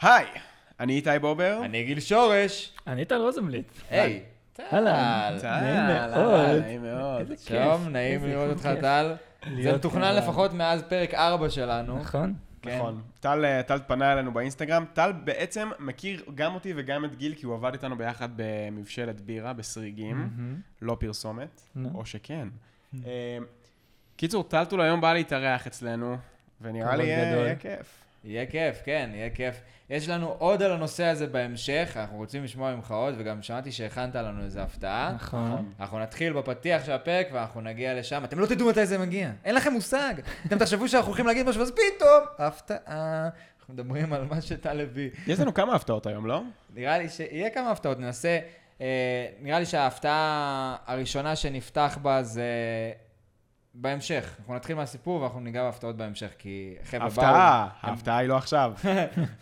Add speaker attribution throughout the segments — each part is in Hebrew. Speaker 1: היי, אני איתי בובר.
Speaker 2: אני גיל שורש.
Speaker 3: אני טל רוזנבליט.
Speaker 2: היי.
Speaker 3: אהלן.
Speaker 2: טל.
Speaker 3: נעים
Speaker 2: אהלן,
Speaker 3: מאוד.
Speaker 1: נעים מאוד.
Speaker 3: איזה כיף.
Speaker 2: שלום, נעים
Speaker 3: איזה
Speaker 2: לראות
Speaker 3: כיף.
Speaker 2: אותך טל. זה
Speaker 3: להיות
Speaker 2: מתוכנן
Speaker 3: כאן.
Speaker 2: לפחות מאז פרק 4 שלנו.
Speaker 3: נכון.
Speaker 1: כן. טל, אה, טל פנה אלינו באינסטגרם. טל בעצם מכיר גם אותי וגם את גיל, כי הוא עבד איתנו ביחד במבשלת בירה, בסריגים. לא פרסומת,
Speaker 3: נו.
Speaker 1: או שכן. אה, קיצור, טלטול היום בא להתארח אצלנו, ונראה
Speaker 3: כבוד
Speaker 1: לי יהיה
Speaker 3: גדול.
Speaker 1: יהיה כיף.
Speaker 2: יהיה כיף, כן, יהיה כיף. יש לנו עוד על הנושא הזה בהמשך, אנחנו רוצים לשמוע ממך עוד, וגם שמעתי שהכנת לנו איזו הפתעה.
Speaker 3: נכון.
Speaker 2: אנחנו נתחיל בפתיח של הפרק ואנחנו נגיע לשם. אתם לא תדעו מתי זה מגיע, אין לכם מושג. אתם תחשבו שאנחנו הולכים להגיד משהו, אז פתאום, הפתעה. אנחנו מדברים על מה שטל הביא.
Speaker 1: יש לנו כמה הפתעות היום, לא?
Speaker 2: נראה לי שיהיה כמה הפתעות, ננסה. אה, נראה לי שההפתעה הראשונה שנפתח בה זה בהמשך. אנחנו נתחיל מהסיפור ואנחנו ניגע בהפתעות בהמשך, כי חבר'ה באו...
Speaker 1: הפתעה,
Speaker 2: הם-
Speaker 1: ההפתעה היא לא עכשיו.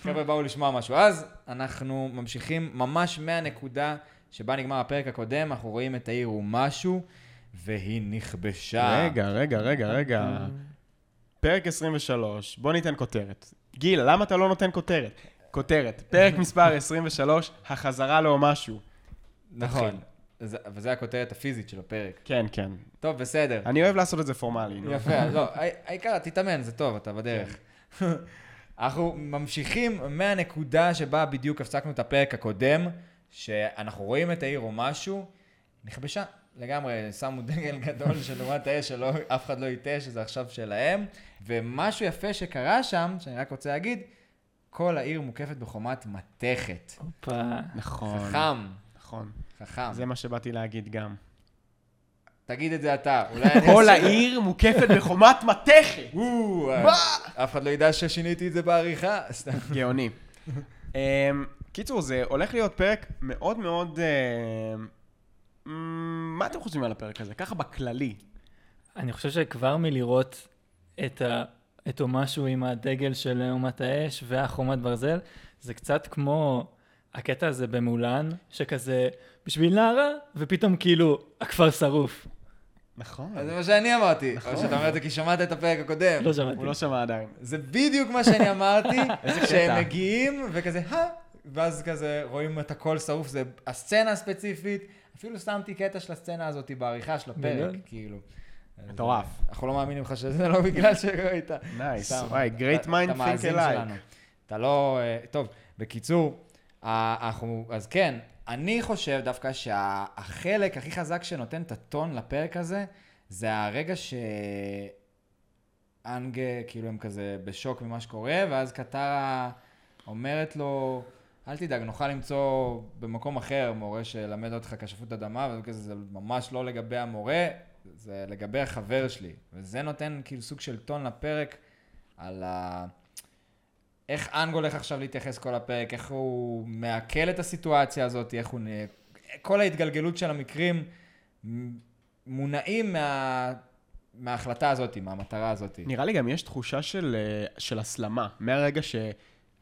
Speaker 2: חבר'ה באו לשמוע משהו. אז אנחנו ממשיכים ממש מהנקודה שבה נגמר הפרק הקודם, אנחנו רואים את העיר ומשהו, והיא נכבשה.
Speaker 1: רגע, רגע, רגע, רגע. פרק 23, בוא ניתן כותרת. גיל, למה אתה לא נותן כותרת? כותרת, פרק מספר 23, החזרה לא משהו.
Speaker 2: נכון. זה- וזו הכותרת הפיזית של הפרק.
Speaker 1: כן, כן.
Speaker 2: טוב, בסדר.
Speaker 1: אני אוהב לעשות את זה פורמלי. נו.
Speaker 2: יפה, אז לא, הע- העיקר, תתאמן, זה טוב, אתה בדרך.
Speaker 1: כן.
Speaker 2: אנחנו ממשיכים מהנקודה שבה בדיוק הפסקנו את הפרק הקודם, שאנחנו רואים את העיר או משהו, נכבשה לגמרי, שמו דגל גדול של אומת האש, שלא, אף אחד לא יטעה שזה עכשיו שלהם, ומשהו יפה שקרה שם, שאני רק רוצה להגיד, כל העיר מוקפת בחומת מתכת.
Speaker 3: הופה.
Speaker 1: נכון.
Speaker 2: חכם,
Speaker 1: נכון.
Speaker 2: חכם.
Speaker 1: זה מה שבאתי להגיד גם.
Speaker 2: תגיד את זה אתה, אולי אני...
Speaker 1: כל
Speaker 2: אעשה-
Speaker 1: העיר מוקפת בחומת מתכת.
Speaker 2: וואו, אף אחד לא ידע ששיניתי את זה בעריכה, סתם.
Speaker 1: גאוני. אמ, קיצור, זה הולך להיות פרק מאוד מאוד... אמ, אמ, מה אתם חושבים על הפרק הזה? ככה בכללי.
Speaker 3: אני חושב שכבר מלראות את ה... את או משהו עם הדגל של אומת האש והחומת ברזל, זה קצת כמו הקטע הזה במולן, שכזה בשביל נערה, ופתאום כאילו הכפר שרוף.
Speaker 1: נכון.
Speaker 2: אז זה מה שאני אמרתי.
Speaker 1: נכון.
Speaker 2: או שאתה אומר את זה כי שמעת את הפרק הקודם.
Speaker 3: לא שמעתי.
Speaker 1: הוא לא שמע עדיין.
Speaker 2: זה בדיוק מה שאני אמרתי,
Speaker 1: קטע.
Speaker 2: שהם מגיעים וכזה, הא, ואז כזה רואים את הכל שרוף, זה הסצנה הספציפית. אפילו שמתי קטע של הסצנה הזאת בעריכה של הפרק,
Speaker 3: גדול.
Speaker 2: כאילו. אז,
Speaker 1: מטורף.
Speaker 2: אה, אנחנו לא מאמינים לך שזה לא בגלל שלא היית.
Speaker 1: נייס.
Speaker 2: סתם.
Speaker 1: וואי, great
Speaker 2: אתה-
Speaker 1: mind
Speaker 2: אתה
Speaker 1: think
Speaker 2: מאזין
Speaker 1: alike.
Speaker 2: שלנו. אתה לא... אה, טוב, בקיצור, ה- אנחנו... אז כן, אני חושב דווקא שהחלק הכי חזק שנותן את הטון לפרק הזה, זה הרגע ש... אנג, כאילו הם כזה בשוק ממה שקורה, ואז קטרה אומרת לו, אל תדאג, נוכל למצוא במקום אחר מורה שילמד אותך כשפות אדמה, וזה כזה, זה ממש לא לגבי המורה, זה לגבי החבר שלי. וזה נותן כאילו סוג של טון לפרק על ה... איך אנג הולך עכשיו להתייחס כל הפרק, איך הוא מעכל את הסיטואציה הזאת, איך הוא... נ... כל ההתגלגלות של המקרים מ- מונעים מה... מההחלטה הזאת, מהמטרה הזאת.
Speaker 1: נראה לי גם יש תחושה של, אה, של הסלמה. מהרגע ש,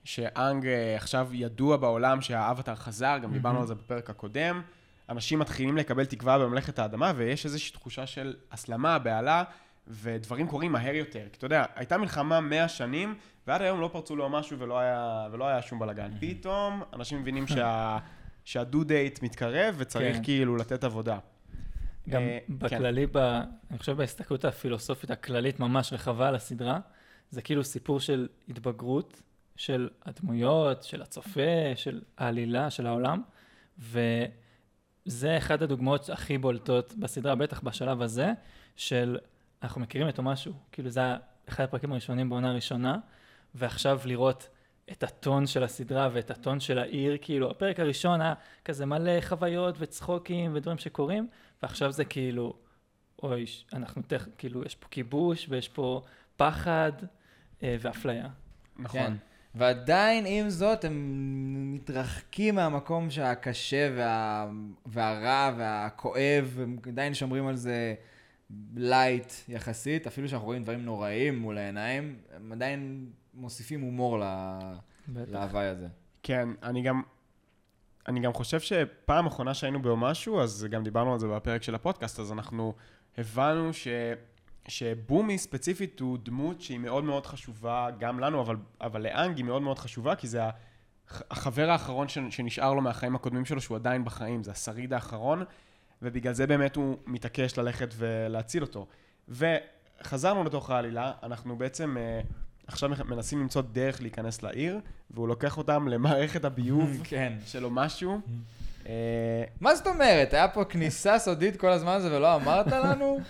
Speaker 1: שאנג אה, עכשיו ידוע בעולם שהאבטר חזר, גם דיברנו על זה בפרק הקודם, אנשים מתחילים לקבל תקווה בממלכת האדמה, ויש איזושהי תחושה של הסלמה, בהלה, ודברים קורים מהר יותר. כי אתה יודע, הייתה מלחמה 100 שנים, ועד היום לא פרצו לו משהו ולא היה, ולא היה שום בלאגן. פתאום אנשים מבינים שה... שהדו דייט מתקרב וצריך
Speaker 3: כן.
Speaker 1: כאילו לתת עבודה.
Speaker 3: גם
Speaker 1: אה, כן.
Speaker 3: בכללי, ב, אני חושב בהסתכלות הפילוסופית הכללית ממש רחבה על הסדרה, זה כאילו סיפור של התבגרות, של הדמויות, של הצופה, של העלילה, של העולם, וזה אחת הדוגמאות הכי בולטות בסדרה, בטח בשלב הזה, של אנחנו מכירים את משהו, כאילו זה היה אחד הפרקים הראשונים בעונה הראשונה, ועכשיו לראות את הטון של הסדרה ואת הטון של העיר, כאילו הפרק הראשון היה כזה מלא חוויות וצחוקים ודברים שקורים, ועכשיו זה כאילו, אוי, ש- אנחנו תכף, כאילו, יש פה כיבוש ויש פה פחד אה, ואפליה.
Speaker 1: נכון.
Speaker 2: כן. ועדיין, עם זאת, הם מתרחקים מהמקום שהקשה וה... והרע והכואב, הם עדיין שומרים על זה לייט יחסית, אפילו שאנחנו רואים דברים נוראים מול העיניים, הם עדיין מוסיפים הומור ל...
Speaker 3: בטח.
Speaker 2: להוואי הזה.
Speaker 1: כן, אני גם, אני גם חושב שפעם אחרונה שהיינו במשהו, אז גם דיברנו על זה בפרק של הפודקאסט, אז אנחנו הבנו ש, שבומי ספציפית הוא דמות שהיא מאוד מאוד חשובה גם לנו, אבל, אבל לאנג היא מאוד מאוד חשובה, כי זה החבר האחרון ש- שנשאר לו מהחיים הקודמים שלו, שהוא עדיין בחיים, זה השריד האחרון, ובגלל זה באמת הוא מתעקש ללכת ולהציל אותו. וחזרנו לתוך העלילה, אנחנו בעצם אה, עכשיו מח- מנסים למצוא דרך להיכנס לעיר, והוא לוקח אותם למערכת הביוב
Speaker 2: כן.
Speaker 1: שלו משהו. אה,
Speaker 2: מה זאת אומרת? היה פה כניסה סודית כל הזמן הזה ולא אמרת לנו?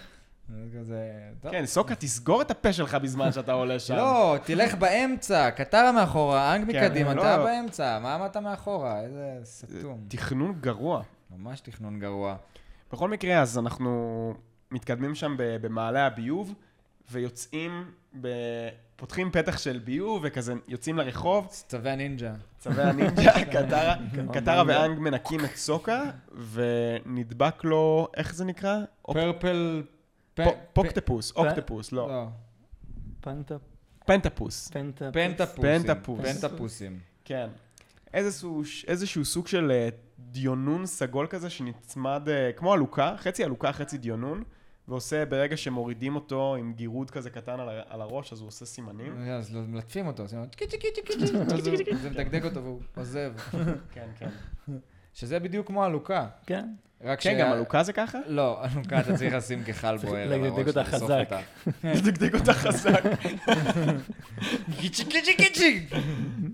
Speaker 2: זה כזה... טוב.
Speaker 1: כן, סוקה, תסגור את הפה שלך בזמן שאתה עולה שם.
Speaker 2: לא, תלך באמצע, קטרה מאחורה, אנג
Speaker 1: כן,
Speaker 2: מקדימה,
Speaker 1: לא.
Speaker 2: אתה באמצע, מה אמרת מאחורה? איזה סתום.
Speaker 1: תכנון גרוע.
Speaker 2: ממש תכנון גרוע.
Speaker 1: בכל מקרה, אז אנחנו מתקדמים שם ב- במעלה הביוב, ויוצאים, ב... פותחים פתח של ביוב, וכזה יוצאים לרחוב,
Speaker 2: צווי הנינג'ה.
Speaker 1: צווי הנינג'ה, קטרה,
Speaker 2: כן.
Speaker 1: קטרה ואנג מנקים את סוקה, ונדבק לו, איך זה נקרא? אופ-
Speaker 2: פרפל... פ-
Speaker 1: פו- פוקטפוס,
Speaker 3: פ-
Speaker 1: אוקטפוס, לא,
Speaker 2: לא.
Speaker 3: פנטה,
Speaker 1: פנטפוס,
Speaker 3: פנטה,
Speaker 2: פנטפוסים.
Speaker 1: פנטפוס.
Speaker 2: פנטפוסים.
Speaker 1: כן. איזשהו, ש- איזשהו סוג של אה, דיונון סגול כזה שנצמד, אה, כמו עלוקה, חצי עלוקה, חצי דיונון, ועושה ברגע שמורידים אותו עם גירוד כזה קטן על, ה- על הראש, אז הוא עושה סימנים.
Speaker 2: אז לא- מלטפים אותו, עושים לו טקי טקי טקי טקי, אז הוא- זה מדגדג אותו והוא עוזב.
Speaker 1: כן, כן.
Speaker 2: שזה בדיוק כמו עלוקה.
Speaker 3: כן,
Speaker 2: רק
Speaker 1: כן, גם עלוקה זה ככה?
Speaker 2: לא, עלוקה אתה צריך לשים כחל
Speaker 3: צריך
Speaker 2: בוער על
Speaker 3: לדגדג
Speaker 2: הראש,
Speaker 3: אותה
Speaker 2: לאסוף
Speaker 3: חזק.
Speaker 2: אותה.
Speaker 1: דגדג אותה חזק.
Speaker 2: קיצ'י קיצ'י קיצ'י!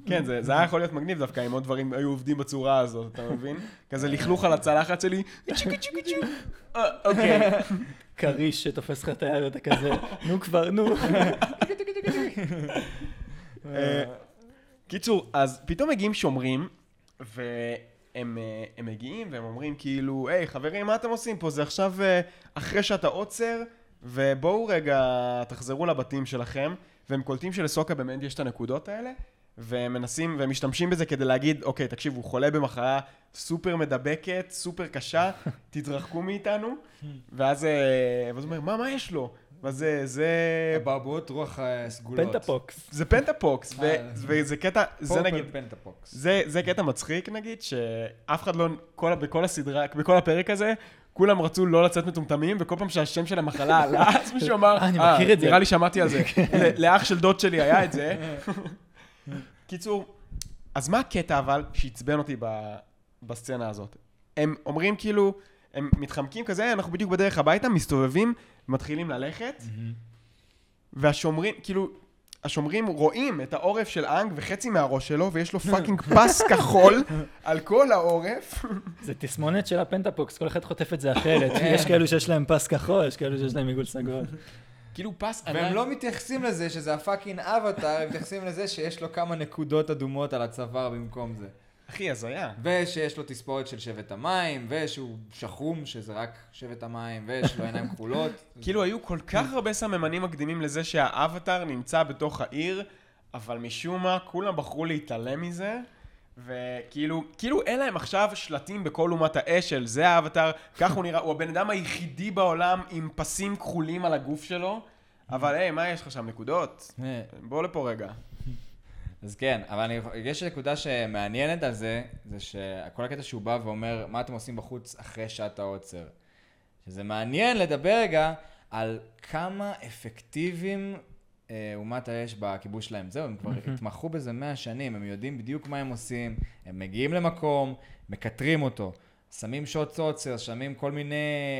Speaker 1: כן, זה, זה היה יכול להיות מגניב דווקא אם עוד דברים היו עובדים בצורה הזאת, אתה מבין? כזה לכלוך על הצלחת שלי, איצ'ו קיצ'ו קיצ'ו. אה, אוקיי.
Speaker 3: כריש שתופס לך את היד, אתה כזה, נו כבר, נו.
Speaker 1: אה, קיצור, אז פתאום מגיעים שומרים, והם אה, הם מגיעים והם אומרים כאילו, היי חברים, מה אתם עושים פה? זה עכשיו אה, אחרי שאתה עוצר, ובואו רגע תחזרו לבתים שלכם, והם קולטים שלסוקה באמת יש את הנקודות האלה, והם מנסים, והם משתמשים בזה כדי להגיד, אוקיי, תקשיב, הוא חולה במחלה סופר מדבקת, סופר קשה, תתרחקו מאיתנו, ואז אה, ואז הוא אומר, מה, מה יש לו? ואז אה, זה...
Speaker 2: אבעבועות רוח אה, סגולות.
Speaker 3: פנטפוקס.
Speaker 1: זה פנטפוקס, ו-
Speaker 2: אה.
Speaker 1: וזה קטע, זה
Speaker 2: פורפל
Speaker 1: נגיד,
Speaker 2: פנטפוקס.
Speaker 1: זה, זה קטע מצחיק נגיד, שאף אחד לא, כל, בכל הסדרה, בכל הפרק הזה, כולם רצו לא לצאת מטומטמים, וכל פעם שהשם של המחלה עלה, אז מישהו אמר,
Speaker 3: אה, אני מכיר את זה." כן.
Speaker 1: נראה לי שמעתי על זה. ל- לאח של דוד שלי היה את זה. קיצור, אז מה הקטע אבל שעצבן אותי ב, בסצנה הזאת? הם אומרים כאילו, הם מתחמקים כזה, אנחנו בדיוק בדרך הביתה, מסתובבים, מתחילים ללכת, והשומרים, כאילו, השומרים רואים את העורף של אנג וחצי מהראש שלו, ויש לו פאקינג פס כחול על כל העורף.
Speaker 3: זה תסמונת של הפנטפוקס, כל אחד חוטף את זה אחרת. יש כאלו שיש להם פס כחול, יש כאלו שיש להם עיגול סגול.
Speaker 1: כאילו פס
Speaker 2: והם לא מתייחסים לזה שזה הפאקינג אבטאר, הם מתייחסים לזה שיש לו כמה נקודות אדומות על הצוואר במקום זה.
Speaker 1: אחי, הזיה.
Speaker 2: ושיש לו תספורת של שבט המים, ושהוא שחום, שזה רק שבט המים, ויש לו עיניים כחולות.
Speaker 1: כאילו היו כל כך הרבה סממנים מקדימים לזה שהאבטאר נמצא בתוך העיר, אבל משום מה כולם בחרו להתעלם מזה. וכאילו, כאילו אין להם עכשיו שלטים בכל אומת האש של זה האבטאר, כך הוא נראה, הוא הבן אדם היחידי בעולם עם פסים כחולים על הגוף שלו, אבל היי, מה יש לך שם, נקודות?
Speaker 2: אה,
Speaker 1: בוא לפה רגע.
Speaker 2: אז כן, אבל אני, יש נקודה שמעניינת על זה, זה שכל הקטע שהוא בא ואומר, מה אתם עושים בחוץ אחרי שעת העוצר. שזה מעניין לדבר רגע על כמה אפקטיביים אה, אומת האש בכיבוש שלהם. זהו, הם כבר התמחו בזה 100 שנים, הם יודעים בדיוק מה הם עושים, הם מגיעים למקום, מקטרים אותו. שמים שעות עוצר, שמים כל מיני,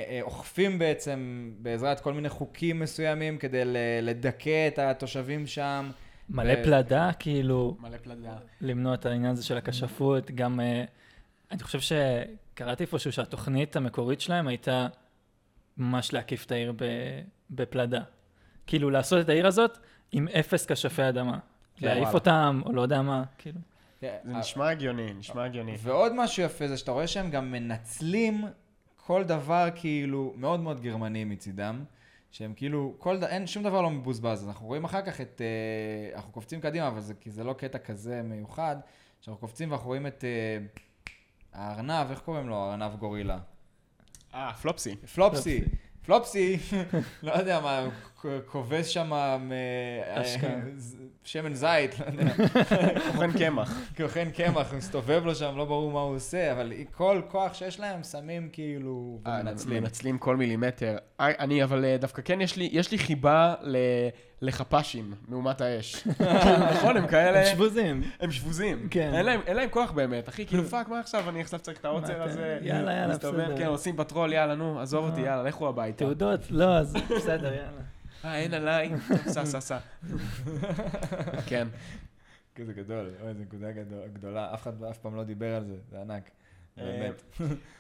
Speaker 2: אה, אוכפים בעצם בעזרת כל מיני חוקים מסוימים כדי ל- לדכא את התושבים שם.
Speaker 3: מלא
Speaker 2: ו-
Speaker 3: פלדה, כאילו,
Speaker 1: מלא פלדה.
Speaker 3: למנוע את העניין הזה של הכשפות. גם, אה, אני חושב שקראתי איפשהו שהתוכנית המקורית שלהם הייתה ממש להקיף את העיר ב- בפלדה. כאילו, לעשות את העיר הזאת עם אפס כשפי אדמה.
Speaker 2: כן,
Speaker 3: להעיף
Speaker 2: וואלה.
Speaker 3: אותם, או לא יודע מה, כאילו.
Speaker 2: כן,
Speaker 1: זה
Speaker 2: אה,
Speaker 1: נשמע הגיוני, נשמע הגיוני.
Speaker 2: ועוד משהו יפה זה שאתה רואה שהם גם מנצלים כל דבר כאילו מאוד מאוד גרמני מצידם, שהם כאילו, כל ד... אין שום דבר לא מבוזבז, אנחנו רואים אחר כך את, אה, אנחנו קופצים קדימה, אבל זה, כי זה לא קטע כזה מיוחד, שאנחנו קופצים ואנחנו רואים את אה, הארנב, איך קוראים לו? הארנב גורילה.
Speaker 1: אה, פלופסי.
Speaker 2: פלופסי, פלופסי, לא יודע מה, כובס שם מ-
Speaker 3: אשכרה.
Speaker 2: ז- שמן זית, לא יודע,
Speaker 1: טוחן קמח.
Speaker 2: כוחן כאילו, קמח, מסתובב לו שם, לא ברור מה הוא עושה, אבל כל כוח שיש להם, שמים כאילו ומנצלים.
Speaker 1: אה, מנצלים כל מילימטר. אה, אני, אבל אה, דווקא כן, יש לי, יש לי חיבה ל- לחפ"שים, מהומת האש. נכון, הם
Speaker 3: הם
Speaker 1: כאלה,
Speaker 3: שבוזים.
Speaker 1: הם שבוזים.
Speaker 3: כן.
Speaker 1: אין להם- אין להם כוח באמת, אחי, כאילו פאק, מה עכשיו, אני עכשיו צריך את העוצר
Speaker 3: מה אתה-
Speaker 1: הזה.
Speaker 3: יאללה, יאללה,
Speaker 1: מסתובב,
Speaker 3: בסדר.
Speaker 1: כן, עושים פטרול, יאללה, נו, עזוב אותי,
Speaker 3: אה.
Speaker 1: יאללה, לכו הביתה.
Speaker 3: תעודות, לא, אז בסדר, יאללה.
Speaker 1: אה, אין עליי, טוב, סע, סע, סע. כן.
Speaker 2: זה גדול, אוי, זו נקודה גדול- גדולה, אף אחד אף פעם לא דיבר על זה, זה ענק, באמת.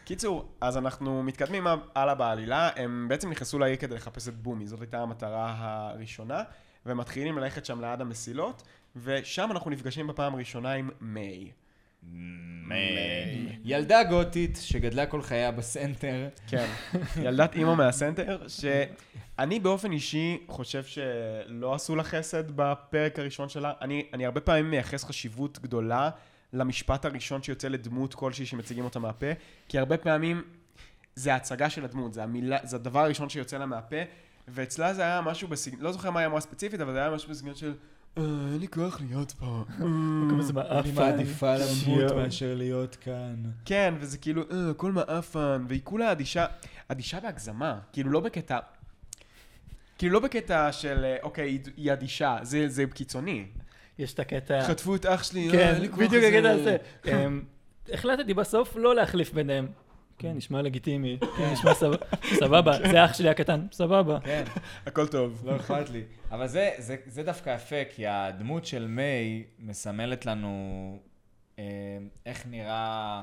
Speaker 1: קיצור, אז אנחנו מתקדמים הלאה בעלילה, הם בעצם נכנסו לעיר כדי לחפש את בומי, זאת הייתה המטרה הראשונה, והם מתחילים ללכת שם ליד המסילות, ושם אנחנו נפגשים בפעם הראשונה עם מיי. מיי.
Speaker 2: ילדה גותית שגדלה כל חייה בסנטר,
Speaker 1: כן, ילדת אימא מהסנטר, שאני באופן אישי חושב שלא עשו לה חסד בפרק הראשון שלה. אני, אני הרבה פעמים מייחס חשיבות גדולה למשפט הראשון שיוצא לדמות כלשהי שמציגים אותה מהפה, כי הרבה פעמים זה ההצגה של הדמות, זה, המילה, זה הדבר הראשון שיוצא לה מהפה, ואצלה זה היה משהו בסגנון, לא זוכר מה היא אמרה ספציפית, אבל זה היה משהו בסגנון של... "אה, אין לי כוח להיות פה.
Speaker 3: כמה זה באף
Speaker 2: אני מעדיפה למות
Speaker 3: שיואו.
Speaker 2: מאשר להיות כאן.
Speaker 1: כן, וזה כאילו, אה, הכל מעפן, והיא כולה אדישה, אדישה בהגזמה, כאילו לא בקטע, כאילו לא בקטע של, אה, אוקיי, היא- היא אדישה, זה, זה קיצוני.
Speaker 3: יש את הקטע...
Speaker 1: חטפו את אח שלי, אה,
Speaker 3: כן,
Speaker 1: אין לי כוח
Speaker 3: בדיוק
Speaker 1: לזה.
Speaker 3: הקטע הזה. אמ, החלטתי בסוף לא להחליף ביניהם. כן,
Speaker 1: Mm.
Speaker 3: נשמע לגיטימי, כן, נשמע סבבה, סבבה,
Speaker 1: כן.
Speaker 3: זה אח שלי הקטן, סבבה.
Speaker 2: כן,
Speaker 1: הכל טוב.
Speaker 2: לא אכפת לי. אבל זה, זה, זה דווקא יפה, כי הדמות של מיי מסמלת לנו אה, איך נראה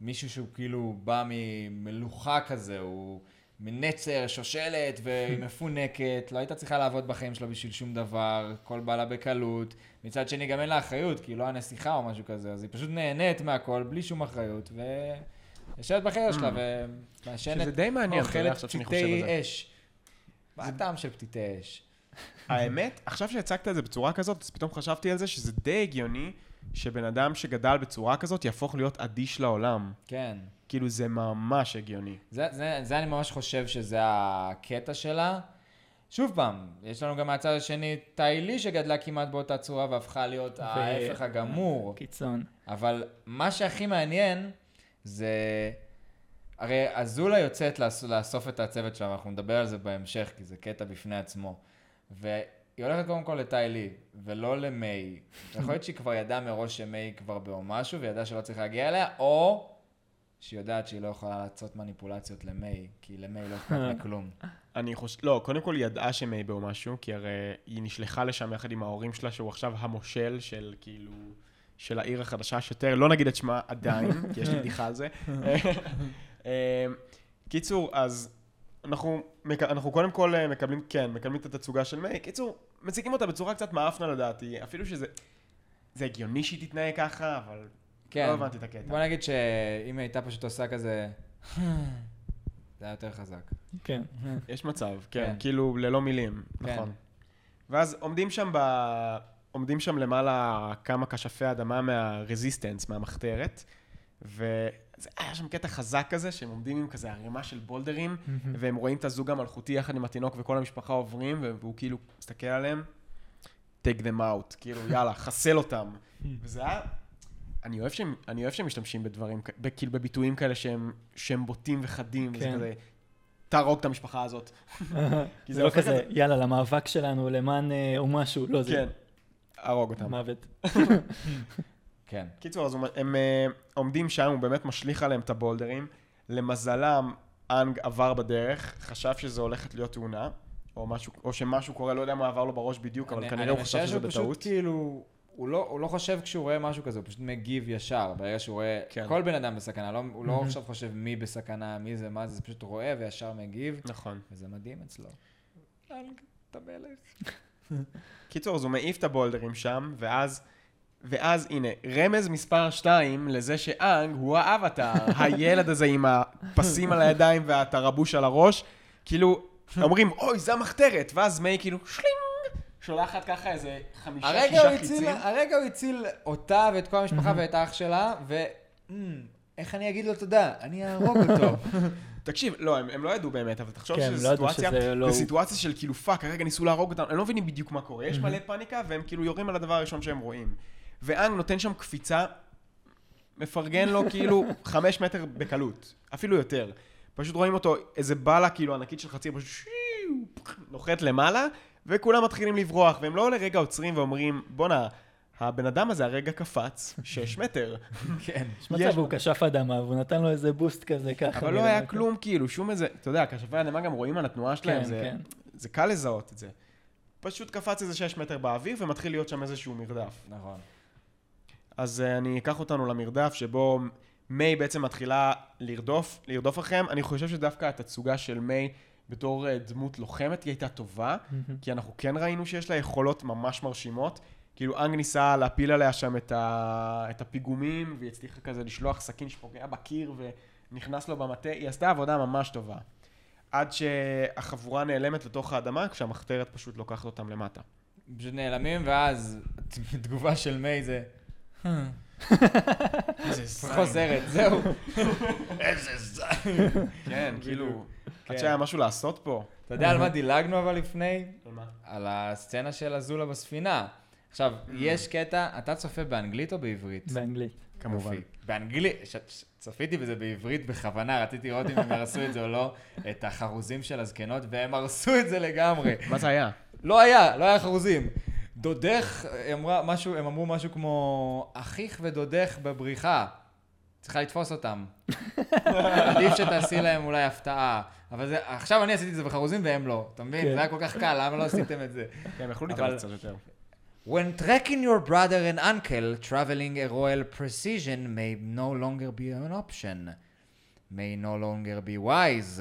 Speaker 2: מישהו שהוא כאילו בא ממלוכה כזה, הוא מנצר, שושלת והיא מפונקת, לא הייתה צריכה לעבוד בחיים שלה בשביל שום דבר, כל בעלה בקלות. מצד שני גם אין לה אחריות, כי היא לא הנסיכה או משהו כזה, אז היא פשוט נהנית מהכל בלי שום אחריות, ו... יושבת בחדר שלה ומעשנת
Speaker 1: Mm. שזה די מעניין, אתה יודע,
Speaker 2: אוכלת
Speaker 1: עכשיו שאני חושב על זה.
Speaker 2: פתיתי אש. מה הטעם של פתיתי אש?
Speaker 1: האמת, עכשיו שהצגת את זה בצורה כזאת, אז פתאום חשבתי על זה שזה די הגיוני שבן אדם שגדל בצורה כזאת יהפוך להיות אדיש לעולם.
Speaker 2: כן.
Speaker 1: כאילו, זה ממש הגיוני.
Speaker 2: זה, זה, זה אני ממש חושב שזה הקטע שלה. שוב פעם, יש לנו גם מהצד השני טיילי שגדלה כמעט באותה צורה והפכה להיות ההפך הגמור.
Speaker 3: קיצון.
Speaker 2: אבל מה שהכי מעניין זה... הרי אזולה יוצאת לאס- לאסוף את הצוות שלה, ואנחנו נדבר על זה בהמשך, כי זה קטע בפני עצמו. והיא הולכת קודם כל לטיילי, ולא למיי. יכול להיות שהיא כבר ידעה מראש שמיי כבר בהומשהו, וידעה שלא צריך להגיע אליה, או שהיא יודעת שהיא לא יכולה לעשות מניפולציות למיי, כי למיי לא אכפת מכלום.
Speaker 1: אני חושב, לא, קודם כל היא ידעה שהם מייבאו משהו, כי הרי היא נשלחה לשם יחד עם ההורים שלה, שהוא עכשיו המושל של כאילו, של העיר החדשה שטר, לא נגיד את שמה עדיין, כי יש לי בדיחה על זה. אה, קיצור, אז אנחנו, מק- אנחנו קודם כל אה, מקבלים, כן, מקבלים את התצוגה של מיי. קיצור, מציגים אותה בצורה קצת מאפנה לדעתי, אפילו שזה, זה הגיוני שהיא תתנהג ככה, אבל
Speaker 2: כן.
Speaker 1: לא הבנתי את הקטע.
Speaker 2: בוא נגיד שאם היא הייתה פשוט עושה כזה... זה היה יותר חזק.
Speaker 3: כן.
Speaker 1: יש מצב, כן,
Speaker 2: כן.
Speaker 1: כאילו ללא מילים,
Speaker 2: כן.
Speaker 1: נכון. ואז עומדים שם ב... עומדים שם למעלה כמה כשפי אדמה מהרזיסטנס, מהמחתרת, והיה שם קטע חזק כזה, שהם עומדים עם כזה ערימה של בולדרים,
Speaker 3: Mm-hmm.
Speaker 1: והם רואים את הזוג המלכותי יחד עם התינוק וכל המשפחה עוברים, והוא כאילו מסתכל עליהם, take them out, כאילו יאללה, חסל אותם.
Speaker 3: Mm-hmm.
Speaker 1: וזה היה... אני אוהב שהם, אני אוהב שהם משתמשים בדברים, כ- ב- כאילו בביטויים כאלה שהם, שהם בוטים וחדים, וזה
Speaker 3: כן.
Speaker 1: כזה, תהרוג את המשפחה הזאת. כי
Speaker 3: זה לא
Speaker 1: הופך את
Speaker 3: כזה, יאללה, למאבק שלנו, למען אה, או משהו, לא, זה
Speaker 1: כן, הרוג אותם.
Speaker 3: מוות.
Speaker 2: כן.
Speaker 1: קיצור, אז הם, הם אה, עומדים שם, הוא באמת משליך עליהם את הבולדרים. למזלם, אנג עבר בדרך, חשב שזה הולכת להיות תאונה, או, משהו, או שמשהו קורה, לא יודע מה עבר לו בראש בדיוק, אבל
Speaker 2: אני-
Speaker 1: כנראה הוא חשב שזה
Speaker 2: אני חושב שהוא פשוט
Speaker 1: בטעות.
Speaker 2: כאילו, הוא לא, הוא לא חושב כשהוא רואה משהו כזה, הוא פשוט מגיב ישר. ברגע שהוא רואה,
Speaker 1: כן.
Speaker 2: כל בן אדם בסכנה, לא, הוא לא
Speaker 3: Mhm.
Speaker 2: עכשיו חושב מי בסכנה, מי זה, מה זה, זה פשוט רואה וישר מגיב,
Speaker 1: נכון.
Speaker 2: וזה מדהים אצלו. אלג, אתה מלך.
Speaker 1: קיצור, אז הוא מעיף את הבולדרים שם, ואז... ואז הנה, רמז מספר 2 לזה שאנג הוא האבטאר, הילד הזה עם הפסים על הידיים והתרבוש על הראש, כאילו, אומרים, אוי, זה המחתרת, ואז מיי כאילו, שלינג, שולחת ככה איזה חמישה,
Speaker 2: הרגע
Speaker 1: שישה
Speaker 2: הוא, הציל,
Speaker 1: חיצים.
Speaker 2: הרגע הוא הציל אותה ואת כל המשפחה ואת האח שלה, ו... "אמ, איך אני אגיד לו תודה? אני אהרוג אותו.
Speaker 1: תקשיב, לא, הם, הם לא ידעו באמת, אבל תחשוב
Speaker 3: כן,
Speaker 1: שזו
Speaker 3: לא ידעו
Speaker 1: סיטואציה,
Speaker 3: שזה לא
Speaker 1: זו
Speaker 3: הוא.
Speaker 1: סיטואציה של כאילו פאק, כרגע ניסו להרוג אותנו, הם לא מבינים בדיוק מה קורה, יש
Speaker 3: מהמם.
Speaker 1: מלא פאניקה, והם כאילו יורים על הדבר הראשון שהם רואים. ואנג נותן שם קפיצה, מפרגן לו כאילו חמש מטר בקלות, אפילו יותר. פשוט רואים אותו, איזה באלה כאילו ענקית של חציר, פשוט שיו, פח, נוחת למעלה, וכולם מתחילים לברוח, והם לא לרגע עוצרים ואומרים, בואנה, הבן אדם הזה הרגע קפץ שש מטר.
Speaker 2: כן.
Speaker 3: יש מצב,
Speaker 1: יש-
Speaker 3: הוא כשף אדמה, והוא נתן לו איזה בוסט כזה ככה.
Speaker 1: אבל לא
Speaker 3: נראה
Speaker 1: היה
Speaker 3: אותו.
Speaker 1: כלום, כאילו, שום איזה, אתה יודע, כשפי האדמה גם רואים על התנועה שלהם,
Speaker 3: כן,
Speaker 1: זה
Speaker 3: כן.
Speaker 1: זה קל לזהות את זה. פשוט קפץ איזה 6 מטר באוויר ומתחיל להיות שם איזשהו מרדף.
Speaker 2: נכון.
Speaker 1: אז אה, אני אקח אותנו למרדף שבו מיי בעצם מתחילה לרדוף, לרדוף אחריהם. אני חושב שדווקא התצוגה של מיי בתור אה, דמות לוחמת היא הייתה טובה,
Speaker 3: מהמם.
Speaker 1: כי אנחנו כן ראינו שיש לה יכולות ממש מרשימות. כאילו אנג ניסה להפיל עליה שם את, ה... את הפיגומים, והיא הצליחה כזה לשלוח סכין שפוגע בקיר ונכנס לו במטה. היא עשתה עבודה ממש טובה. עד שהחבורה נעלמת לתוך האדמה, כשהמחתרת פשוט לוקחת אותם למטה.
Speaker 2: פשוט נעלמים, ואז תגובה של מיי זה... "אה, חוזרת, זהו. איזה זין.
Speaker 1: כן,
Speaker 2: בדיוק.
Speaker 1: כאילו,
Speaker 2: כן.
Speaker 1: עד שהיה משהו לעשות פה.
Speaker 2: אתה יודע על מה דילגנו אבל לפני?
Speaker 1: מה?
Speaker 2: על הסצנה של אזולה בספינה. עכשיו,
Speaker 1: Mm.
Speaker 2: יש קטע, אתה צופה באנגלית או בעברית?
Speaker 3: באנגלית.
Speaker 1: כמובן.
Speaker 2: יופי. באנגלית, ש- ש- צפיתי בזה בעברית בכוונה, רציתי לראות אם הם הרסו את זה או לא, את החרוזים של הזקנות, והם הרסו את זה לגמרי.
Speaker 1: מה זה היה?
Speaker 2: לא היה, לא היה חרוזים. דודך, אמרה משהו, הם אמרו משהו כמו, אחיך ודודך בבריחה. צריכה לתפוס אותם. עדיף שתעשי להם אולי הפתעה. אבל זה, עכשיו אני עשיתי את זה בחרוזים והם לא. אתה מבין?
Speaker 3: כן.
Speaker 2: זה היה כל כך קל, למה לא עשיתם את זה?
Speaker 1: כן, הם יכלו
Speaker 2: אבל-
Speaker 1: להתאמץ קצת יותר.
Speaker 2: When tracking your brother and uncle, traveling a royal precision may no longer be an option, may no longer be wise,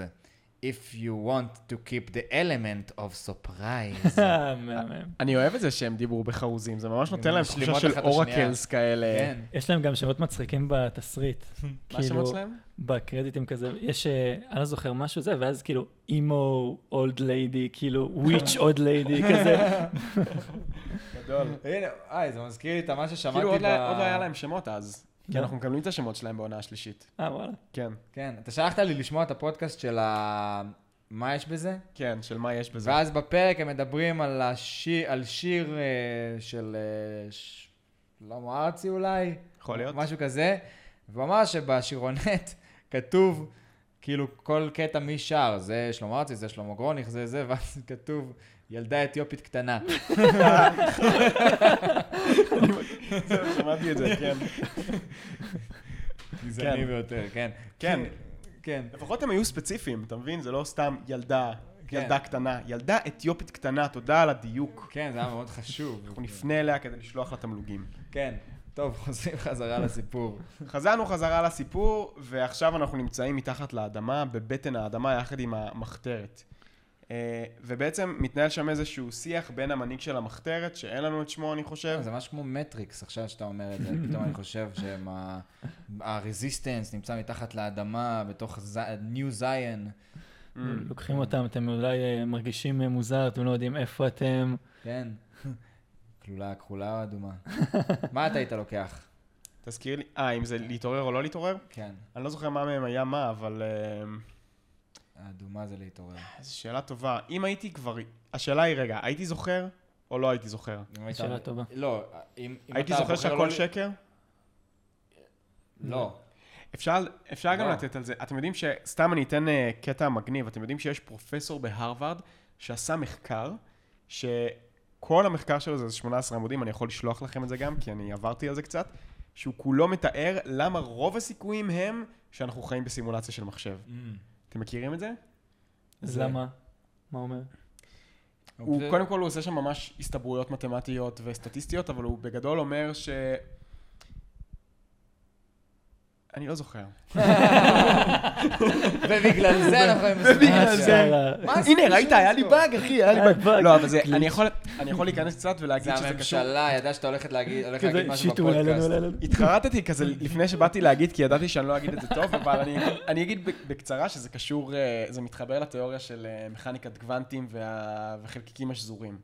Speaker 2: if you want to keep the element of surprise.
Speaker 3: אה, מהמם.
Speaker 1: אני אוהב את זה שהם דיברו בחרוזים, זה ממש נותן
Speaker 2: הם
Speaker 1: להם תחושה
Speaker 2: משלימות
Speaker 1: של
Speaker 2: אחת לשנייה.
Speaker 1: אורקלס כאלה.
Speaker 2: כן.
Speaker 3: יש להם גם שמות מצחיקים בתסריט. כאילו-
Speaker 1: מה השמות שלהם?
Speaker 3: בקרדיטים כזה, יש, אה, אני לא זוכר משהו זה, ואז כאילו אימו, אולד ליידי, כאילו וויץ' אולד ליידי, כזה.
Speaker 1: Mm. גדול.
Speaker 2: הנה, אה, זה מזכיר לי את מה ששמעתי
Speaker 1: כאילו עוד
Speaker 2: ב...
Speaker 1: לא עוד לא היה להם שמות אז. כי
Speaker 3: לא.
Speaker 1: אנחנו מקבלים את השמות שלהם בעונה השלישית.
Speaker 3: אה, וואלה.
Speaker 1: כן,
Speaker 2: כן, אתה שלחת לי לשמוע את הפודקאסט של ה... מה יש בזה?
Speaker 1: כן, של מה יש בזה.
Speaker 2: ואז בפרק הם מדברים על, השיר, על שיר אה, של אה, ש- שלמה ארצי אולי?
Speaker 1: יכול להיות.
Speaker 2: משהו כזה. והוא אמר שבשירונט כתוב, כאילו, כל קטע מי שר, זה שלמה ארצי, זה שלמה גרוניך, זה זה, ואז כתוב, ילדה אתיופית קטנה.
Speaker 1: שמעתי את זה, כן.
Speaker 2: גזעני ביותר, כן.
Speaker 1: כן.
Speaker 2: כן.
Speaker 1: לפחות הם היו ספציפיים, אתה מבין? זה לא סתם ילדה,
Speaker 2: כן.
Speaker 1: ילדה קטנה. ילדה אתיופית קטנה, תודה על הדיוק.
Speaker 2: כן, זה היה מאוד חשוב.
Speaker 1: אנחנו נפנה אליה כדי לשלוח לה תמלוגים.
Speaker 2: כן. טוב, חוזרים חזרה לסיפור.
Speaker 1: חזרנו חזרה לסיפור, ועכשיו אנחנו נמצאים מתחת לאדמה, בבטן האדמה, יחד עם המחתרת. אה, ובעצם מתנהל שם איזשהו שיח בין המנהיג של המחתרת, שאין לנו את שמו אני חושב,
Speaker 2: זה ממש כמו מטריקס, עכשיו שאתה אומר את זה, פתאום אני חושב שהם ה- הרזיסטנס נמצא מתחת לאדמה, בתוך ניו זיין.
Speaker 1: Mm,
Speaker 3: לוקחים אותם, אתם אולי אה, מרגישים אה, מוזר, אתם לא יודעים איפה אתם.
Speaker 2: כן. כלולה כחולה או אדומה? מה אתה היית לוקח?
Speaker 1: תזכיר לי, אה, אם זה להתעורר או לא להתעורר?
Speaker 2: כן,
Speaker 1: אני לא זוכר מה מהם היה מה, אבל אה,
Speaker 2: האדומה זה להתעורר.
Speaker 1: זו שאלה טובה. אם הייתי כבר, השאלה היא, רגע, הייתי זוכר או לא הייתי זוכר?
Speaker 2: אם היית-
Speaker 3: שאלה טובה.
Speaker 2: לא, אם אם אתה
Speaker 1: הייתי זוכר
Speaker 2: בוחר
Speaker 1: שהכל
Speaker 2: לא-
Speaker 1: שקר?
Speaker 2: לא.
Speaker 1: אפשר, אפשר גם
Speaker 2: לא.
Speaker 1: לתת על זה. אתם יודעים שסתם אני אתן אה, קטע מגניב. אתם יודעים שיש פרופסור בהרווארד שעשה מחקר, שכל המחקר שלו זה 18 עמודים, אני יכול לשלוח לכם את זה גם, כי אני עברתי על זה קצת, שהוא כולו מתאר למה רוב הסיכויים הם שאנחנו חיים בסימולציה של מחשב. אתם מכירים את זה?
Speaker 3: אז
Speaker 2: זה-
Speaker 3: למה? מה אומר?
Speaker 1: הוא,
Speaker 2: פשוט-
Speaker 1: קודם כל הוא עושה שם ממש הסתברויות מתמטיות וסטטיסטיות, אבל הוא בגדול אומר ש... אני לא זוכר.
Speaker 2: ובגלל זה אנחנו עם
Speaker 3: אה,
Speaker 1: ובגלל
Speaker 2: הסיטואציה.
Speaker 1: זה.
Speaker 3: מה
Speaker 2: מה
Speaker 1: הנה, ראית, היה לי
Speaker 2: שלו?
Speaker 1: באג, אחי, היה לי
Speaker 3: היה
Speaker 1: באג.
Speaker 3: באג.
Speaker 1: לא, אבל זה,
Speaker 3: גליץ'.
Speaker 1: אני יכול- אני יכול להיכנס קצת ולהגיד
Speaker 2: זה
Speaker 1: שזה קשור.
Speaker 2: הממשלה, ידע שאתה הולכת להגיד הולך להגיד
Speaker 3: כזה
Speaker 2: משהו
Speaker 3: שיט, הוא עולה לנו, עולה
Speaker 2: בפודקאסט.
Speaker 3: לנו.
Speaker 1: התחרטתי כזה לפני שבאתי להגיד, כי ידעתי שאני לא אגיד את זה טוב, אבל אני, אני אגיד ב- בקצרה שזה קשור, אה, זה מתחבר לתיאוריה של אה, מכניקת קוונטים וה, וחלקיקים השזורים.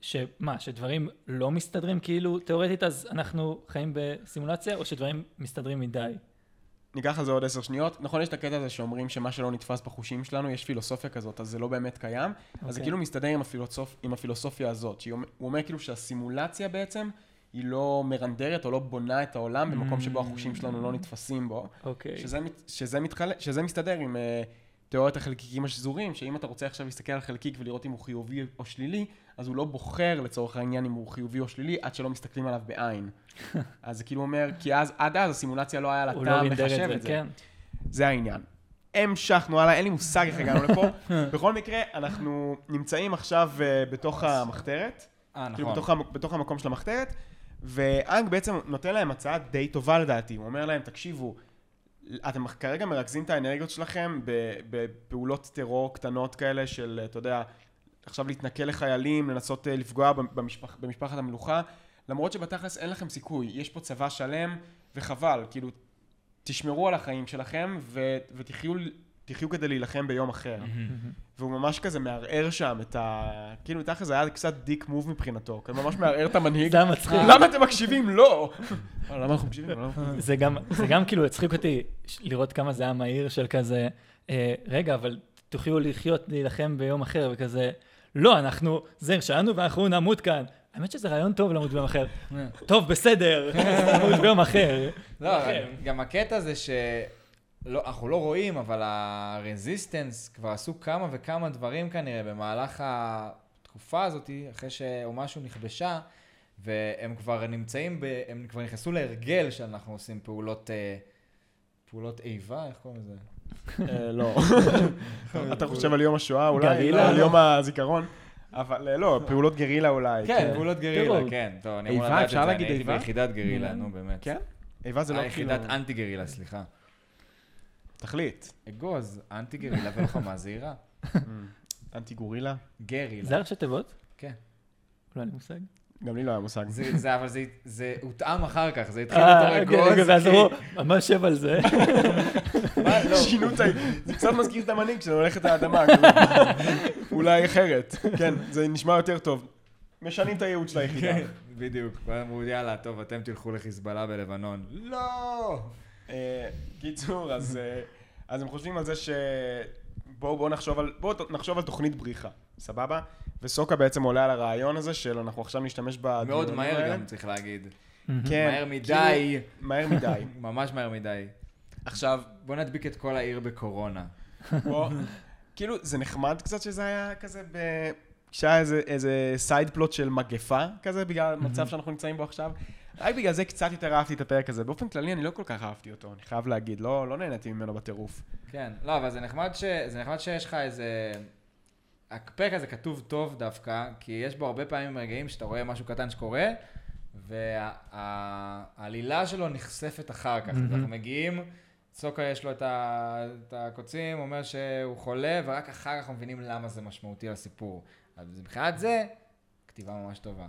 Speaker 3: שמה, שדברים לא מסתדרים, כאילו, תיאורטית, אז אנחנו חיים בסימולציה, או שדברים מסתדרים מדי?
Speaker 1: ניקח על זה עוד עשר שניות. נכון, יש את הקטע הזה שאומרים שמה שלא נתפס בחושים שלנו, יש פילוסופיה כזאת, אז זה לא באמת קיים. Okay. אז זה
Speaker 3: אוקיי.
Speaker 1: כאילו מסתדר עם, הפילוסופ... עם הפילוסופיה הזאת, שהוא אומר כאילו שהסימולציה בעצם, היא לא מרנדרת או לא בונה את העולם במקום שבו החושים שלנו לא נתפסים בו.
Speaker 3: אוקיי.
Speaker 1: שזה, מת- שזה, מתחל... שזה מסתדר עם אה, תיאוריית החלקיקים השזורים, שאם אתה רוצה עכשיו להסתכל על חלקיק ולראות אם הוא חיובי או שלילי, אז הוא לא בוחר לצורך העניין אם הוא חיובי או שלילי, עד שלא מסתכלים עליו בעין. אז זה כאילו אומר, כי אז, עד אז הסימולציה לא היה לה
Speaker 3: הוא
Speaker 1: טעם
Speaker 3: לא רינדר
Speaker 1: לחשב
Speaker 3: את זה, כן.
Speaker 1: זה העניין. המשכנו הלאה, אין לי מושג איך הגענו לפה. בכל מקרה, אנחנו נמצאים עכשיו אה, בתוך המחתרת,
Speaker 2: אה,
Speaker 1: כאילו
Speaker 2: נכון.
Speaker 1: בתוך, המ- בתוך המקום של המחתרת, ואנג בעצם נותן להם הצעה די טובה לדעתי. הוא אומר להם, תקשיבו, אתם כרגע מרכזים את האנרגיות שלכם ב- בפעולות טרור קטנות כאלה של, אתה יודע, עכשיו להתנכל לחיילים, לנסות אה, לפגוע במשפח, במשפחת המלוכה, למרות שבתכלס אין לכם סיכוי, יש פה צבא שלם, וחבל, כאילו, תשמרו על החיים שלכם ו- ותחיו תחיו כדי להילחם ביום אחר. והוא ממש כזה מערער שם את ה... כאילו, תכל'ס זה היה קצת דיק מוב מבחינתו, כי הוא ממש מערער את המנהיג.
Speaker 3: זה היה מצחיק.
Speaker 1: למה אתם מקשיבים? לא! "אה, למה אנחנו מקשיבים? למה אנחנו-"
Speaker 3: זה גם, זה גם כאילו הצחיק אותי ש- לראות כמה זה היה מהיר של כזה, אה, רגע, אבל תוכלו לחיות, להילחם ביום אחר, וכזה, לא, אנחנו, זה שלנו ואנחנו נמות כאן. האמת שזה רעיון טוב למות ביום אחר. טוב, בסדר, נמות ביום אחר.
Speaker 2: לא,
Speaker 3: לכם.
Speaker 2: גם הקטע זה ש... לא, אנחנו לא רואים, אבל הרזיסטנס כבר עשו כמה וכמה דברים כנראה במהלך התקופה הזאת, אחרי שאומשהו נכבשה, והם כבר נמצאים, ב... הם כבר נכנסו להרגל שאנחנו עושים פעולות, אה, פעולות איבה, איך קוראים לזה?
Speaker 1: אה, לא. אתה חושב על יום השואה אולי?
Speaker 3: גרילה?
Speaker 1: לא, על יום הזיכרון? אבל אה, לא, פעולות גרילה אולי.
Speaker 2: כן, פעולות גרילה,
Speaker 3: טרור.
Speaker 2: כן. טוב, אני
Speaker 1: איבה?
Speaker 2: אמור לדעת את
Speaker 1: אפשר
Speaker 2: זה, אני
Speaker 1: להגיד
Speaker 2: הייתי
Speaker 1: איבה?
Speaker 2: ביחידת גרילה, נו באמת.
Speaker 1: כן? איבה זה לא כאילו...
Speaker 2: היחידת אנטי גרילה, סליחה.
Speaker 1: תחליט.
Speaker 2: אגוז, אנטי גרילה ולוחמה זהירה.
Speaker 1: Mm. אנטי גורילה?
Speaker 2: גרילה,
Speaker 3: זה ראשי תיבות?
Speaker 2: כן.
Speaker 3: לא היה לי מושג.
Speaker 1: גם לי לא היה מושג.
Speaker 2: זה, זה, אבל זה, זה הותאם אחר כך, זה
Speaker 1: כן,
Speaker 2: התחיל
Speaker 3: אה,
Speaker 2: יותר
Speaker 3: אוקיי, רגע, ואז אמרו,
Speaker 2: אגוז. כן.
Speaker 3: ממש שב על זה.
Speaker 2: מה, לא,
Speaker 1: שינו את ה... זה קצת מזכיר את המנהיג שלנו, הולך את האדמה. כאילו. אולי אחרת. כן, זה נשמע יותר טוב. משנים את הייעוד של היחידה.
Speaker 2: כן, בדיוק. ואז אמרו, יאללה, טוב, אתם תלכו לחיזבאללה בלבנון. לא!
Speaker 1: אה, קיצור, אז, אה, אז הם חושבים על זה ש... בואו בוא נחשוב, על- בוא ת- נחשוב על תוכנית בריחה, סבבה? וסוקה בעצם עולה על הרעיון הזה של אנחנו עכשיו נשתמש בדיונים
Speaker 2: מאוד מהר
Speaker 1: האלה.
Speaker 2: גם, צריך להגיד.
Speaker 1: כן,
Speaker 2: מהר
Speaker 1: כאילו,
Speaker 2: מדי.
Speaker 1: מהר מדי.
Speaker 2: ממש מהר מדי.
Speaker 1: עכשיו,
Speaker 2: בוא נדביק את כל העיר בקורונה.
Speaker 1: בוא... כאילו, זה נחמד קצת שזה היה כזה ב... כשהיה איזה, איזה סייד פלוט של מגפה כזה, בגלל המצב שאנחנו נמצאים בו עכשיו. רק בגלל זה קצת יותר אהבתי את הפרק הזה. באופן כללי, אני לא כל כך אהבתי אותו, אני חייב להגיד. לא, לא נהניתי ממנו בטירוף.
Speaker 2: כן, לא, אבל זה נחמד, ש... זה נחמד שיש לך איזה... הפרק הזה כתוב טוב דווקא, כי יש בו הרבה פעמים רגעים שאתה רואה משהו קטן שקורה, והעלילה שלו נחשפת אחר כך. אז אנחנו מגיעים, סוקה יש לו את, ה... את הקוצים, אומר שהוא חולה, ורק אחר כך מבינים למה זה משמעותי לסיפור. אז מבחינת זה, כתיבה ממש טובה.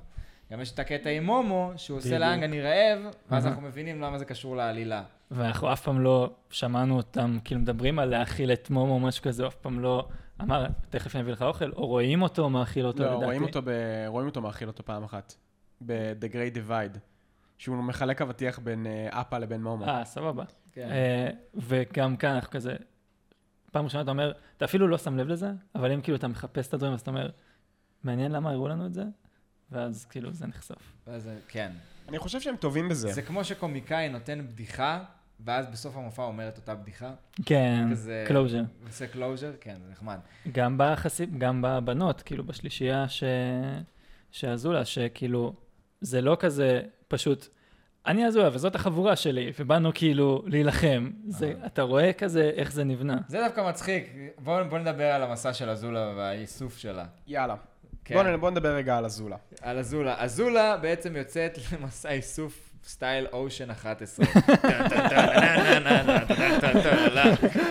Speaker 2: גם יש את הקטע עם מומו, שהוא עושה
Speaker 3: בדיוק.
Speaker 2: לאנג אני רעב, ואז
Speaker 3: אהה.
Speaker 2: אנחנו מבינים למה זה קשור לעלילה.
Speaker 3: ואנחנו אף פעם לא שמענו אותם, כאילו מדברים על להאכיל את מומו או משהו כזה, אף פעם לא אמר, תכף אני אביא לך אוכל, או רואים אותו מאכיל אותו,
Speaker 1: לא,
Speaker 3: לדעתי.
Speaker 1: רואים אותו, ב... רואים אותו מאכיל אותו פעם אחת. ב-The Great Divide. שהוא מחלק אבטיח בין אה, אפה לבין מומו.
Speaker 3: אה, סבבה.
Speaker 2: כן.
Speaker 3: אה, וגם כאן אנחנו כזה, פעם ראשונה אתה אומר, אתה אפילו לא שם לב לזה, אבל אם כאילו אתה מחפש את הדברים, אז אתה אומר, מעניין למה הראו לנו את זה, ואז כאילו זה נחשף.
Speaker 2: ואז, כן.
Speaker 1: אני חושב שהם טובים בזה.
Speaker 3: כן.
Speaker 2: זה כמו שקומיקאי נותן בדיחה, ואז בסוף המופע אומר את אותה בדיחה.
Speaker 3: כן,
Speaker 2: כזה-
Speaker 3: קלוז'ר.
Speaker 2: עושה קלוז'ר, כן, זה נחמד.
Speaker 3: גם בחסיד, גם בבנות, כאילו בשלישייה ש... שהזולה, שכאילו, זה לא כזה פשוט, אני הזולה וזאת החבורה שלי, ובאנו כאילו להילחם. זה,
Speaker 1: אה.
Speaker 3: אתה רואה כזה איך זה נבנה.
Speaker 2: זה דווקא מצחיק. בואו בוא נדבר על המסע של אזולה והאיסוף שלה.
Speaker 1: יאללה.
Speaker 2: כן.
Speaker 1: בוא, נ... בוא נדבר רגע על אזולה.
Speaker 2: על אזולה. אזולה בעצם יוצאת למסע איסוף סטייל אושן 11.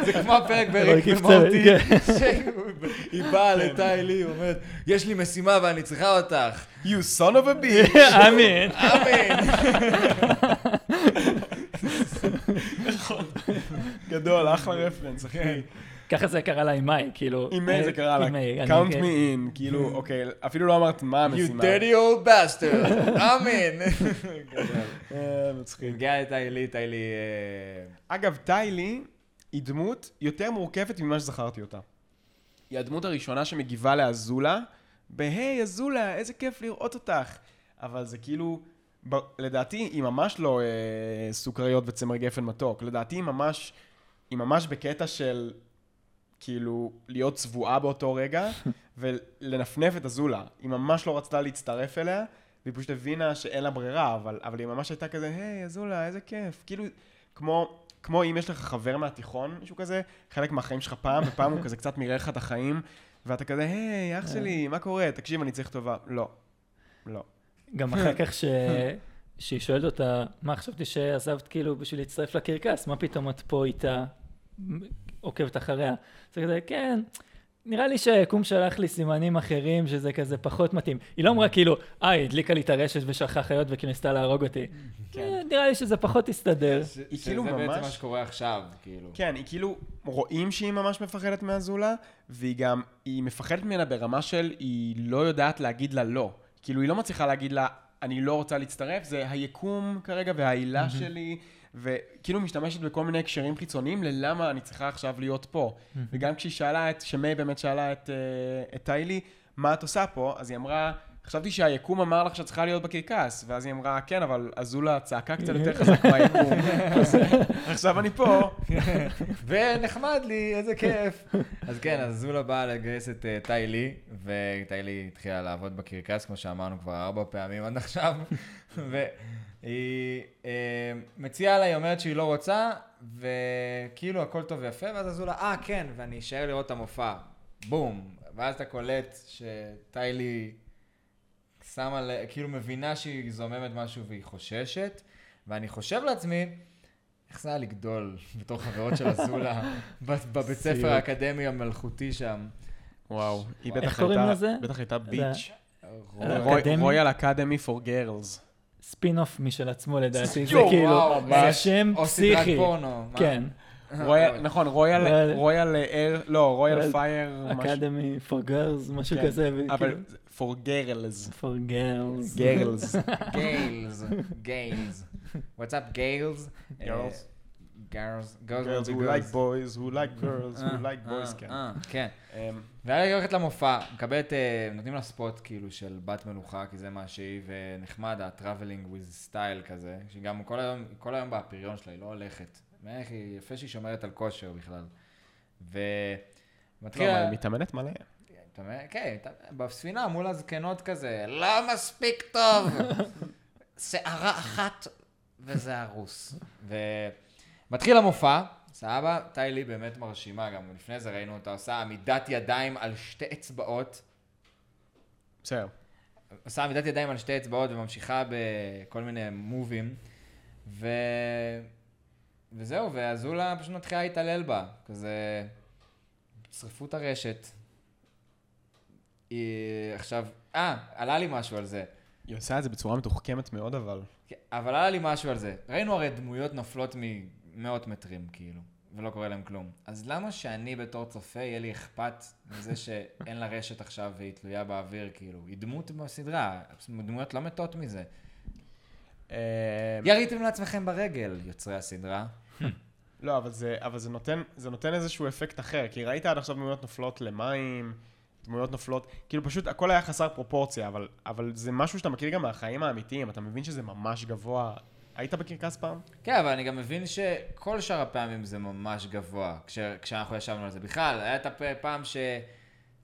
Speaker 2: זה כמו הפרק בריק
Speaker 3: אלוהים כן.
Speaker 2: ומורטי,
Speaker 3: קצת,
Speaker 2: שהיא באה לטיילי, היא אומרת, יש לי משימה ואני צריכה אותך.
Speaker 1: You son of a bitch!
Speaker 3: אמין.
Speaker 2: אמן.
Speaker 3: כן.
Speaker 1: גדול, אחלה רפרנס, אחי.
Speaker 3: ככה זה קרה לה עם מאי, כאילו...
Speaker 1: עם מאי זה קרה לה,
Speaker 3: עם מאי, אני- כן.
Speaker 1: count me in, כאילו, אוקיי, אפילו לא אמרת מה
Speaker 2: You
Speaker 1: המשימה.
Speaker 2: dirty old bastard, I'm in.
Speaker 1: אה, מצחיק.
Speaker 2: הגיעה לטיילי, טיילי... אה,
Speaker 1: אגב, טיילי היא דמות יותר מורכבת ממה שזכרתי אותה. היא הדמות הראשונה שמגיבה לאזולה, בהיי אזולה, איזה כיף לראות אותך. אבל זה כאילו, ב... לדעתי היא ממש לא אה, סוכריות וצמר גפן מתוק. לדעתי היא ממש, היא ממש בקטע של כאילו להיות צבועה באותו רגע ולנפנף את אזולה. היא ממש לא רצתה להצטרף אליה, והיא פשוט הבינה שאין לה ברירה, אבל, אבל היא ממש הייתה כזה, היי אזולה, איזה כיף. כאילו, כמו, כמו אם יש לך חבר מהתיכון, מישהו כזה, חלק מהחיים שלך פעם, ופעם הוא כזה קצת מירר לך את החיים, ואתה כזה, היי, אח שלי, מה קורה? תקשיב, אני צריך טובה. לא. לא.
Speaker 3: גם אחר כך ש... שהיא שואלת אותה, מה חשבתי שעזבת כאילו בשביל להצטרף לקרקס, מה פתאום את פה איתה מ- עוקבת אחריה? זה כזה, כן, נראה לי שהיקום שלח לי סימנים אחרים שזה כזה פחות מתאים. היא לא אמרה כאילו, אה, היא הדליקה לי את הרשת ושלחה חיות וכניסתה להרוג אותי.
Speaker 2: כן.
Speaker 3: "אה, נראה לי שזה פחות הסתדר.
Speaker 2: ש-
Speaker 1: היא
Speaker 2: שזה
Speaker 1: כאילו
Speaker 2: בעצם
Speaker 1: ממש-
Speaker 2: מה שקורה עכשיו, כאילו.
Speaker 1: כן, היא כאילו, רואים שהיא ממש מפחדת מאזולה, והיא גם, היא מפחדת ממנה ברמה של, היא לא יודעת להגיד לה לא. כאילו, היא לא מצליחה להגיד לה, אני לא רוצה להצטרף, זה היקום כרגע והעילה שלי, וכאילו משתמשת בכל מיני הקשרים חיצוניים ללמה אני צריכה עכשיו להיות פה. וגם כשהיא שאלה את, שמי באמת שאלה את, אה, את טיילי, מה את עושה פה? אז היא אמרה... חשבתי שהיקום אמר לך שאת צריכה להיות בקרקס, ואז היא אמרה, כן, אבל אזולה צעקה קצת יותר חזק מהיקום, אז עכשיו אני פה,
Speaker 2: ונחמד לי, איזה כיף. אז כן, אז זולה באה לגייס את אה, טיילי, וטיילי התחילה לעבוד בקרקס, כמו שאמרנו כבר ארבע פעמים עד עכשיו, והיא אה, מציעה לה, היא אומרת שהיא לא רוצה, וכאילו הכל טוב ויפה, ואז אזולה, אה, כן, ואני אשאר לראות את המופע. בום. ואז אתה קולט שטיילי שמה, ל- כאילו מבינה שהיא זוממת משהו והיא חוששת, ואני חושב לעצמי, איך זה היה לגדול בתור חברות של אזולה ב- בבית ספר האקדמי המלכותי שם.
Speaker 1: וואו, היא בטח
Speaker 3: איך קוראים
Speaker 1: הייתה-
Speaker 3: לזה?
Speaker 1: בטח הייתה ביץ'.
Speaker 3: אה, האקדמי?
Speaker 1: רויאל אקדמי פור גרלס.
Speaker 3: ספין אוף משל עצמו לדעתי, זה
Speaker 2: יואו,
Speaker 3: כאילו,
Speaker 2: וואו,
Speaker 3: זה
Speaker 2: ממש.
Speaker 3: שם
Speaker 2: או סדרת
Speaker 3: פסיכי.
Speaker 2: פורנו, מה?
Speaker 3: כן,
Speaker 1: נכון, רויאל,
Speaker 3: רויאל-
Speaker 1: רויאל אייר, לא, רויאל
Speaker 3: רויאל
Speaker 1: פייר,
Speaker 3: אקדמי for girls, משהו
Speaker 1: כן,
Speaker 3: כזה, וכאילו,
Speaker 1: אבל פור גרלס.
Speaker 3: for girls.
Speaker 1: גרלס.
Speaker 2: גיילס, גיילס. What's up, גיילס? אה,
Speaker 1: Girls.
Speaker 2: גיילס. גיילס
Speaker 1: גרלס, Eh, who like boys, who like girls, who
Speaker 3: אה,
Speaker 1: like boys, כן.
Speaker 2: כן.
Speaker 1: אמ,
Speaker 2: ואז היא הולכת למופע, מקבלת, אה, נותנים לה ספוט כאילו של בת מלוכה, כי זה מה שהיא, ונחמד, ה-traveling with style כזה, שגם כל היום, היא כל היום בפריון שלה, היא לא הולכת. ואיך היא, יפה שהיא שומרת על כושר בכלל. ו...
Speaker 3: כן.
Speaker 1: לא, אבל
Speaker 2: מתחילה...
Speaker 1: היא מתאמנת מלא.
Speaker 2: אתה אומר, כן, אתה- בספינה מול הזקנות כזה, לא מספיק טוב, שערה אחת וזה הרוס. ומתחיל המופע, סבבה, טיילי באמת מרשימה גם, לפני זה ראינו אותה עושה עמידת ידיים על שתי אצבעות,
Speaker 1: בסדר.
Speaker 2: עושה עמידת ידיים על שתי אצבעות וממשיכה בכל מיני מובים, ו... וזהו, ואזולה פשוט מתחילה להתעלל בה, כזה... שרפו את הרשת. היא עכשיו, אה, עלה לי משהו על זה.
Speaker 1: היא עושה את זה בצורה מתוחכמת מאוד, אבל...
Speaker 2: כן, אבל עלה לי משהו על זה. ראינו הרי דמויות נופלות ממאות מטרים, כאילו, ולא קורה להם כלום. אז למה שאני בתור צופה, יהיה לי אכפת מזה שאין לה רשת עכשיו והיא תלויה באוויר, כאילו? היא דמות בסדרה, דמויות לא מתות מזה.
Speaker 1: אמ,
Speaker 3: אה,
Speaker 2: יריתם לעצמכם ברגל, יוצרי הסדרה.
Speaker 1: לא, אבל זה, אבל זה נותן, זה נותן איזשהו אפקט אחר, כי ראית עד עכשיו דמויות נופלות למים, דמויות נופלות, כאילו פשוט הכל היה חסר פרופורציה, אבל, אבל זה משהו שאתה מכיר גם מהחיים האמיתיים, אתה מבין שזה ממש גבוה. היית בקרקס פעם?
Speaker 2: כן, אבל אני גם מבין שכל שאר הפעמים זה ממש גבוה, כש, כשאנחנו ישבנו על זה. בכלל, היה את הפעם ש...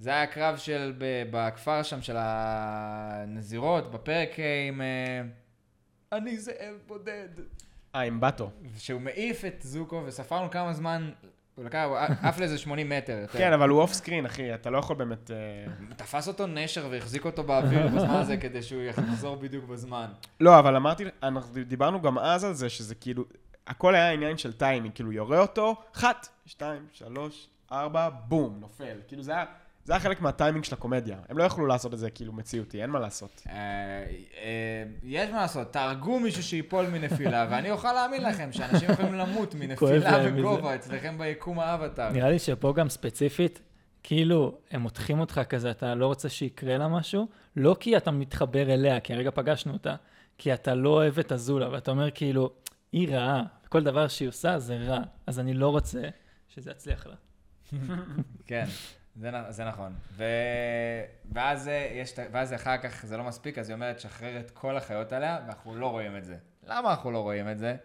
Speaker 2: זה היה הקרב של... ב, בכפר שם, של הנזירות, בפרק אה, עם... אה, אני זאב בודד.
Speaker 1: אה, עם באטו.
Speaker 2: שהוא מעיף את זוקו, וספרנו כמה זמן... הוא לקח, הוא עף לאיזה 80 מטר. יותר.
Speaker 1: כן, אבל הוא אוף סקרין, אחי, אתה לא יכול באמת... אה,
Speaker 2: תפס אותו נשר והחזיק אותו באוויר בזמן הזה כדי שהוא יחזור בדיוק בזמן.
Speaker 1: לא, אבל אמרתי, אנחנו דיברנו גם אז על זה, שזה כאילו, הכל היה עניין של טיימינג, כאילו יורה אותו, אחת, שתיים, שלוש, ארבע, בום, נופל. כאילו זה היה, זה היה חלק מהטיימינג של הקומדיה. הם לא יכלו לעשות את זה כאילו מציאותי, אין מה לעשות.
Speaker 2: אה, אה, יש מה לעשות, תהרגו מישהו שיפול מנפילה, ואני אוכל להאמין לכם שאנשים יכולים למות מנפילה
Speaker 3: להם מזה. כן.
Speaker 2: וגובה אצלכם ביקום האבטאר.
Speaker 3: נראה לי שפה גם ספציפית, כאילו, הם מותחים אותך כזה, אתה לא רוצה שיקרה לה משהו, לא כי אתה מתחבר אליה, כי הרגע פגשנו אותה, כי אתה לא אוהב את אזולה, ואתה אומר כאילו, היא רעה, כל דבר שהיא עושה זה רע, אז אני לא רוצה שזה יצליח לה.
Speaker 2: כן, זה, נ- זה נכון. ו... ואז, אה, יש... את ה- ואז אחר כך זה לא מספיק, אז היא אומרת, שחרר את כל החיות עליה, ואנחנו לא רואים את זה. למה אנחנו לא רואים את זה?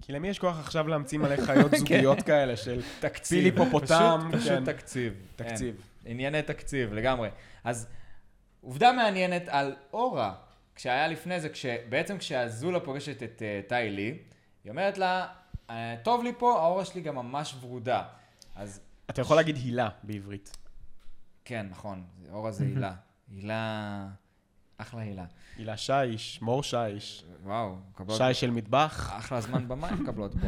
Speaker 1: כי למי יש כוח עכשיו להמציא מלא
Speaker 2: כן.
Speaker 1: חיות זוגיות כאלה של
Speaker 2: תקציב.
Speaker 1: פיליפופוטם,
Speaker 2: פשוט, פשוט
Speaker 1: כן.
Speaker 2: תקציב.
Speaker 1: תקציב.
Speaker 2: אין. ענייני תקציב, לגמרי. אז עובדה מעניינת על אורה, כשהיה לפני זה, כשבעצם כשאזולה פוגשת את אה, טאי לי, היא אומרת לה, "אה, טוב לי פה, האורה שלי גם ממש ורודה. אז
Speaker 1: אתה יכול להגיד הילה בעברית.
Speaker 2: כן, נכון, זה- אורה זה הילה. הילה... אחלה הילה.
Speaker 1: הילה שיש, מור שיש,
Speaker 2: וואו, מקבלות...
Speaker 1: שיש של מטבח.
Speaker 2: אחלה זמן במים מקבלות פה.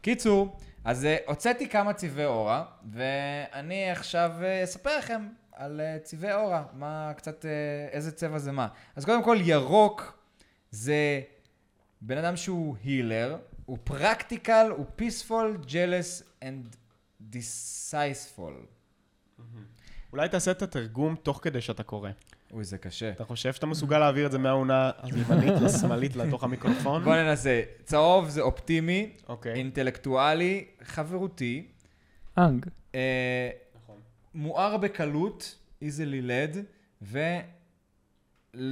Speaker 2: קיצור, אז אה, הוצאתי כמה צבעי אורה, ואני עכשיו אה, אספר לכם על אה, צבעי אורה, מה קצת, אה, איזה צבע זה מה. אז קודם כל, ירוק זה בן אדם שהוא הילר, הוא פרקטיקל, הוא פיספול, ג'לס and דיסייספול.
Speaker 1: אולי תעשה את התרגום תוך כדי שאתה קורא.
Speaker 2: אוי, זה קשה.
Speaker 1: אתה חושב שאתה
Speaker 2: Mm.
Speaker 1: מסוגל להעביר את זה מהעונה הימנית לשמאלית לתוך המיקרופון?
Speaker 2: בוא ננסה. צהוב זה אופטימי,
Speaker 1: אוקיי.
Speaker 2: אינטלקטואלי, חברותי,
Speaker 3: אנג.
Speaker 2: אה,
Speaker 1: נכון.
Speaker 2: מואר בקלות, easily led, ולא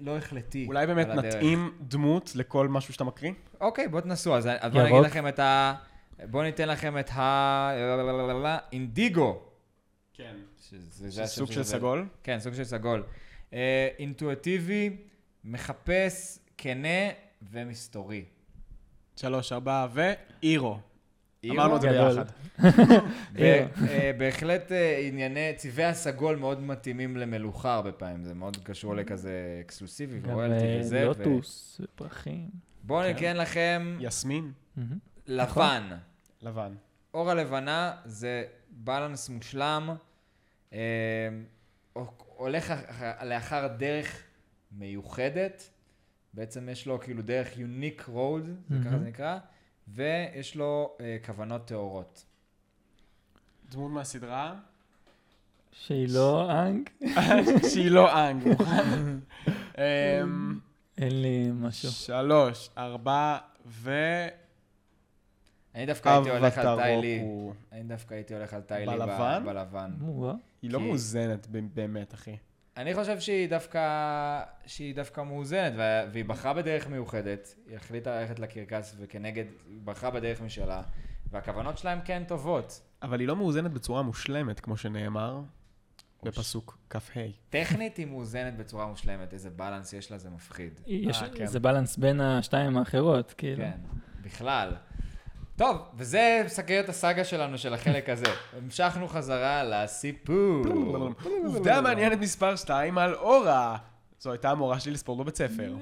Speaker 2: לא החלטי.
Speaker 1: אולי באמת
Speaker 2: על הדרך.
Speaker 1: נתאים דמות לכל משהו שאתה מקריא?
Speaker 2: אוקיי, בואו תנסו, אז אז בואו נגיד
Speaker 3: ירוק.
Speaker 2: לכם את ה... בואו ניתן לכם את ה... אינדיגו.
Speaker 1: כן.
Speaker 2: שזה
Speaker 1: זה
Speaker 2: השם
Speaker 1: סוג של
Speaker 2: זה.
Speaker 1: סגול?
Speaker 2: כן, סוג של סגול. אה, אינטואיטיבי, מחפש, כנה ומסתורי.
Speaker 1: שלוש, ארבע, ואירו.
Speaker 2: Mm. אירו?
Speaker 1: אמרנו את זה
Speaker 3: גדול.
Speaker 1: ביחד.
Speaker 2: ב- אה, בהחלט אה, ענייני, צבעי הסגול מאוד מתאימים למלוכה הרבה פעמים, זה מאוד קשור לכזה אקסקלוסיבי
Speaker 3: גם
Speaker 2: ורויאלטי
Speaker 3: אה,
Speaker 2: וזה. ו-
Speaker 3: לוטוס ופרחים.
Speaker 2: בואו
Speaker 3: כן.
Speaker 2: נקרן לכם
Speaker 1: יסמין?
Speaker 3: מהמם.
Speaker 2: לבן.
Speaker 1: לבן.
Speaker 2: אור הלבנה זה בלנס מושלם, אה, הולך אח- לאחר דרך מיוחדת, בעצם יש לו כאילו דרך יוניק רוד, זה ככה
Speaker 3: מהמם.
Speaker 2: זה נקרא, ויש לו אה, כוונות טהורות.
Speaker 1: דמות מהסדרה?
Speaker 3: שהיא לא אנג,
Speaker 1: שהיא לא אנג, מוכן? אמ,
Speaker 3: אין לי משהו.
Speaker 1: שלוש, ארבע, ו...
Speaker 2: אני דווקא הייתי הולך על טיילי.
Speaker 1: אבטרוק.
Speaker 2: אני דווקא הייתי הולך על טיילי
Speaker 1: בלבן?
Speaker 2: ב- בלבן.
Speaker 3: מורה.
Speaker 1: היא לא
Speaker 2: כי-
Speaker 1: מאוזנת ב- באמת, אחי.
Speaker 2: אני חושב שהיא דווקא, שהיא דווקא מאוזנת, וה- והיא בחרה בדרך מיוחדת, היא החליטה ללכת לקרקס וכנגד, היא בחרה בדרך משלה, והכוונות שלה הן כן טובות.
Speaker 1: אבל היא לא מאוזנת בצורה מושלמת, כמו שנאמר בפסוק כ"ה.
Speaker 2: טכנית היא מאוזנת בצורה מושלמת, איזה בלנס יש לה, זה מפחיד.
Speaker 3: יש-
Speaker 1: אה, כן.
Speaker 3: זה בלנס בין השתיים האחרות, כאילו.
Speaker 2: כן, בכלל. טוב, וזה מסגר את הסאגה שלנו של החלק הזה. המשכנו חזרה לסיפור.
Speaker 1: עובדה מעניינת מספר 2 על אורה. זו הייתה המורה שלי לספורט בבית ספר.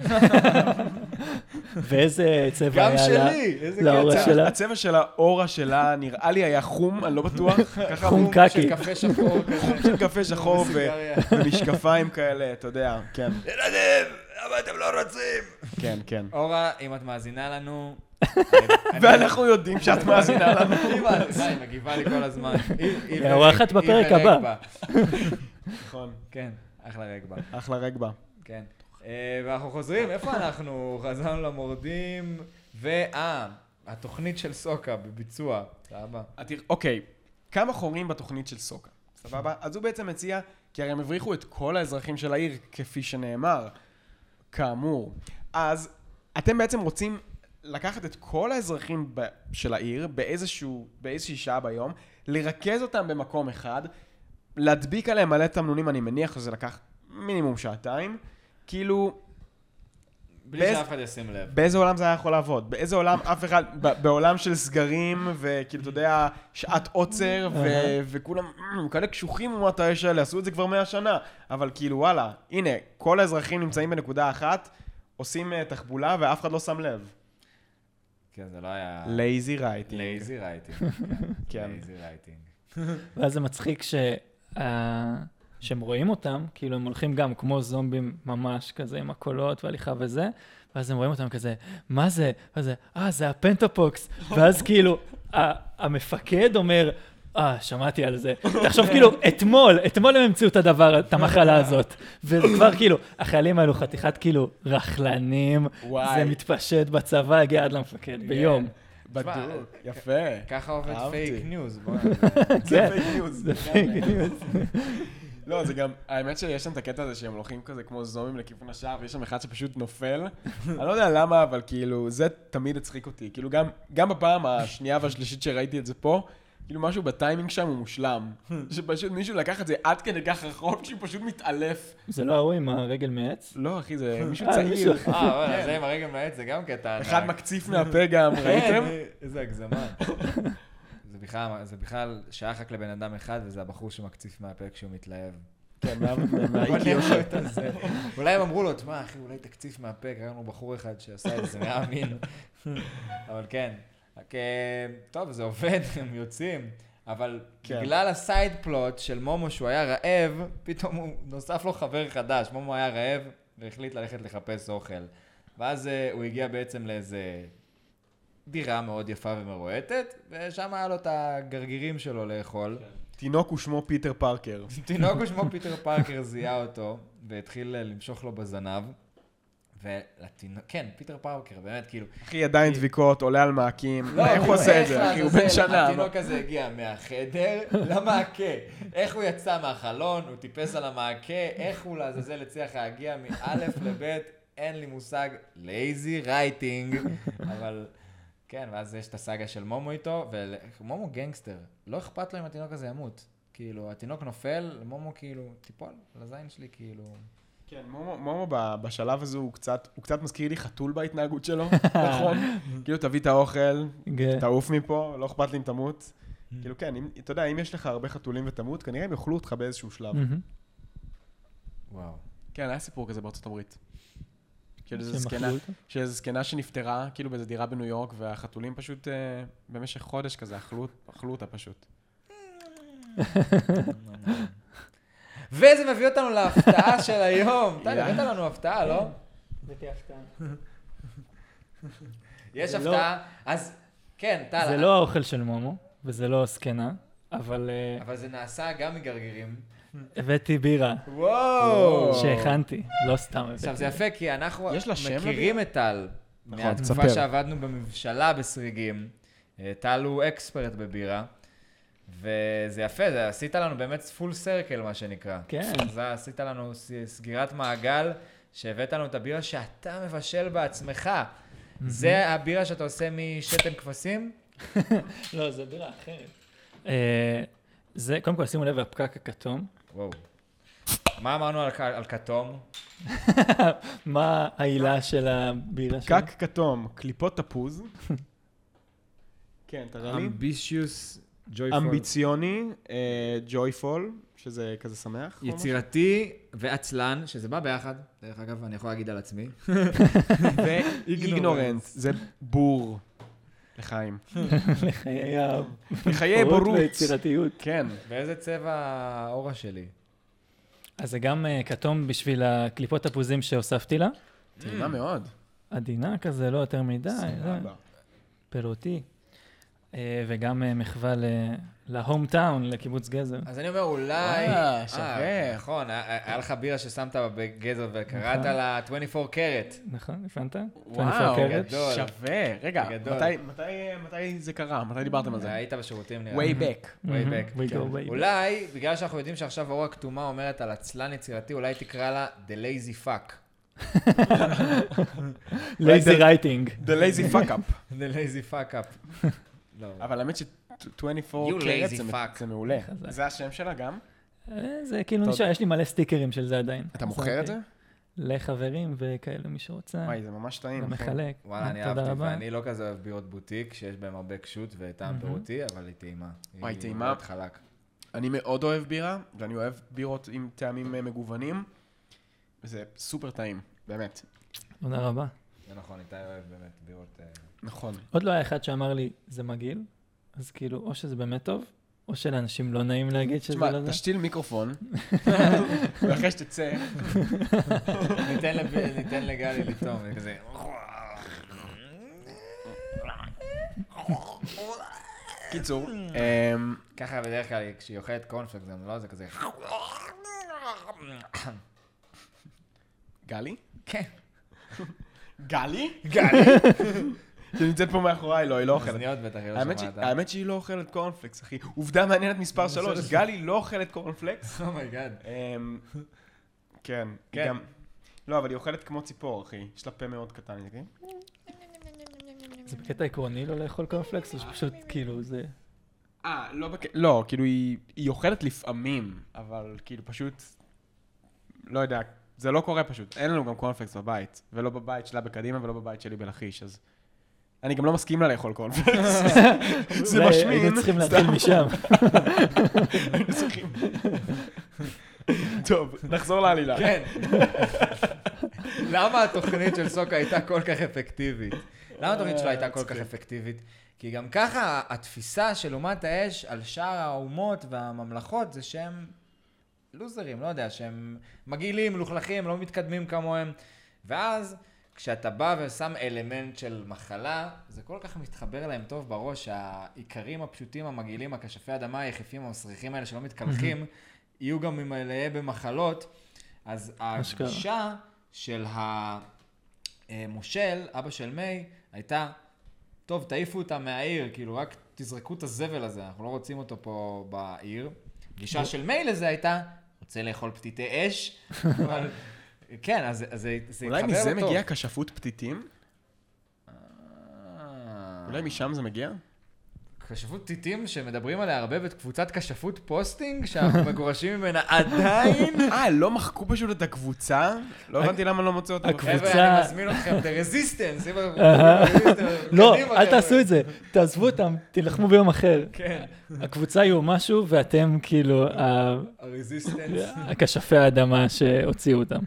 Speaker 3: ואיזה צבע היה
Speaker 2: גם
Speaker 3: לה?
Speaker 2: שלי, איזה
Speaker 3: לאור
Speaker 2: קצר.
Speaker 3: הצבע שלה?
Speaker 1: הצבע של האורה שלה נראה לי היה חום, אני לא בטוח. ככה
Speaker 3: חום
Speaker 1: הוא-
Speaker 3: קקי.
Speaker 2: של קפה שחור כזה.
Speaker 1: של קפה שחור ו-
Speaker 2: וסיגריה.
Speaker 1: ומשקפיים כאלה, אתה יודע. כן,
Speaker 2: ילדים, למה אתם לא רוצים?
Speaker 1: כן, כן.
Speaker 2: אורה, אם את מאזינה לנו...
Speaker 1: ואנחנו יודעים שאת מאזינה לנו.
Speaker 2: היא מאזינה, היא מגיבה לי כל הזמן. היא-
Speaker 3: היא האורחת
Speaker 2: היא
Speaker 3: בפרק
Speaker 2: ורגבה.
Speaker 3: הבא.
Speaker 1: נכון.
Speaker 2: כן, אחלה רגבה,
Speaker 1: אחלה רגבה.
Speaker 2: כן. אה, ואנחנו חוזרים, איפה אנחנו? חזרנו למורדים, ואה, התוכנית של סוקה בביצוע. סבבה.
Speaker 1: התר- אוקיי, כמה חורים בתוכנית של סוקה, סבבה? אז הוא בעצם מציע, כי הרי הם הבריחו את כל האזרחים של העיר, כפי שנאמר, כאמור. אז אתם בעצם רוצים לקחת את כל האזרחים ב- של העיר באיזשהו, באיזושהי שעה ביום, לרכז אותם במקום אחד, להדביק עליהם מלא תמנונים, אני מניח שזה לקח מינימום שעתיים. כאילו,
Speaker 2: בלי
Speaker 1: באיזה-
Speaker 2: שאף אחד ישים לב.
Speaker 1: באיזה עולם זה היה יכול לעבוד? באיזה עולם אף אחד, ב- בעולם של סגרים, וכאילו, אתה יודע, שעת עוצר, ו-
Speaker 3: אהה.
Speaker 1: וכולם "מ, כאלה קשוחים לעומת האש האלה, עשו את זה כבר מאה שנה. אבל כאילו, וואלה, הנה, כל האזרחים נמצאים בנקודה אחת, עושים אה, תחבולה ואף אחד לא שם לב.
Speaker 2: כן, זה לא היה...
Speaker 1: לייזי רייטינג.
Speaker 2: לייזי רייטינג.
Speaker 1: כן.
Speaker 2: לייזי רייטינג.
Speaker 3: ואז זה מצחיק שה- אה, שהם רואים אותם, כאילו הם הולכים גם כמו זומבים ממש, כזה עם הקולות והליכה וזה, ואז הם רואים אותם כזה, מה זה? ואז זה, אה, זה הפנטופוקס. ואז כאילו, ה- המפקד אומר, אה, שמעתי על זה. תחשוב, כאילו, אתמול, אתמול הם המציאו את הדבר, את המחלה הזאת. וזה כבר כאילו, החיילים האלו חתיכת כאילו רכלנים,
Speaker 1: וואי. כן.
Speaker 3: זה מתפשט בצבא, הגיע עד למפקד ביום.
Speaker 1: בדיוק,
Speaker 3: אה,
Speaker 1: יפה.
Speaker 2: ככה עובד
Speaker 1: אהבתי.
Speaker 2: פייק ניוז, בוא
Speaker 1: זה
Speaker 3: כן.
Speaker 1: פייק ניוז.
Speaker 3: זה פייק ניוז.
Speaker 1: לא, זה גם, האמת שיש שם את הקטע הזה שהם הולכים כזה כמו זומים לכיוון השער, ויש שם אחד שפשוט נופל. אני לא יודע למה, אבל כאילו, זה תמיד הצחיק אותי. כאילו, גם, גם בפעם השנייה והשלישית שראיתי את זה פה, כאילו, משהו בטיימינג שם הוא מושלם. שפשוט מישהו לקח את זה עד כדי כך רחוק, שהוא פשוט מתעלף.
Speaker 3: זה לא ההוא עם הרגל מעץ?
Speaker 1: לא, אחי, זה מישהו
Speaker 3: אה, מישהו
Speaker 1: צעיר.
Speaker 3: אחר.
Speaker 2: אה, וואלה, זה עם הרגל מהעץ זה גם קטע ענק.
Speaker 1: אחד מקציף מהפה גם, ראיתם?
Speaker 2: כן, איזה הגזמה. זה בכלל, זה בכלל שייך רק לבן אדם אחד, וזה הבחור שמקציף מהפה כשהוא מתלהב.
Speaker 1: כן, מה- מה-
Speaker 2: בוא
Speaker 1: מהאיקיו
Speaker 2: נראה
Speaker 1: שלו.
Speaker 2: את הזה. אולי הם אמרו לו, תשמע, אחי, אולי תקציף מהפה, קראנו בחור אחד שעשה את זה, זה היה אמין. אבל כן, רק, אה, טוב, זה עובד, הם יוצאים. אבל
Speaker 1: כן.
Speaker 2: בגלל הסייד פלוט של מומו שהוא היה רעב, פתאום הוא נוסף לו חבר חדש. מומו היה רעב והחליט ללכת לחפש אוכל. ואז אה, הוא הגיע בעצם לאיזה דירה מאוד יפה ומרועטת, ושם היה לו את הגרגירים שלו לאכול.
Speaker 1: תינוק הוא שמו פיטר פארקר.
Speaker 2: תינוק שמו פיטר פארקר זיהה אותו, והתחיל אה, למשוך לו בזנב. ולתינוק, כן, פיטר פארקר, באמת, כאילו...
Speaker 1: אחי, עדיין דביקות, עולה על מעקים. איך
Speaker 2: כאילו,
Speaker 1: הוא עושה את
Speaker 2: איך
Speaker 1: זה, לא, אחי? הוא
Speaker 2: לעזאזל
Speaker 1: בן שנה. מה-
Speaker 2: התינוק הזה הגיע מהחדר למעקה. איך הוא יצא מהחלון, הוא טיפס על המעקה, איך הוא לעזאזל הצליח להגיע מאלף לבית, אין לי מושג, לייזי רייטינג. אבל כן, ואז יש את הסאגה של מומו איתו, ומומו גנגסטר, לא אכפת לו אם התינוק הזה ימות. כאילו, התינוק נופל, מומו כאילו, תיפול לזין שלי, כאילו...
Speaker 1: כן, מומו, מומו ב- בשלב הזה הוא קצת, הוא קצת מזכיר לי חתול בהתנהגות שלו, נכון? כאילו, תביא את האוכל,
Speaker 3: כן.
Speaker 1: תעוף מפה, לא אכפת לי אם תמות. כאילו, כן, אם, אתה יודע, אם יש לך הרבה חתולים ותמות, כנראה הם יאכלו אותך באיזשהו שלב.
Speaker 3: מהמם.
Speaker 2: וואו.
Speaker 1: כן, היה סיפור כזה בארצות הברית. של איזו
Speaker 3: שהם
Speaker 1: כאילו זקנה,
Speaker 3: אכלו אוקיי, אותה?
Speaker 1: של איזו זקנה שנפטרה, כאילו באיזו דירה בניו יורק, והחתולים פשוט אה, במשך חודש כזה אכלו, אכלו אותה פשוט.
Speaker 2: וזה מביא אותנו להפתעה של היום. טלי,
Speaker 1: יאללה.
Speaker 2: הבאת לנו הפתעה,
Speaker 1: כן.
Speaker 2: לא? יש
Speaker 3: זה לא-
Speaker 2: הפתעה, אז כן, טל.
Speaker 3: זה לא האוכל של מומו, וזה לא הזקנה, אבל אה,
Speaker 2: אבל זה נעשה גם מגרגירים.
Speaker 3: הבאתי בירה
Speaker 2: וואו.
Speaker 3: שהכנתי, לא סתם הבאתי.
Speaker 2: עכשיו, זה יפה, כי אנחנו
Speaker 1: יש לה שם
Speaker 2: מכירים את טל.
Speaker 1: נכון,
Speaker 2: מהתקופה
Speaker 1: תספר.
Speaker 2: שעבדנו במבשלה בסריגים. אה, טל הוא אקספרט בבירה. וזה יפה, זה עשית לנו באמת פול סרקל, מה שנקרא.
Speaker 3: כן.
Speaker 2: זה עשית לנו ס- סגירת מעגל, שהבאת לנו את הבירה שאתה מבשל בעצמך. זה הבירה שאתה עושה משתן כבשים?
Speaker 3: לא, זה בירה אחרת. אה, זה, קודם כל, שימו לב, הפקק הכתום.
Speaker 2: וואו. מה אמרנו על, כ- על כתום?
Speaker 3: מה העילה של הבירה שלו?
Speaker 1: קק כתום, קליפות תפוז. כן, תראה לי.
Speaker 2: אמבישיוס ג'ויפול.
Speaker 1: אמביציוני, ג'ויפול, שזה כזה שמח. או משהו.
Speaker 2: יצירתי ועצלן, שזה בא ביחד, דרך אגב, אני יכול להגיד על עצמי.
Speaker 1: ואיגנורנט, זה בור. לחיים.
Speaker 3: לחיי ה...
Speaker 1: לחיי בורות.
Speaker 3: ויצירתיות.
Speaker 1: כן.
Speaker 2: ואיזה צבע האורה שלי?
Speaker 3: אז זה גם אה, כתום בשביל הקליפות תפוזים שהוספתי לה.
Speaker 1: טעימה מאוד.
Speaker 3: עדינה כזה, לא יותר מדי. לא.
Speaker 1: סבבה.
Speaker 3: פירותי. אה, וגם אה, מחווה ל- להום טאון, לקיבוץ גזר.
Speaker 2: אז אני אומר, אולי...
Speaker 1: וואלה,
Speaker 2: אה,
Speaker 1: שווה.
Speaker 2: נכון, היה- היה לך בירה ששמת בגזר וקראת
Speaker 3: נכון.
Speaker 2: לה 24 קרט.
Speaker 3: נכון, הבנת?
Speaker 1: וואו, כן,
Speaker 3: 24 קרט.
Speaker 2: גדול.
Speaker 1: שווה. רגע,
Speaker 2: גדול.
Speaker 1: מתי- מתי- מתי זה קרה? מתי דיברתם על זה?
Speaker 2: היית בשירותים נראה.
Speaker 1: way back.
Speaker 2: way
Speaker 3: Mhm,
Speaker 2: back,
Speaker 3: We
Speaker 1: כן.
Speaker 3: go way back.
Speaker 2: אולי, בגלל שאנחנו יודעים שעכשיו אורה כתומה אומרת על עצלן יצירתי, אולי תקרא לה The Lazy Fuck.
Speaker 3: לייזי
Speaker 1: אולי זה-
Speaker 3: רייטינג.
Speaker 1: The lazy fuck up.
Speaker 2: The Lazy Fuck up. לא.
Speaker 1: אבל האמת
Speaker 2: You
Speaker 1: ש-24 קרט
Speaker 2: lazy
Speaker 1: זה-
Speaker 2: fuck.
Speaker 1: זה מעולה.
Speaker 3: חזק.
Speaker 1: זה השם שלה גם?
Speaker 3: אה, זה כאילו
Speaker 1: טוב.
Speaker 3: נשאר, יש לי מלא סטיקרים של זה עדיין.
Speaker 1: אתה
Speaker 3: אז
Speaker 1: מוכר את זה?
Speaker 3: אוקיי. לחברים וכאלה, מי שרוצה.
Speaker 1: אה. וואי, זה ממש טעים.
Speaker 3: גם
Speaker 1: נכון?
Speaker 3: מחלק.
Speaker 2: וואלה, אני
Speaker 3: אה, תודה
Speaker 2: אהבתי,
Speaker 3: רבה.
Speaker 2: ואני לא כזה אוהב בירות בוטיק, שיש בהן הרבה קשוט וטעם פירותי, אבל היא טעימה.
Speaker 1: וואי,
Speaker 2: היא
Speaker 1: טעימה.
Speaker 2: מאוד חלק.
Speaker 1: אני מאוד אוהב בירה, ואני אוהב בירות עם טעמים אה, מגוונים. זה סופר טעים, באמת.
Speaker 3: תודה רבה.
Speaker 2: זה נכון, איתי אוהב באמת בירות... אה,
Speaker 1: נכון.
Speaker 3: עוד לא היה אחד שאמר לי, זה מגעיל, אז כאילו, או שזה באמת טוב, או שלאנשים לא נעים להגיד שזה
Speaker 1: תשמע,
Speaker 3: לא זה.
Speaker 1: תשתיל מיקרופון, ואחרי שתצא,
Speaker 2: ניתן לב- ניתן לגלי לטום, כזה...
Speaker 1: קיצור, אמ,
Speaker 2: ככה בדרך כלל כשהיא אוכלת קורנפלקס, גם לא זה כזה...
Speaker 1: גלי?
Speaker 2: כן.
Speaker 1: גלי?
Speaker 2: גלי.
Speaker 1: שנמצאת פה מאחוריי, לא, היא לא אוכלת.
Speaker 2: אוזניות בטח, היא לא
Speaker 1: האמת שהיא-
Speaker 2: שומעת. אה?
Speaker 1: האמת שהיא לא אוכלת קורנפלקס, אחי. עובדה מעניינת מספר 3, גלי לא אוכלת
Speaker 2: Oh
Speaker 1: קורנפלקס.
Speaker 2: אומייגאד.
Speaker 1: אמ, כן, היא
Speaker 2: כן.
Speaker 1: גם... לא, אבל היא אוכלת כמו ציפור, אחי. יש לה פה מאוד קטן, היא כזה,
Speaker 3: זה בקטע עקרוני לא לאכול קורנפלקס, או שפשוט כאילו זה...
Speaker 1: אה, לא בק... לא, כאילו, היא, היא אוכלת לפעמים, אבל כאילו פשוט... לא יודע, זה לא קורה פשוט. אין לנו גם קורנפלקס בבית, ולא בבית שלה בקדימה ולא בבית שלי בלכיש, אז... אני גם לא מסכים לה לאכול קורנפלקס. זה
Speaker 3: אולי
Speaker 1: משמין.
Speaker 3: היינו צריכים להתחיל משם.
Speaker 1: היינו צריכים. טוב, נחזור לעלילה.
Speaker 2: כן. למה התוכנית של סוקה הייתה כל כך אפקטיבית? למה התוכנית שלה הייתה כל כך אפקטיבית? כי גם ככה התפיסה של אומת האש על שאר האומות והממלכות זה שהם לוזרים, לא יודע, שהם מגעילים, מלוכלכים, לא מתקדמים כמוהם. ואז כשאתה בא ושם אלמנט של מחלה, זה כל כך מתחבר להם טוב בראש, שהאיכרים הפשוטים, המגעילים, הכשפי אדמה, היחפים, המסריחים האלה שלא מתקלחים, יהיו גם ממלאי במחלות. אז
Speaker 3: אשכרה.
Speaker 2: הגישה של המושל, אבא של מיי, הייתה, טוב, תעיפו אותה מהעיר, כאילו, רק תזרקו את הזבל הזה, אנחנו לא רוצים אותו פה בעיר. גישה של מיי לזה הייתה, רוצה לאכול פתיתי אש, אבל... כן, אז אז זה זה התחבר
Speaker 1: אולי
Speaker 2: לו
Speaker 1: מזה
Speaker 2: טוב.
Speaker 1: מגיע כשפות פתיתים?
Speaker 2: אה,
Speaker 1: אולי משם זה מגיע?
Speaker 2: כשפות פתיתים שמדברים עליה הרבה בקבוצת כשפות פוסטינג, שאנחנו מגורשים ממנה עדיין.
Speaker 1: אה, לא מחקו פשוט את הקבוצה? לא הבנתי למה אני לא מוצא אותה.
Speaker 3: הקבוצה-
Speaker 2: חבר'ה, אני מזמין אתכם, The Resistance. אם אנחנו-
Speaker 3: אהה.
Speaker 2: Resistance,
Speaker 3: לא,
Speaker 2: קדימה,
Speaker 3: אל
Speaker 2: חבר'ה.
Speaker 3: תעשו את זה, תעזבו אותם, תילחמו ביום אחר.
Speaker 2: כן,
Speaker 3: הקבוצה היא משהו ואתם כאילו ה-
Speaker 2: ה-Resistance.
Speaker 3: הכשפי האדמה שהוציאו אותם.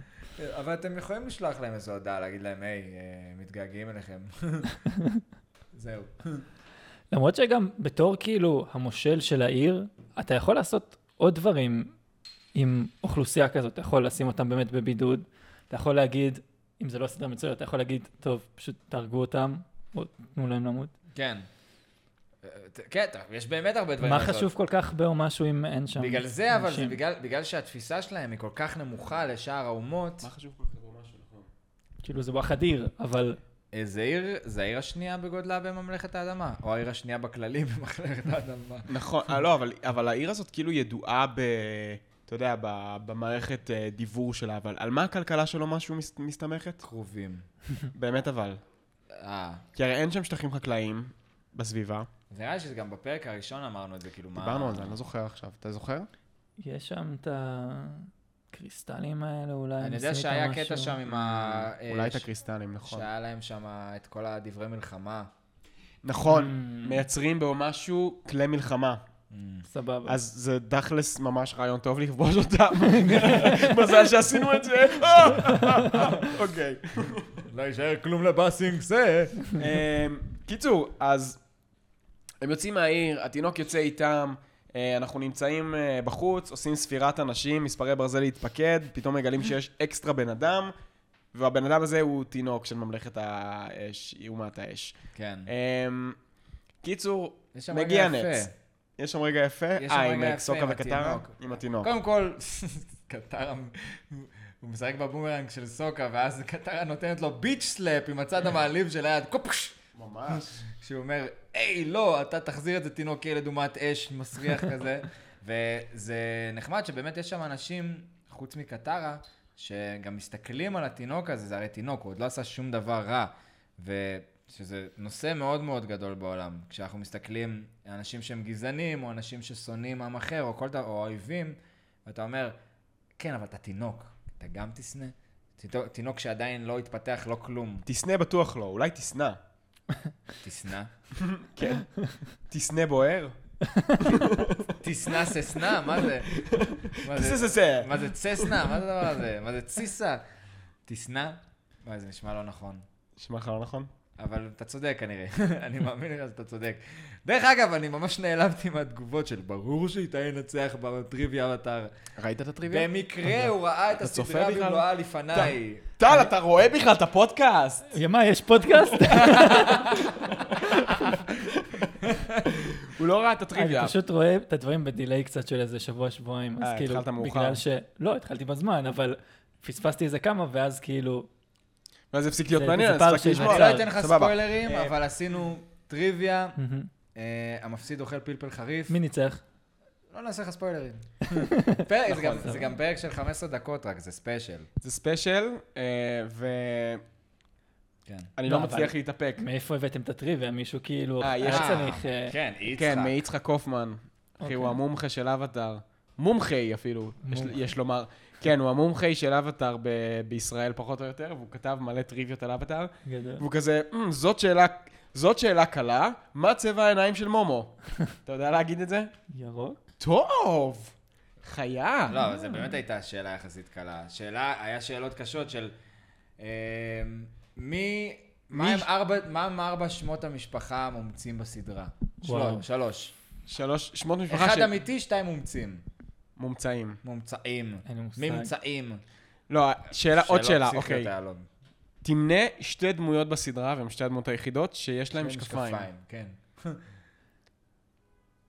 Speaker 2: אבל אתם יכולים לשלוח להם איזו הודעה, להגיד להם, היי, אה, מתגעגעים אליכם. זהו.
Speaker 3: למרות שגם בתור כאילו המושל של העיר, אתה יכול לעשות עוד דברים עם אוכלוסייה כזאת. אתה יכול לשים אותם באמת בבידוד, אתה יכול להגיד, אם זה לא סדרה מצוינת, אתה יכול להגיד, טוב, פשוט תהרגו אותם, או תנו להם למות.
Speaker 2: כן. אה, ת- כן, טוב, יש באמת הרבה דברים.
Speaker 3: מה
Speaker 2: לעשות.
Speaker 3: חשוב כל כך במשהו אם אין שם
Speaker 2: בגלל זה, אבל זה
Speaker 3: אנשים?
Speaker 2: בגלל, בגלל שהתפיסה שלהם היא כל כך נמוכה לשאר האומות.
Speaker 1: חשוב כל כך במשהו, נכון?
Speaker 3: כאילו זה וואחד עיר, אבל
Speaker 2: אה, זה עיר, זה העיר השנייה בגודלה בממלכת האדמה, או העיר השנייה בכללי בממלכת האדמה.
Speaker 1: נכון, אה, לא, אבל- אבל העיר הזאת כאילו ידועה ב... אתה יודע, ב- במערכת אה, דיוור שלה, אבל על מה הכלכלה שלו משהו מס- מסתמכת?
Speaker 2: קרובים.
Speaker 1: באמת אבל.
Speaker 2: אה,
Speaker 1: כי הרי אין שם שטחים חקלאיים בסביבה.
Speaker 2: זה נראה לי שזה גם בפרק הראשון אמרנו את זה, כאילו מה...
Speaker 1: דיברנו על זה, אני לא זוכר עכשיו. אתה זוכר?
Speaker 3: יש שם את הקריסטלים האלה אולי. הם
Speaker 2: אני יודע
Speaker 3: עושים
Speaker 2: שהיה
Speaker 3: איתם
Speaker 2: קטע
Speaker 3: משהו.
Speaker 2: שם עם ה... אה,
Speaker 1: אולי את
Speaker 2: ש-
Speaker 1: הקריסטלים, נכון.
Speaker 2: שהיה להם שם את כל הדברי מלחמה.
Speaker 1: נכון,
Speaker 3: Mm.
Speaker 1: מייצרים בו משהו כלי מלחמה.
Speaker 3: סבבה.
Speaker 1: אז זה תכלס ממש רעיון טוב לכבוש אותם. מזל שעשינו את זה. אה, אה, אה, אוקיי.
Speaker 2: לא יישאר כלום לבאסינג זה.
Speaker 1: אמ, קיצור, אז הם יוצאים מהעיר, התינוק יוצא איתם, אה, אנחנו נמצאים אה, בחוץ, עושים ספירת אנשים, מספרי ברזל להתפקד, פתאום מגלים שיש אקסטרה בן אדם, והבן אדם הזה הוא תינוק של ממלכת האש, אומת האש.
Speaker 2: כן.
Speaker 1: אמ, קיצור,
Speaker 2: יש שם
Speaker 1: מגיע
Speaker 2: רגע יפה.
Speaker 1: נץ. יש שם רגע יפה?
Speaker 2: יש שם
Speaker 1: אה, עם
Speaker 2: רגע יפה,
Speaker 1: סוקה
Speaker 2: עם
Speaker 1: וקטרה?
Speaker 2: התינוק.
Speaker 1: עם התינוק.
Speaker 2: קודם כל, קטרה, הוא משחק בבומרנג של סוקה, ואז קטרה נותנת לו ביץ' סלאפ עם הצד המעליב של היד, קופש!
Speaker 1: ממש.
Speaker 2: כשהוא אומר, היי, לא, אתה תחזיר את זה תינוק ילד אומת אש מסריח כזה. וזה נחמד שבאמת יש שם אנשים, חוץ מקטרה, שגם מסתכלים על התינוק הזה, זה הרי תינוק, הוא עוד לא עשה שום דבר רע. ושזה נושא מאוד מאוד גדול בעולם. כשאנחנו מסתכלים על אנשים שהם גזענים, או אנשים ששונאים עם אחר, או, כל, דבר- או אויבים, ואתה אומר, כן, אבל אתה תינוק, אתה גם תשנא? תינוק- תינוק שעדיין לא התפתח, לא כלום,
Speaker 1: תשנא בטוח לא, אולי תשנא.
Speaker 2: תשנא.
Speaker 1: כן. תשנא בוער?
Speaker 2: תשנא ססנא? מה זה? מה זה-
Speaker 1: תשנא.
Speaker 2: מה זה צסנא? מה זה הדבר הזה? מה זה ציסה? תשנא? וואי, זה נשמע לא נכון.
Speaker 1: נשמע לך לא נכון?
Speaker 2: אבל אתה צודק כנראה, אני מאמין לך שאתה צודק. דרך אגב, אני ממש נעלבתי מהתגובות של ברור שאיתי ינצח בטריוויה אתר.
Speaker 1: ראית את הטריוויה?
Speaker 2: במקרה הוא ראה את
Speaker 1: אתה צופה
Speaker 2: הסדרה
Speaker 1: בכלל?
Speaker 2: במלואה לפניי.
Speaker 1: טל, אתה רואה בכלל את הפודקאסט?
Speaker 3: מה, יש פודקאסט?
Speaker 1: הוא לא ראה את
Speaker 3: אני
Speaker 1: הטריוויה.
Speaker 3: אה, פשוט רואה את הדברים בדיליי קצת של איזה שבוע-שבועיים, אז
Speaker 1: אה,
Speaker 3: כאילו,
Speaker 1: התחלת מאוחר.
Speaker 3: בגלל ש... לא, התחלתי בזמן, אבל פספסתי איזה כמה, ואז כאילו,
Speaker 1: ואז זה הפסיק להיות
Speaker 3: זה-
Speaker 1: מעניין,
Speaker 3: זה
Speaker 1: אז
Speaker 3: פער
Speaker 1: הספקתי
Speaker 3: של
Speaker 1: לשמוע.
Speaker 2: אני לא אתן לך
Speaker 1: סבבה.
Speaker 2: ספוילרים,
Speaker 1: אה,
Speaker 2: אבל עשינו טריוויה,
Speaker 3: מהמם.
Speaker 2: אה, המפסיד אוכל פלפל חריף.
Speaker 3: מי ניצח?
Speaker 2: לא נעשה לך ספוילרים. פרק-
Speaker 1: נכון,
Speaker 2: זה גם- זה גם פרק של 15 דקות רק, זה ספיישל.
Speaker 1: זה ספיישל, אה, ואני
Speaker 2: כן.
Speaker 1: לא
Speaker 3: לא,
Speaker 1: מצליח
Speaker 3: אבל-
Speaker 1: להתאפק.
Speaker 3: מאיפה הבאתם את הטריוויה? מישהו כאילו...
Speaker 1: אה, יש-
Speaker 3: היה צריך... אה,
Speaker 2: כן, יצחק.
Speaker 1: כן, מיצחק קופמן. אחי,
Speaker 3: אוקיי.
Speaker 1: הוא המומחה של אבטאר. מומחי אפילו, יש-
Speaker 3: מומחה.
Speaker 1: יש לומר. כן, הוא המומחי של אבטאר ב- בישראל פחות או יותר, והוא כתב מלא טריוויות על אבטאר.
Speaker 3: גדול.
Speaker 1: והוא כזה, "אמ, זאת שאלה... זאת שאלה קלה, מה צבע העיניים של מומו? אתה יודע להגיד את זה?
Speaker 3: ירוק?
Speaker 1: טוב! חיה!
Speaker 2: לא, אבל זה באמת הייתה שאלה יחסית קלה. שאלה, היה שאלות קשות של... אמ, מי... מה הם
Speaker 1: מי-
Speaker 2: ארבע- מה הם ארבע שמות המשפחה המומצים בסדרה?
Speaker 3: וואו.
Speaker 2: שלוש- שלוש.
Speaker 1: שלוש שמות משפחה
Speaker 2: אחד אמיתי, שתיים מומצים.
Speaker 1: שמומצאים.
Speaker 2: מומצאים.
Speaker 3: אין לי מושג.
Speaker 2: ממצאים.
Speaker 1: לא, שאלה, עוד שאלה,
Speaker 2: פסיכיות
Speaker 1: אוקיי.
Speaker 2: היה לו.
Speaker 1: תמנה שתי דמויות בסדרה, והן שתי הדמויות היחידות, שיש להן
Speaker 2: שני
Speaker 1: משקפיים.
Speaker 2: כן.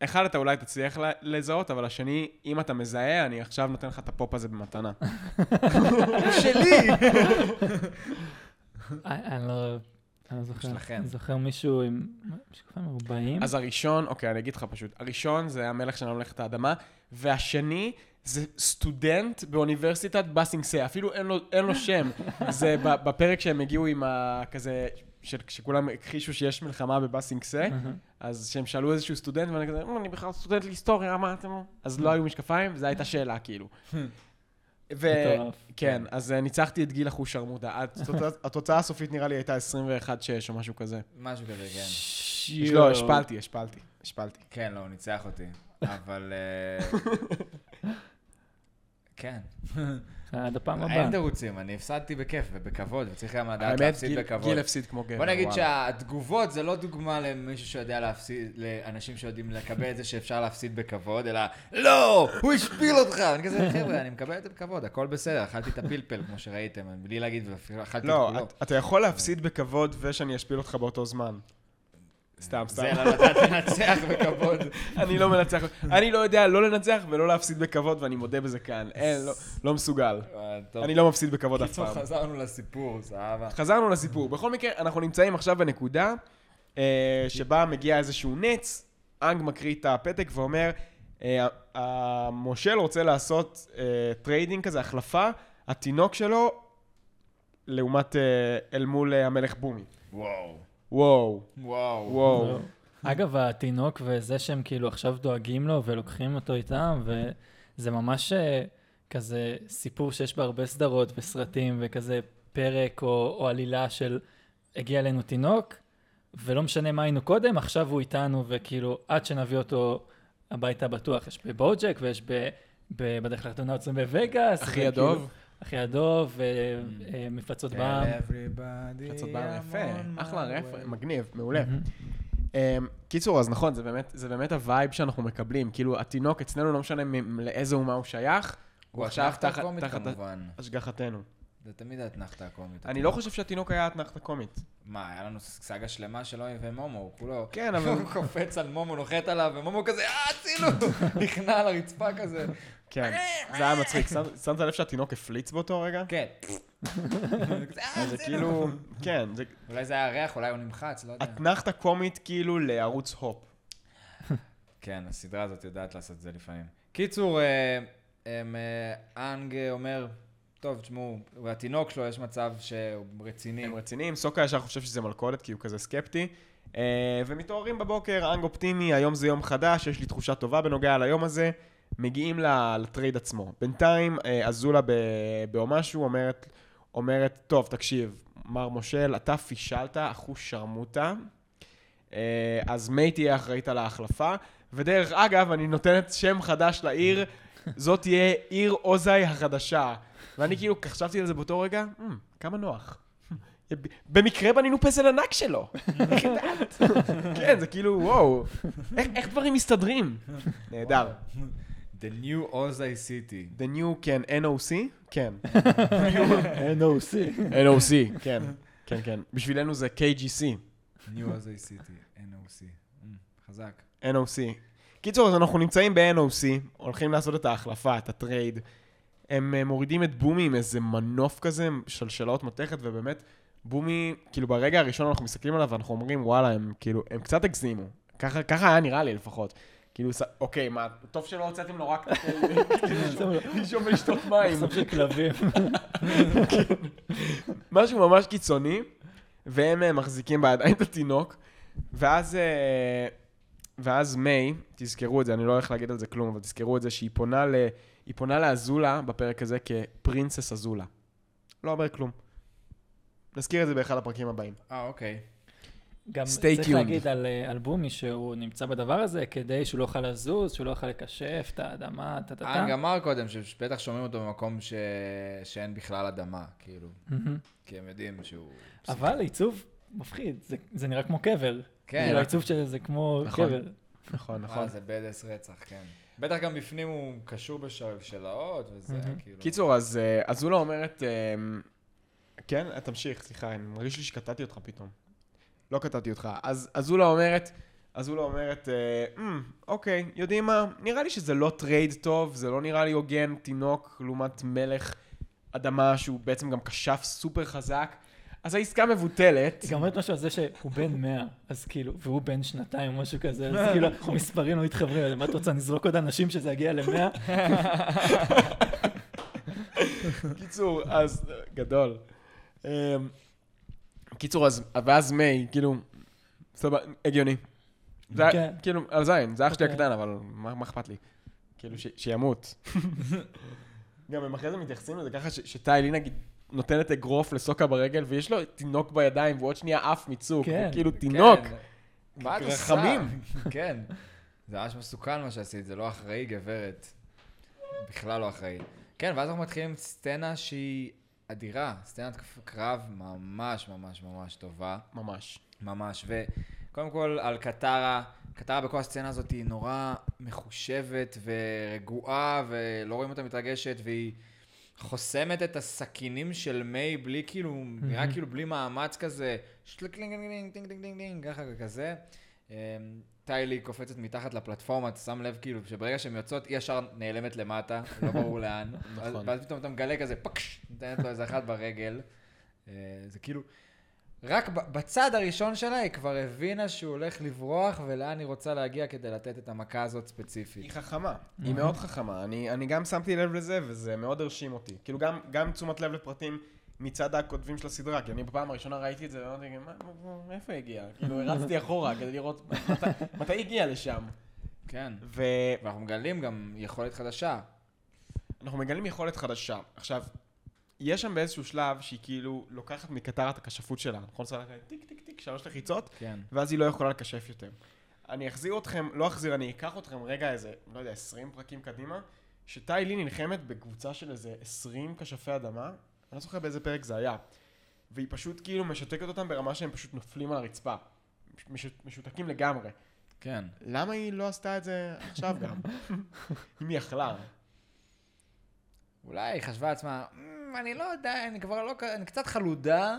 Speaker 1: אחד אתה אולי תצליח ל- לזהות, אבל השני, אם אתה מזהה, אני עכשיו נותן לך את הפופ הזה במתנה.
Speaker 2: הוא שלי!
Speaker 3: אה, אני לא... אני לא זוכר.
Speaker 2: שלכם.
Speaker 3: אני זוכר מישהו עם... משקפיים מרובעים?
Speaker 1: אז הראשון, אוקיי, אני אגיד לך פשוט. הראשון זה המלך של ממלכת האדמה, והשני זה סטודנט באוניברסיטת בסינגסה, אפילו אין לו, אין לו שם. זה ב- בפרק שהם הגיעו עם ה... כזה, ש- שכולם הכחישו שיש מלחמה בבסינגסה,
Speaker 3: אהה.
Speaker 1: אז שהם שאלו איזשהו סטודנט, ואני כזה, "אמ, אני בכלל סטודנט להיסטוריה, מה אתם... אז לא היו משקפיים, וזו הייתה שאלה, כאילו. ו...
Speaker 3: מטורף.
Speaker 1: כן, אז אה, ניצחתי את גיל אחושרמוטה. התוצאה- התוצאה הסופית נראה לי הייתה 21-6 או משהו כזה.
Speaker 2: משהו כזה, כן.
Speaker 3: שיו.
Speaker 1: לא, השפלתי, השפלתי, השפלתי.
Speaker 2: כן, לא, הוא ניצח אותי. אבל... אה, כן.
Speaker 3: עד הפעם הבאה.
Speaker 2: אין תירוצים, אני הפסדתי בכיף ובכבוד, וצריך גם לדעת
Speaker 1: האמת,
Speaker 2: להפסיד
Speaker 1: גיל,
Speaker 2: בכבוד.
Speaker 1: גיל הפסיד כמו גבר.
Speaker 2: בוא נגיד
Speaker 1: וואלה.
Speaker 2: שהתגובות זה לא דוגמה למישהו שיודע להפסיד, לאנשים שיודעים לקבל את זה שאפשר להפסיד בכבוד, אלא לא, הוא השפיל אותך. אני כזה, חבר'ה, אני מקבל את זה בכבוד, הכל בסדר, אכלתי את הפלפל, כמו שראיתם, אני בלי להגיד, ואפילו אכלתי את
Speaker 1: לא,
Speaker 2: כולו.
Speaker 1: את- אתה יכול להפסיד בכבוד ושאני אשפיל אותך באותו זמן. סתם, סתם.
Speaker 2: זה לא לדעת לנצח בכבוד. אה,
Speaker 1: אני לא מנצח, אני לא יודע לא לנצח ולא להפסיד בכבוד, ואני מודה בזה כאן. אין, לא- לא מסוגל.
Speaker 2: אה, טוב.
Speaker 1: אני לא מפסיד בכבוד אף
Speaker 2: קיצור,
Speaker 1: פעם.
Speaker 2: חזרנו לסיפור, סבבה.
Speaker 1: חזרנו לסיפור. בכל מקרה, אנחנו נמצאים עכשיו בנקודה אה, שבה מגיע איזשהו נץ, אנג מקריא את הפתק ואומר, אה, המושל רוצה לעשות אה, טריידינג כזה, החלפה, התינוק שלו, לעומת, אה, אל מול אה, המלך בומי.
Speaker 2: וואו.
Speaker 1: וואו,
Speaker 2: וואו.
Speaker 1: וואו.
Speaker 3: לא. אגב, התינוק וזה שהם כאילו עכשיו דואגים לו ולוקחים אותו איתם, וזה ממש אה, כזה סיפור שיש בהרבה סדרות וסרטים, וכזה פרק או, או עלילה של הגיע אלינו תינוק, ולא משנה מה היינו קודם, עכשיו הוא איתנו, וכאילו עד שנביא אותו הביתה בטוח. יש בבוג'ק ויש ב... ב- בדרך לחתונה עוצרים בווגאס.
Speaker 1: אחי
Speaker 3: וכאילו-
Speaker 1: הדוב. כן.
Speaker 3: אחי הדוב, ו- אה, מפלצות בעם.
Speaker 2: Everybody
Speaker 1: חצות בעם יפה,
Speaker 2: I'm on
Speaker 1: אחלה
Speaker 2: my
Speaker 1: רפר,
Speaker 2: way.
Speaker 1: מגניב, מעולה.
Speaker 3: מהמם.
Speaker 1: אמ, קיצור, אז נכון, זה באמת, זה באמת הווייב שאנחנו מקבלים. כאילו, התינוק אצלנו לא משנה מ- לאיזה אומה הוא שייך,
Speaker 2: הוא
Speaker 1: הוא עכשיו
Speaker 2: אתנחתא
Speaker 1: תחת
Speaker 2: קומית
Speaker 1: תחת
Speaker 2: כמובן.
Speaker 1: השגחתנו.
Speaker 2: זה תמיד האתנחתא הקומית.
Speaker 1: אני לא חושב שהתינוק היה אתנחתא קומית.
Speaker 2: מה, היה לנו סאגה שלמה שלא עם מומו, הוא כולו...
Speaker 1: כן, אבל-
Speaker 2: הוא קופץ על מומו, נוחת עליו, ומומו כזה, אה, הצילו! נכנע על הרצפה כזה.
Speaker 1: כן, זה היה מצחיק. שם- שמת לב שהתינוק הפליץ באותו רגע?
Speaker 2: כן.
Speaker 1: אז
Speaker 2: אה,
Speaker 1: זה
Speaker 2: הצילו!
Speaker 1: כאילו, כן, זה
Speaker 2: אולי זה היה ריח, אולי הוא נמחץ, לא יודע.
Speaker 1: אתנחתא קומית כאילו לערוץ הופ.
Speaker 2: כן, הסדרה הזאת יודעת לעשות את זה לפעמים. קיצור, אה, הם, אה, אנג אה, אומר, טוב, תשמעו, התינוק שלו, יש מצב שהוא רציני.
Speaker 1: הם רציניים, סוקה ישר חושב שזה מלכודת כי הוא כזה סקפטי. אה, ומתעוררים בבוקר, אנג אופטימי, היום זה יום חדש, יש לי תחושה טובה בנוגע ליום הזה. מגיעים ל- לטרייד עצמו. בינתיים, אה, אזולה ב- באומשהו אומרת, אומרת, טוב, תקשיב, מר מושל, אתה פישלת, אחוש שרמוטה, אה, אז מיי תהיה אחראית על ההחלפה. ודרך אגב, אני נותנת שם חדש לעיר, זאת תהיה עיר אוזאי החדשה. ואני כאילו חשבתי על זה באותו רגע, "מ, כמה "אמ, נוח. במקרה בנינו פסל ענק שלו. איך ידעת? כן, זה כאילו, וואו, איך- איך דברים מסתדרים? נהדר.
Speaker 2: The New Ozai City.
Speaker 1: The new, כן, NOC? כן.
Speaker 3: NOC.
Speaker 1: NOC, כן. כן, כן. בשבילנו זה KGC,
Speaker 2: New Ozai City, NOC. Mm, חזק.
Speaker 1: NOC. קיצור, אז אנחנו נמצאים ב-NOC, הולכים לעשות את ההחלפה, את הטרייד. הם אה, מורידים את בומי עם איזה מנוף כזה, שלשלאות מתכת, ובאמת, בומי, כאילו ברגע הראשון אנחנו מסתכלים עליו ואנחנו אומרים, וואלה, הם כאילו, הם קצת הגזימו. ככה, ככה היה נראה לי לפחות. כאילו, ס- אוקיי, מה, טוב שלא הוצאתם לו רק את לישון ולשתות מים.
Speaker 3: מחסום של כלבים.
Speaker 1: כן. משהו ממש קיצוני, והם אה, מחזיקים בידיים את התינוק, ואז, אה, ואז מיי, תזכרו את זה, אני לא הולך להגיד על זה כלום, אבל תזכרו את זה שהיא פונה, ל, היא פונה לאזולה בפרק הזה כפרינסס אזולה. לא אומר כלום. נזכיר את זה באחד הפרקים הבאים.
Speaker 2: אה, אוקיי.
Speaker 3: גם
Speaker 1: Stay
Speaker 3: צריך
Speaker 1: tuned.
Speaker 3: להגיד על אה, על בומי שהוא נמצא בדבר הזה כדי שהוא לא יוכל לזוז, שהוא לא יוכל לקשף את האדמה, טה טה טה.
Speaker 2: אנג אה, אמר קודם שבטח שומעים אותו במקום ש... שאין בכלל אדמה, כאילו.
Speaker 3: מהמם.
Speaker 2: כי הם יודעים שהוא...
Speaker 3: אבל עיצוב מפחיד, זה- זה נראה כמו קבר.
Speaker 2: כן.
Speaker 3: כאילו העיצוב של זה כמו
Speaker 1: נכון.
Speaker 3: קבר.
Speaker 1: נכון,
Speaker 2: נכון. זה בדס רצח, כן. בטח גם בפנים הוא קשור בשלשלאות וזה, כאילו...
Speaker 1: קיצור, אז אה, אזולה אומרת... אה, כן, אה, תמשיך, סליחה, אני מרגיש לי שקטעתי אותך פתאום. לא קטעתי אותך. אז לא אזולה אומרת, אזולה אומרת, אה, "אמ, אוקיי, יודעים מה? נראה לי שזה לא טרייד טוב, זה לא נראה לי הוגן, תינוק לעומת מלך אדמה שהוא בעצם גם כשף סופר חזק. אז העסקה מבוטלת.
Speaker 3: היא גם אומרת משהו על זה שהוא בן 100, אז כאילו, והוא בן שנתיים או משהו כזה, אז כאילו, המספרים לא מתחברים, מה את רוצה, נזרוק עוד אנשים שזה יגיע ל-100?
Speaker 1: קיצור, אז... גדול. אמ, קיצור, אז... ואז מיי, כאילו... סבבה, הגיוני. זה היה-
Speaker 3: כן.
Speaker 1: כאילו, על זין, זה אח שלי
Speaker 3: אוקיי.
Speaker 1: הקטן, אבל מה מה אכפת לי? כאילו, ש- שימות. גם הם אחרי זה מתייחסים לזה ככה ש- שטיילי נגיד נותנת אגרוף לסוקה ברגל, ויש לו תינוק בידיים, ועוד שנייה עף מצוק.
Speaker 3: כן.
Speaker 1: כן. כאילו,
Speaker 2: כן.
Speaker 1: תינוק.
Speaker 2: מה את עושה?
Speaker 1: רחמים.
Speaker 2: כן. זה ממש מסוכן מה שעשית, זה לא אחראי, גברת. בכלל לא אחראי. כן, ואז אנחנו מתחילים עם סצנה שהיא אדירה. סצנת קרב ממש ממש ממש טובה.
Speaker 1: ממש.
Speaker 2: ממש, וקודם כל על קטרה, קטרה בכל הסצנה הזאת היא נורא מחושבת ורגועה, ולא רואים אותה מתרגשת, והיא חוסמת את הסכינים של מיי בלי כאילו, נראה כאילו בלי מאמץ כזה, שלקלינג, דינג, דינג, דינג, דינג, דינג, ככה כזה. אמ, טיילי קופצת מתחת לפלטפורמה, אתה שם לב כאילו שברגע שהן יוצאות, היא ישר נעלמת למטה, לא ברור לאן. ואז-
Speaker 1: נכון.
Speaker 2: ואז פתאום אתה מגלה כזה, פקש, נותנת לו איזה אחת ברגל. אה, זה כאילו, רק ב- בצד הראשון שלה היא כבר הבינה שהוא הולך לברוח ולאן היא רוצה להגיע כדי לתת את המכה הזאת
Speaker 1: היא
Speaker 2: ספציפית.
Speaker 1: חכמה, היא מאוד חכמה. אני, אני גם שמתי לב לזה, וזה מאוד הרשים אותי. כאילו, גם, גם תשומת לב לפרטים מצד הכותבים של הסדרה, כי אני בפעם הראשונה ראיתי את זה, ואמרתי, "מה- מה- מאיפה היא הגיעה? כאילו, הרצתי אחורה כדי לראות מתי, מתי היא הגיעה לשם.
Speaker 2: כן.
Speaker 1: ואנחנו
Speaker 2: ואנחנו מגלים גם יכולת חדשה.
Speaker 1: מגלים יכולת חדשה. עכשיו, יש שם באיזשהו שלב שהיא כאילו לוקחת מקטר את הכשפות שלה, נכון? עושה לה כזה טיק טיק טיק, שלוש לחיצות,
Speaker 2: כן.
Speaker 1: ואז היא לא יכולה לקשף יותר. אני אחזיר אתכם, לא אחזיר, אני אקח אתכם רגע איזה, לא יודע, 20 פרקים קדימה, שטאי לי נלחמת בקבוצה של איזה 20 כשפי אדמה, אני לא זוכר באיזה פרק זה היה, והיא פשוט כאילו משתקת אותם ברמה שהם פשוט נופלים על הרצפה. מש, משותקים לגמרי.
Speaker 2: כן.
Speaker 1: למה היא לא עשתה את זה עכשיו גם? אם היא יכלה.
Speaker 2: אולי היא חשבה לעצמה, "מ, אני לא יודע, אני כבר לא, כ- אני קצת חלודה,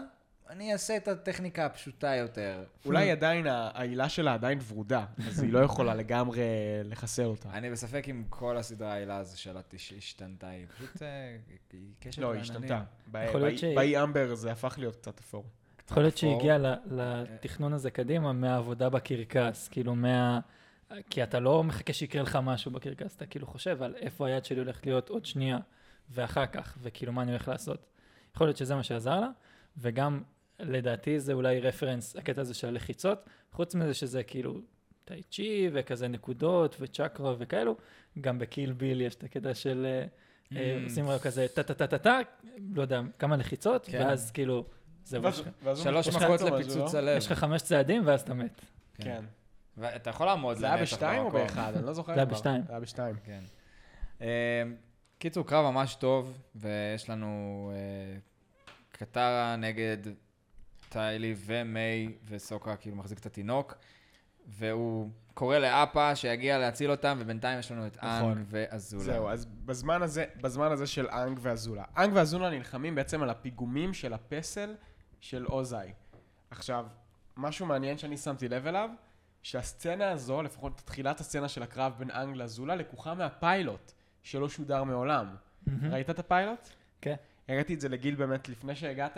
Speaker 2: אני אעשה את הטכניקה הפשוטה יותר.
Speaker 1: אולי עדיין, ה- העילה שלה עדיין ורודה, אז היא לא יכולה לגמרי לחסל אותה.
Speaker 2: אני בספק אם כל הסדרה העילה הזו שלה תש- השתנתה, היא פשוט אה, היא קשת
Speaker 1: לא, היא
Speaker 2: בעננים.
Speaker 1: השתנתה.
Speaker 3: יכול להיות
Speaker 1: באי-
Speaker 3: שהיא-
Speaker 1: באי אמבר זה הפך להיות קצת אפור.
Speaker 3: יכול להיות שהיא
Speaker 2: אפור.
Speaker 3: הגיעה ל- לתכנון הזה קדימה מהעבודה בקרקס, כאילו מה... כי אתה לא מחכה שיקרה לך משהו בקרקס, אתה כאילו חושב על איפה היד שלי הולכת להיות עוד שנייה, ואחר כך, וכאילו מה אני הולך לעשות. יכול להיות שזה מה שעזר לה, וגם לדעתי זה אולי רפרנס, הקטע הזה של הלחיצות, חוץ מזה שזה כאילו טאי צ'י וכזה נקודות וצ'קרה וכאלו, גם בקיל ביל יש את הקטע של אה, אה,
Speaker 2: Mm.
Speaker 3: עושים רק כזה טה טה טה טה טה, לא יודע, כמה לחיצות,
Speaker 2: כן.
Speaker 3: ואז כאילו, זהו, יש
Speaker 1: ואז-
Speaker 3: לך-
Speaker 1: ואז הוא
Speaker 2: שלוש
Speaker 1: מתפוצץ
Speaker 2: מכות
Speaker 1: או משהו,
Speaker 2: לפיצוץ
Speaker 1: לא?
Speaker 2: הלב.
Speaker 3: יש לך חמש צעדים ואז אתה מת.
Speaker 1: כן.
Speaker 2: ואתה יכול לעמוד
Speaker 1: זה היה
Speaker 2: לנצח
Speaker 1: בשתיים או
Speaker 2: במקום.
Speaker 1: באחד? אני לא זוכר.
Speaker 3: זה היה
Speaker 1: כבר.
Speaker 3: בשתיים.
Speaker 1: זה היה בשתיים.
Speaker 2: כן. אמ, קיצור, קרב ממש טוב, ויש לנו אה, קטרה נגד טיילי ומיי וסוקה כאילו מחזיק את התינוק, והוא קורא לאפה שיגיע להציל אותם, ובינתיים יש לנו את
Speaker 1: נכון.
Speaker 2: אנג ואזולה.
Speaker 1: זהו, אז בזמן הזה, בזמן הזה של אנג ואזולה. אנג ואזולה נלחמים בעצם על הפיגומים של הפסל של אוזאי. עכשיו, משהו מעניין שאני שמתי לב אליו, שהסצנה הזו, לפחות תחילת הסצנה של הקרב בין אנג לאזולה, לקוחה מהפיילוט שלא שודר מעולם. ראית את הפיילוט?
Speaker 3: כן.
Speaker 1: הראיתי את זה לגיל באמת לפני שהגעת.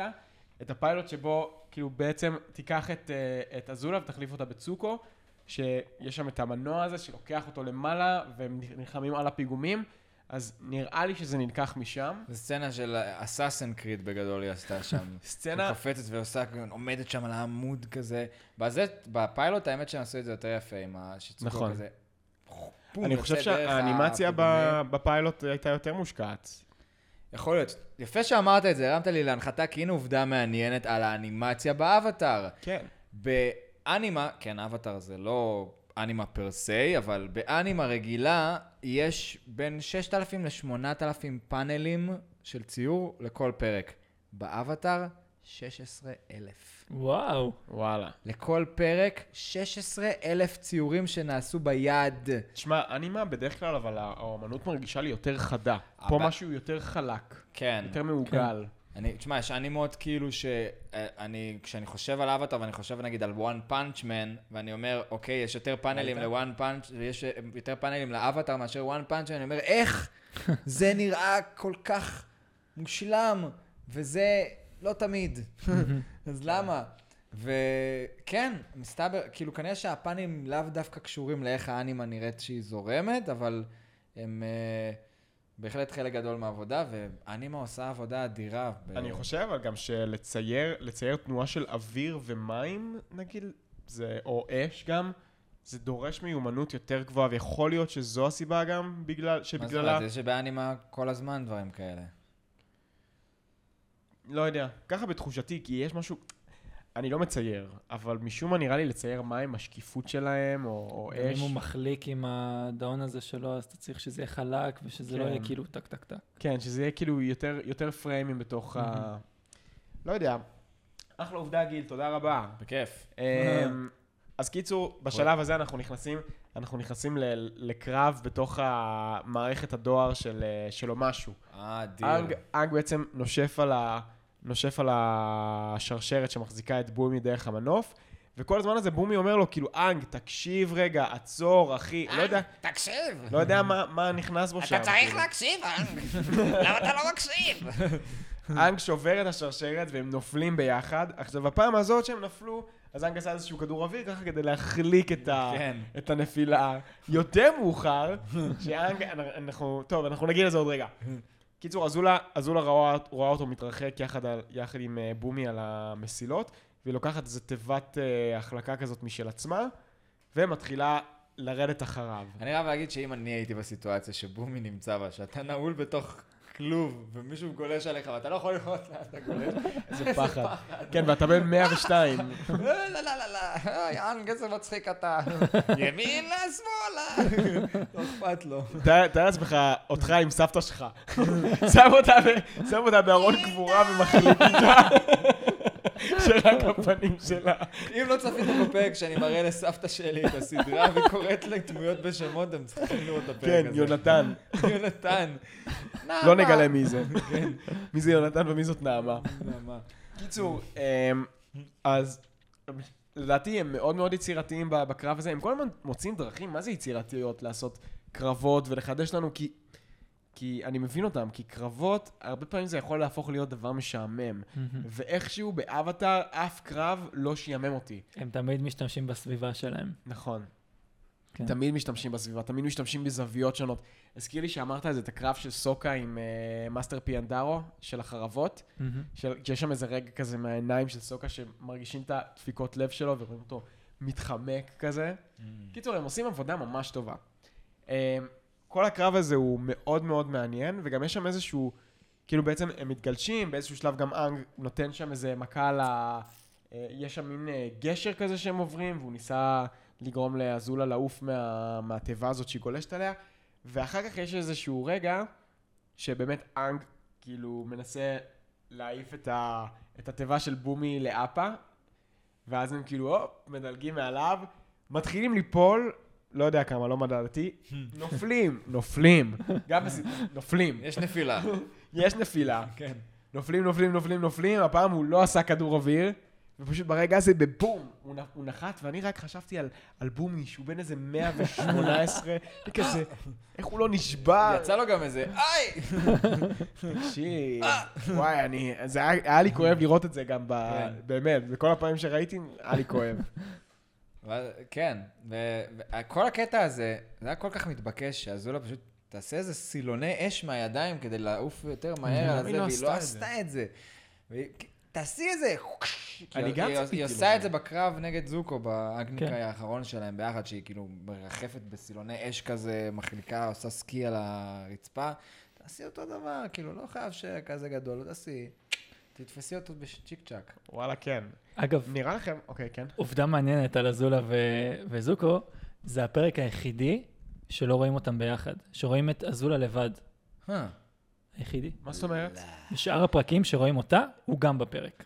Speaker 1: את הפיילוט שבו, כאילו, בעצם תיקח את, אה, את אזולה ותחליף אותה בצוקו, שיש שם את המנוע הזה שלוקח אותו למעלה, והם נלחמים על הפיגומים, אז נראה לי שזה נלקח משם.
Speaker 2: זו סצנה של אסאסן קריד בגדול היא עשתה שם.
Speaker 1: סצנה-
Speaker 2: היא קופצת ועושה, עומדת שם על העמוד כזה. בזה, בפיילוט האמת שהם עשו את זה יותר יפה עם השיצור
Speaker 1: נכון.
Speaker 2: כזה. פום,
Speaker 1: אני
Speaker 2: יוצא
Speaker 1: חושב
Speaker 2: דרך
Speaker 1: שהאנימציה ב-
Speaker 2: הפיגומים.
Speaker 1: בפיילוט הייתה יותר מושקעת.
Speaker 2: יכול להיות. יפה שאמרת את זה, הרמת לי להנחתה, כי הנה עובדה מעניינת על האנימציה באבטאר.
Speaker 1: כן.
Speaker 2: באנימה, כן, אבטאר זה לא אנימה פר סי, אבל באנימה רגילה יש בין 6,000 ל-8,000 פאנלים של ציור לכל פרק. באבטאר, 16,000.
Speaker 3: וואו.
Speaker 1: וואלה.
Speaker 2: לכל פרק, 16,000 ציורים שנעשו ביד.
Speaker 1: תשמע, אנימה בדרך כלל, אבל האומנות מרגישה לי יותר חדה. פה
Speaker 2: אבל-
Speaker 1: משהו יותר חלק,
Speaker 2: כן.
Speaker 1: יותר מעוגל.
Speaker 2: אני, תשמע, יש אנימות כאילו ש... אה, אני, כשאני חושב על אבטאר ואני חושב נגיד על one punch man, ואני אומר, אוקיי, יש יותר פאנלים ל-one punch, ויש אה, יותר פאנלים לאבטאר מאשר one punch man, אני אומר, איך זה נראה כל כך מושלם, וזה לא תמיד. אז למה? וכן, מסתבר, כאילו כנראה שהפאנים לאו דווקא קשורים לאיך האנימה נראית שהיא זורמת, אבל הם אה, בהחלט חלק גדול מהעבודה, ואנימה עושה עבודה אדירה. ב-
Speaker 3: אה,
Speaker 1: אני חושב, אבל גם שלצייר לצייר תנועה של אוויר ומים, נגיד, זה, או אש גם, זה דורש מיומנות יותר גבוהה, ויכול להיות שזו הסיבה גם, בגלל,
Speaker 2: מה זאת אומרת?
Speaker 1: שבגללה,
Speaker 2: יש באנימה כל הזמן דברים כאלה.
Speaker 1: לא יודע, ככה בתחושתי, כי יש משהו, אני לא מצייר, אבל משום מה נראה לי לצייר מים, השקיפות שלהם, או, או
Speaker 3: אם
Speaker 1: אש,
Speaker 3: הוא מחליק עם הדאון הזה שלו, אז אתה צריך שזה יהיה חלק ושזה לא
Speaker 1: כן.
Speaker 3: יהיה כאילו טק טק טק.
Speaker 1: כן, שזה יהיה כאילו יותר, יותר פריימים בתוך ה... לא יודע. אחלה עובדה, גיל, תודה רבה.
Speaker 2: בכיף.
Speaker 1: אמ, אז קיצור, בשלב הזה אנחנו נכנסים, אנחנו נכנסים ל- לקרב בתוך המערכת הדואר של, אה, שלו משהו.
Speaker 2: אה, אדיר.
Speaker 1: אנג, אנג בעצם נושף על, ה, נושף על השרשרת שמחזיקה את בומי דרך המנוף, וכל הזמן הזה בומי אומר לו, כאילו, אנג, תקשיב רגע, עצור, אחי, לא יודע,
Speaker 4: תקשיב,
Speaker 1: לא יודע מה, מה נכנס בו שם.
Speaker 4: אתה צריך
Speaker 1: כאילו.
Speaker 4: להקשיב, אנג. למה אתה לא מקשיב?
Speaker 1: אנג שובר את השרשרת והם נופלים ביחד. עכשיו, בפעם הזאת שהם נפלו, אז אנג עשה איזשהו כדור אוויר ככה כדי להחליק את, ה...
Speaker 2: כן.
Speaker 1: את הנפילה. יותר מאוחר, שאנג, אנחנו, טוב, אנחנו נגיע לזה עוד רגע. קיצור, אזולה, אזולה רואה, רואה אותו מתרחק יחד, על, יחד עם אה, בומי על המסילות, והיא לוקחת איזו תיבת אה, החלקה כזאת משל עצמה, ומתחילה לרדת אחריו.
Speaker 2: אני חייב להגיד שאם אני הייתי בסיטואציה שבומי נמצא בה, שאתה נעול בתוך כלוב, ומישהו גולש עליך, ואתה לא יכול לראות לאן אתה גולש,
Speaker 1: איזה פחד. כן, ואתה בן 102.
Speaker 2: לא, לא, לא, לא, לא, אוי, אנג, איזה מצחיק אתה. ימינה, שמאלה. לא אכפת לו.
Speaker 1: תאר תאר לעצמך אותך עם סבתא שלך. שם אותה ב- שם אותה בארון קבורה ומחליק איתה. שרק הפנים שלה.
Speaker 2: אם לא צפיתם בפרק שאני מראה לסבתא שלי את הסדרה וקוראת לדמויות בשמות, הם צריכים לראות את הפרק
Speaker 1: כן,
Speaker 2: הזה.
Speaker 1: יונתן.
Speaker 2: יונתן.
Speaker 1: לא נגלה מי זה. מי זה יונתן ומי זאת נעמה.
Speaker 2: נעמה.
Speaker 1: קיצור, אמ, אז לדעתי הם מאוד מאוד יצירתיים ב- בקרב הזה. הם כל הזמן מוצאים דרכים, מה זה יצירתיות? לעשות קרבות ולחדש לנו כי... כי אני מבין אותם, כי קרבות, הרבה פעמים זה יכול להפוך להיות דבר משעמם. ואיכשהו באבטאר אף קרב לא שיאמם אותי.
Speaker 3: הם תמיד משתמשים בסביבה שלהם.
Speaker 1: נכון.
Speaker 3: כן.
Speaker 1: תמיד משתמשים בסביבה, תמיד משתמשים בזוויות שונות. הזכיר לי שאמרת את זה, את הקרב של סוקה עם אה, מאסטר פיאנדרו, של החרבות, של, שיש שם איזה רגע כזה מהעיניים של סוקה שמרגישים את הדפיקות לב שלו ורואים אותו מתחמק כזה. קיצור, הם עושים עבודה ממש טובה. אה, כל הקרב הזה הוא מאוד מאוד מעניין, וגם יש שם איזשהו, כאילו בעצם הם מתגלשים, באיזשהו שלב גם אנג נותן שם איזה מכה על ה... אה, יש שם מין אה, גשר כזה שהם עוברים, והוא ניסה לגרום לאזולה לעוף מה... מהתיבה הזאת שהיא גולשת עליה, ואחר כך יש איזשהו רגע שבאמת אנג כאילו מנסה להעיף את, ה... את התיבה של בומי לאפה, ואז הם כאילו, הופ, מדלגים מעליו, מתחילים ליפול, לא יודע כמה, לא מדדתי, נופלים, נופלים, גם בסדרה, נופלים.
Speaker 2: יש נפילה.
Speaker 1: יש נפילה,
Speaker 2: כן.
Speaker 1: נופלים, נופלים, נופלים, נופלים, הפעם הוא לא עשה כדור אוויר, ופשוט ברגע הזה בבום, הוא, נ, הוא נחת, ואני רק חשבתי על, על בומי, שהוא בן איזה 118, וכזה, איך הוא לא נשבר.
Speaker 2: יצא לו גם איזה, איי!
Speaker 1: תקשיב, אה, וואי, אני, זה היה, היה לי כואב לראות את זה גם ב...
Speaker 2: כן.
Speaker 1: באמת, בכל הפעמים שראיתי, היה לי כואב.
Speaker 2: ואז- כן, וכל הקטע הזה, זה היה כל כך מתבקש, שאזולה פשוט תעשה איזה סילוני אש מהידיים כדי לעוף יותר מהר על
Speaker 1: היא
Speaker 2: זה,
Speaker 1: לא
Speaker 2: והיא
Speaker 1: עשתה
Speaker 2: לא
Speaker 1: את
Speaker 2: עשתה את זה. והיא- תעשי את זה! כי
Speaker 1: אני
Speaker 2: היא-
Speaker 1: גם כאילו,
Speaker 2: היא-
Speaker 1: ציפיתי
Speaker 2: היא
Speaker 1: לזה.
Speaker 2: עושה את זה בקרב נגד זוקו, באגניק
Speaker 3: כן.
Speaker 2: האחרון שלהם ביחד, שהיא כאילו מרחפת בסילוני אש כזה, מחליקה, עושה סקי על הרצפה. תעשי אותו דבר, כאילו, לא חייב שכזה גדול, תעשי. תתפסי אותו בצ'יק צ'אק.
Speaker 1: וואלה, כן.
Speaker 3: אגב,
Speaker 1: נראה לכם, אוקיי, כן.
Speaker 3: עובדה מעניינת על אזולה ו- וזוקו, זה הפרק היחידי שלא רואים אותם ביחד, שרואים את אזולה לבד,
Speaker 2: Huh.
Speaker 3: היחידי.
Speaker 1: מה זאת אומרת?
Speaker 3: בשאר הפרקים שרואים אותה, הוא גם בפרק.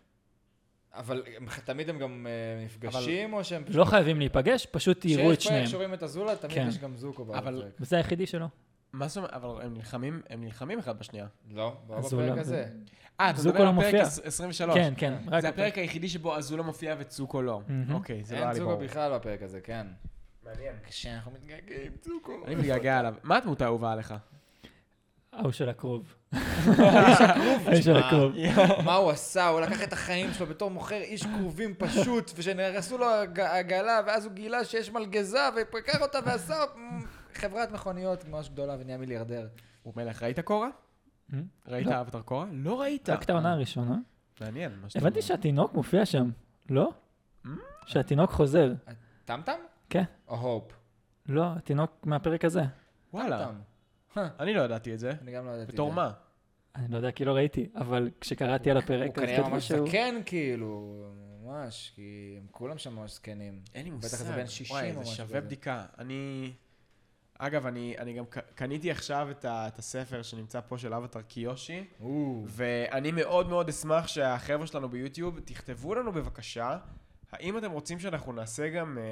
Speaker 2: אבל הם- תמיד הם גם אה, נפגשים, או שהם
Speaker 3: לא חייבים להיפגש, פשוט תראו את
Speaker 2: כשיש פרק
Speaker 3: שניהם.
Speaker 2: שרואים את אזולה, תמיד
Speaker 3: כן.
Speaker 2: יש גם זוקו
Speaker 1: אבל-
Speaker 2: בפרק.
Speaker 3: וזה היחידי שלו.
Speaker 1: מה זאת אומרת? אבל הם נלחמים, הם נלחמים אחד בשנייה.
Speaker 2: לא, לא
Speaker 3: אזולה
Speaker 2: בפרק
Speaker 3: ו-
Speaker 2: הזה.
Speaker 1: אה, אתה
Speaker 3: זוקו
Speaker 1: מדבר
Speaker 3: לא
Speaker 1: על פרק
Speaker 3: מופיע.
Speaker 1: 23.
Speaker 3: כן, כן, רק
Speaker 2: אוקיי.
Speaker 1: זה הפרק היחידי שבו אזולה מופיע וצוקו לא.
Speaker 3: מהמם.
Speaker 1: אוקיי, זה לא היה
Speaker 2: אין
Speaker 1: לי
Speaker 2: זוקו
Speaker 1: ברור.
Speaker 2: בכלל בפרק הזה, כן.
Speaker 1: מעניין.
Speaker 2: כשאנחנו מתגעגעים, זוקו.
Speaker 1: אני מתגעגע עליו. מה הדמות האהובה עליך?
Speaker 3: ההוא של הכרוב. האיש של הכרוב.
Speaker 2: מה הוא עשה? הוא לקח את החיים שלו בתור מוכר איש כרובים פשוט, ושנהרסו לו הג- עגלה, ואז הוא גילה שיש מלגזה, ופקח אותה ועשה מ, חברת מכוניות ממש גדולה ונהיה מיליארדר.
Speaker 1: הוא מלך. ראית קורה?
Speaker 3: אה?
Speaker 1: ראית
Speaker 3: לא.
Speaker 1: אבטר קורה? לא ראית.
Speaker 3: רק את העונה הראשונה.
Speaker 1: מעניין, מה שאתה אומר.
Speaker 3: הבנתי שהתינוק מופיע שם, לא?
Speaker 1: Mm?
Speaker 3: שהתינוק חוזר.
Speaker 2: טמטם?
Speaker 3: כן.
Speaker 2: או הופ?
Speaker 3: לא, התינוק מהפרק הזה.
Speaker 1: וואלה,
Speaker 2: טמטם.
Speaker 1: אני לא ידעתי את זה.
Speaker 2: אני גם לא ידעתי. את
Speaker 1: לא. בתור
Speaker 2: זה.
Speaker 1: מה?
Speaker 3: אני לא יודע כי לא ראיתי, אבל כשקראתי על הפרק,
Speaker 2: הוא
Speaker 3: אז
Speaker 2: כנראה
Speaker 3: כתבו
Speaker 2: ממש
Speaker 3: שהוא-
Speaker 2: זקן, כאילו, ממש, כי הם כולם שם ממש זקנים.
Speaker 1: אין לי
Speaker 2: בטח זה בן 60
Speaker 1: וואי,
Speaker 2: או
Speaker 1: זה
Speaker 2: משהו
Speaker 1: שווה
Speaker 2: כזה.
Speaker 1: בדיקה. אני... אגב, אני, אני גם ק... קניתי עכשיו את, ה... את הספר שנמצא פה של אבטר קיושי,
Speaker 2: או,
Speaker 1: ואני מאוד מאוד אשמח שהחבר'ה שלנו ביוטיוב, תכתבו לנו בבקשה, האם אתם רוצים שאנחנו נעשה גם אה,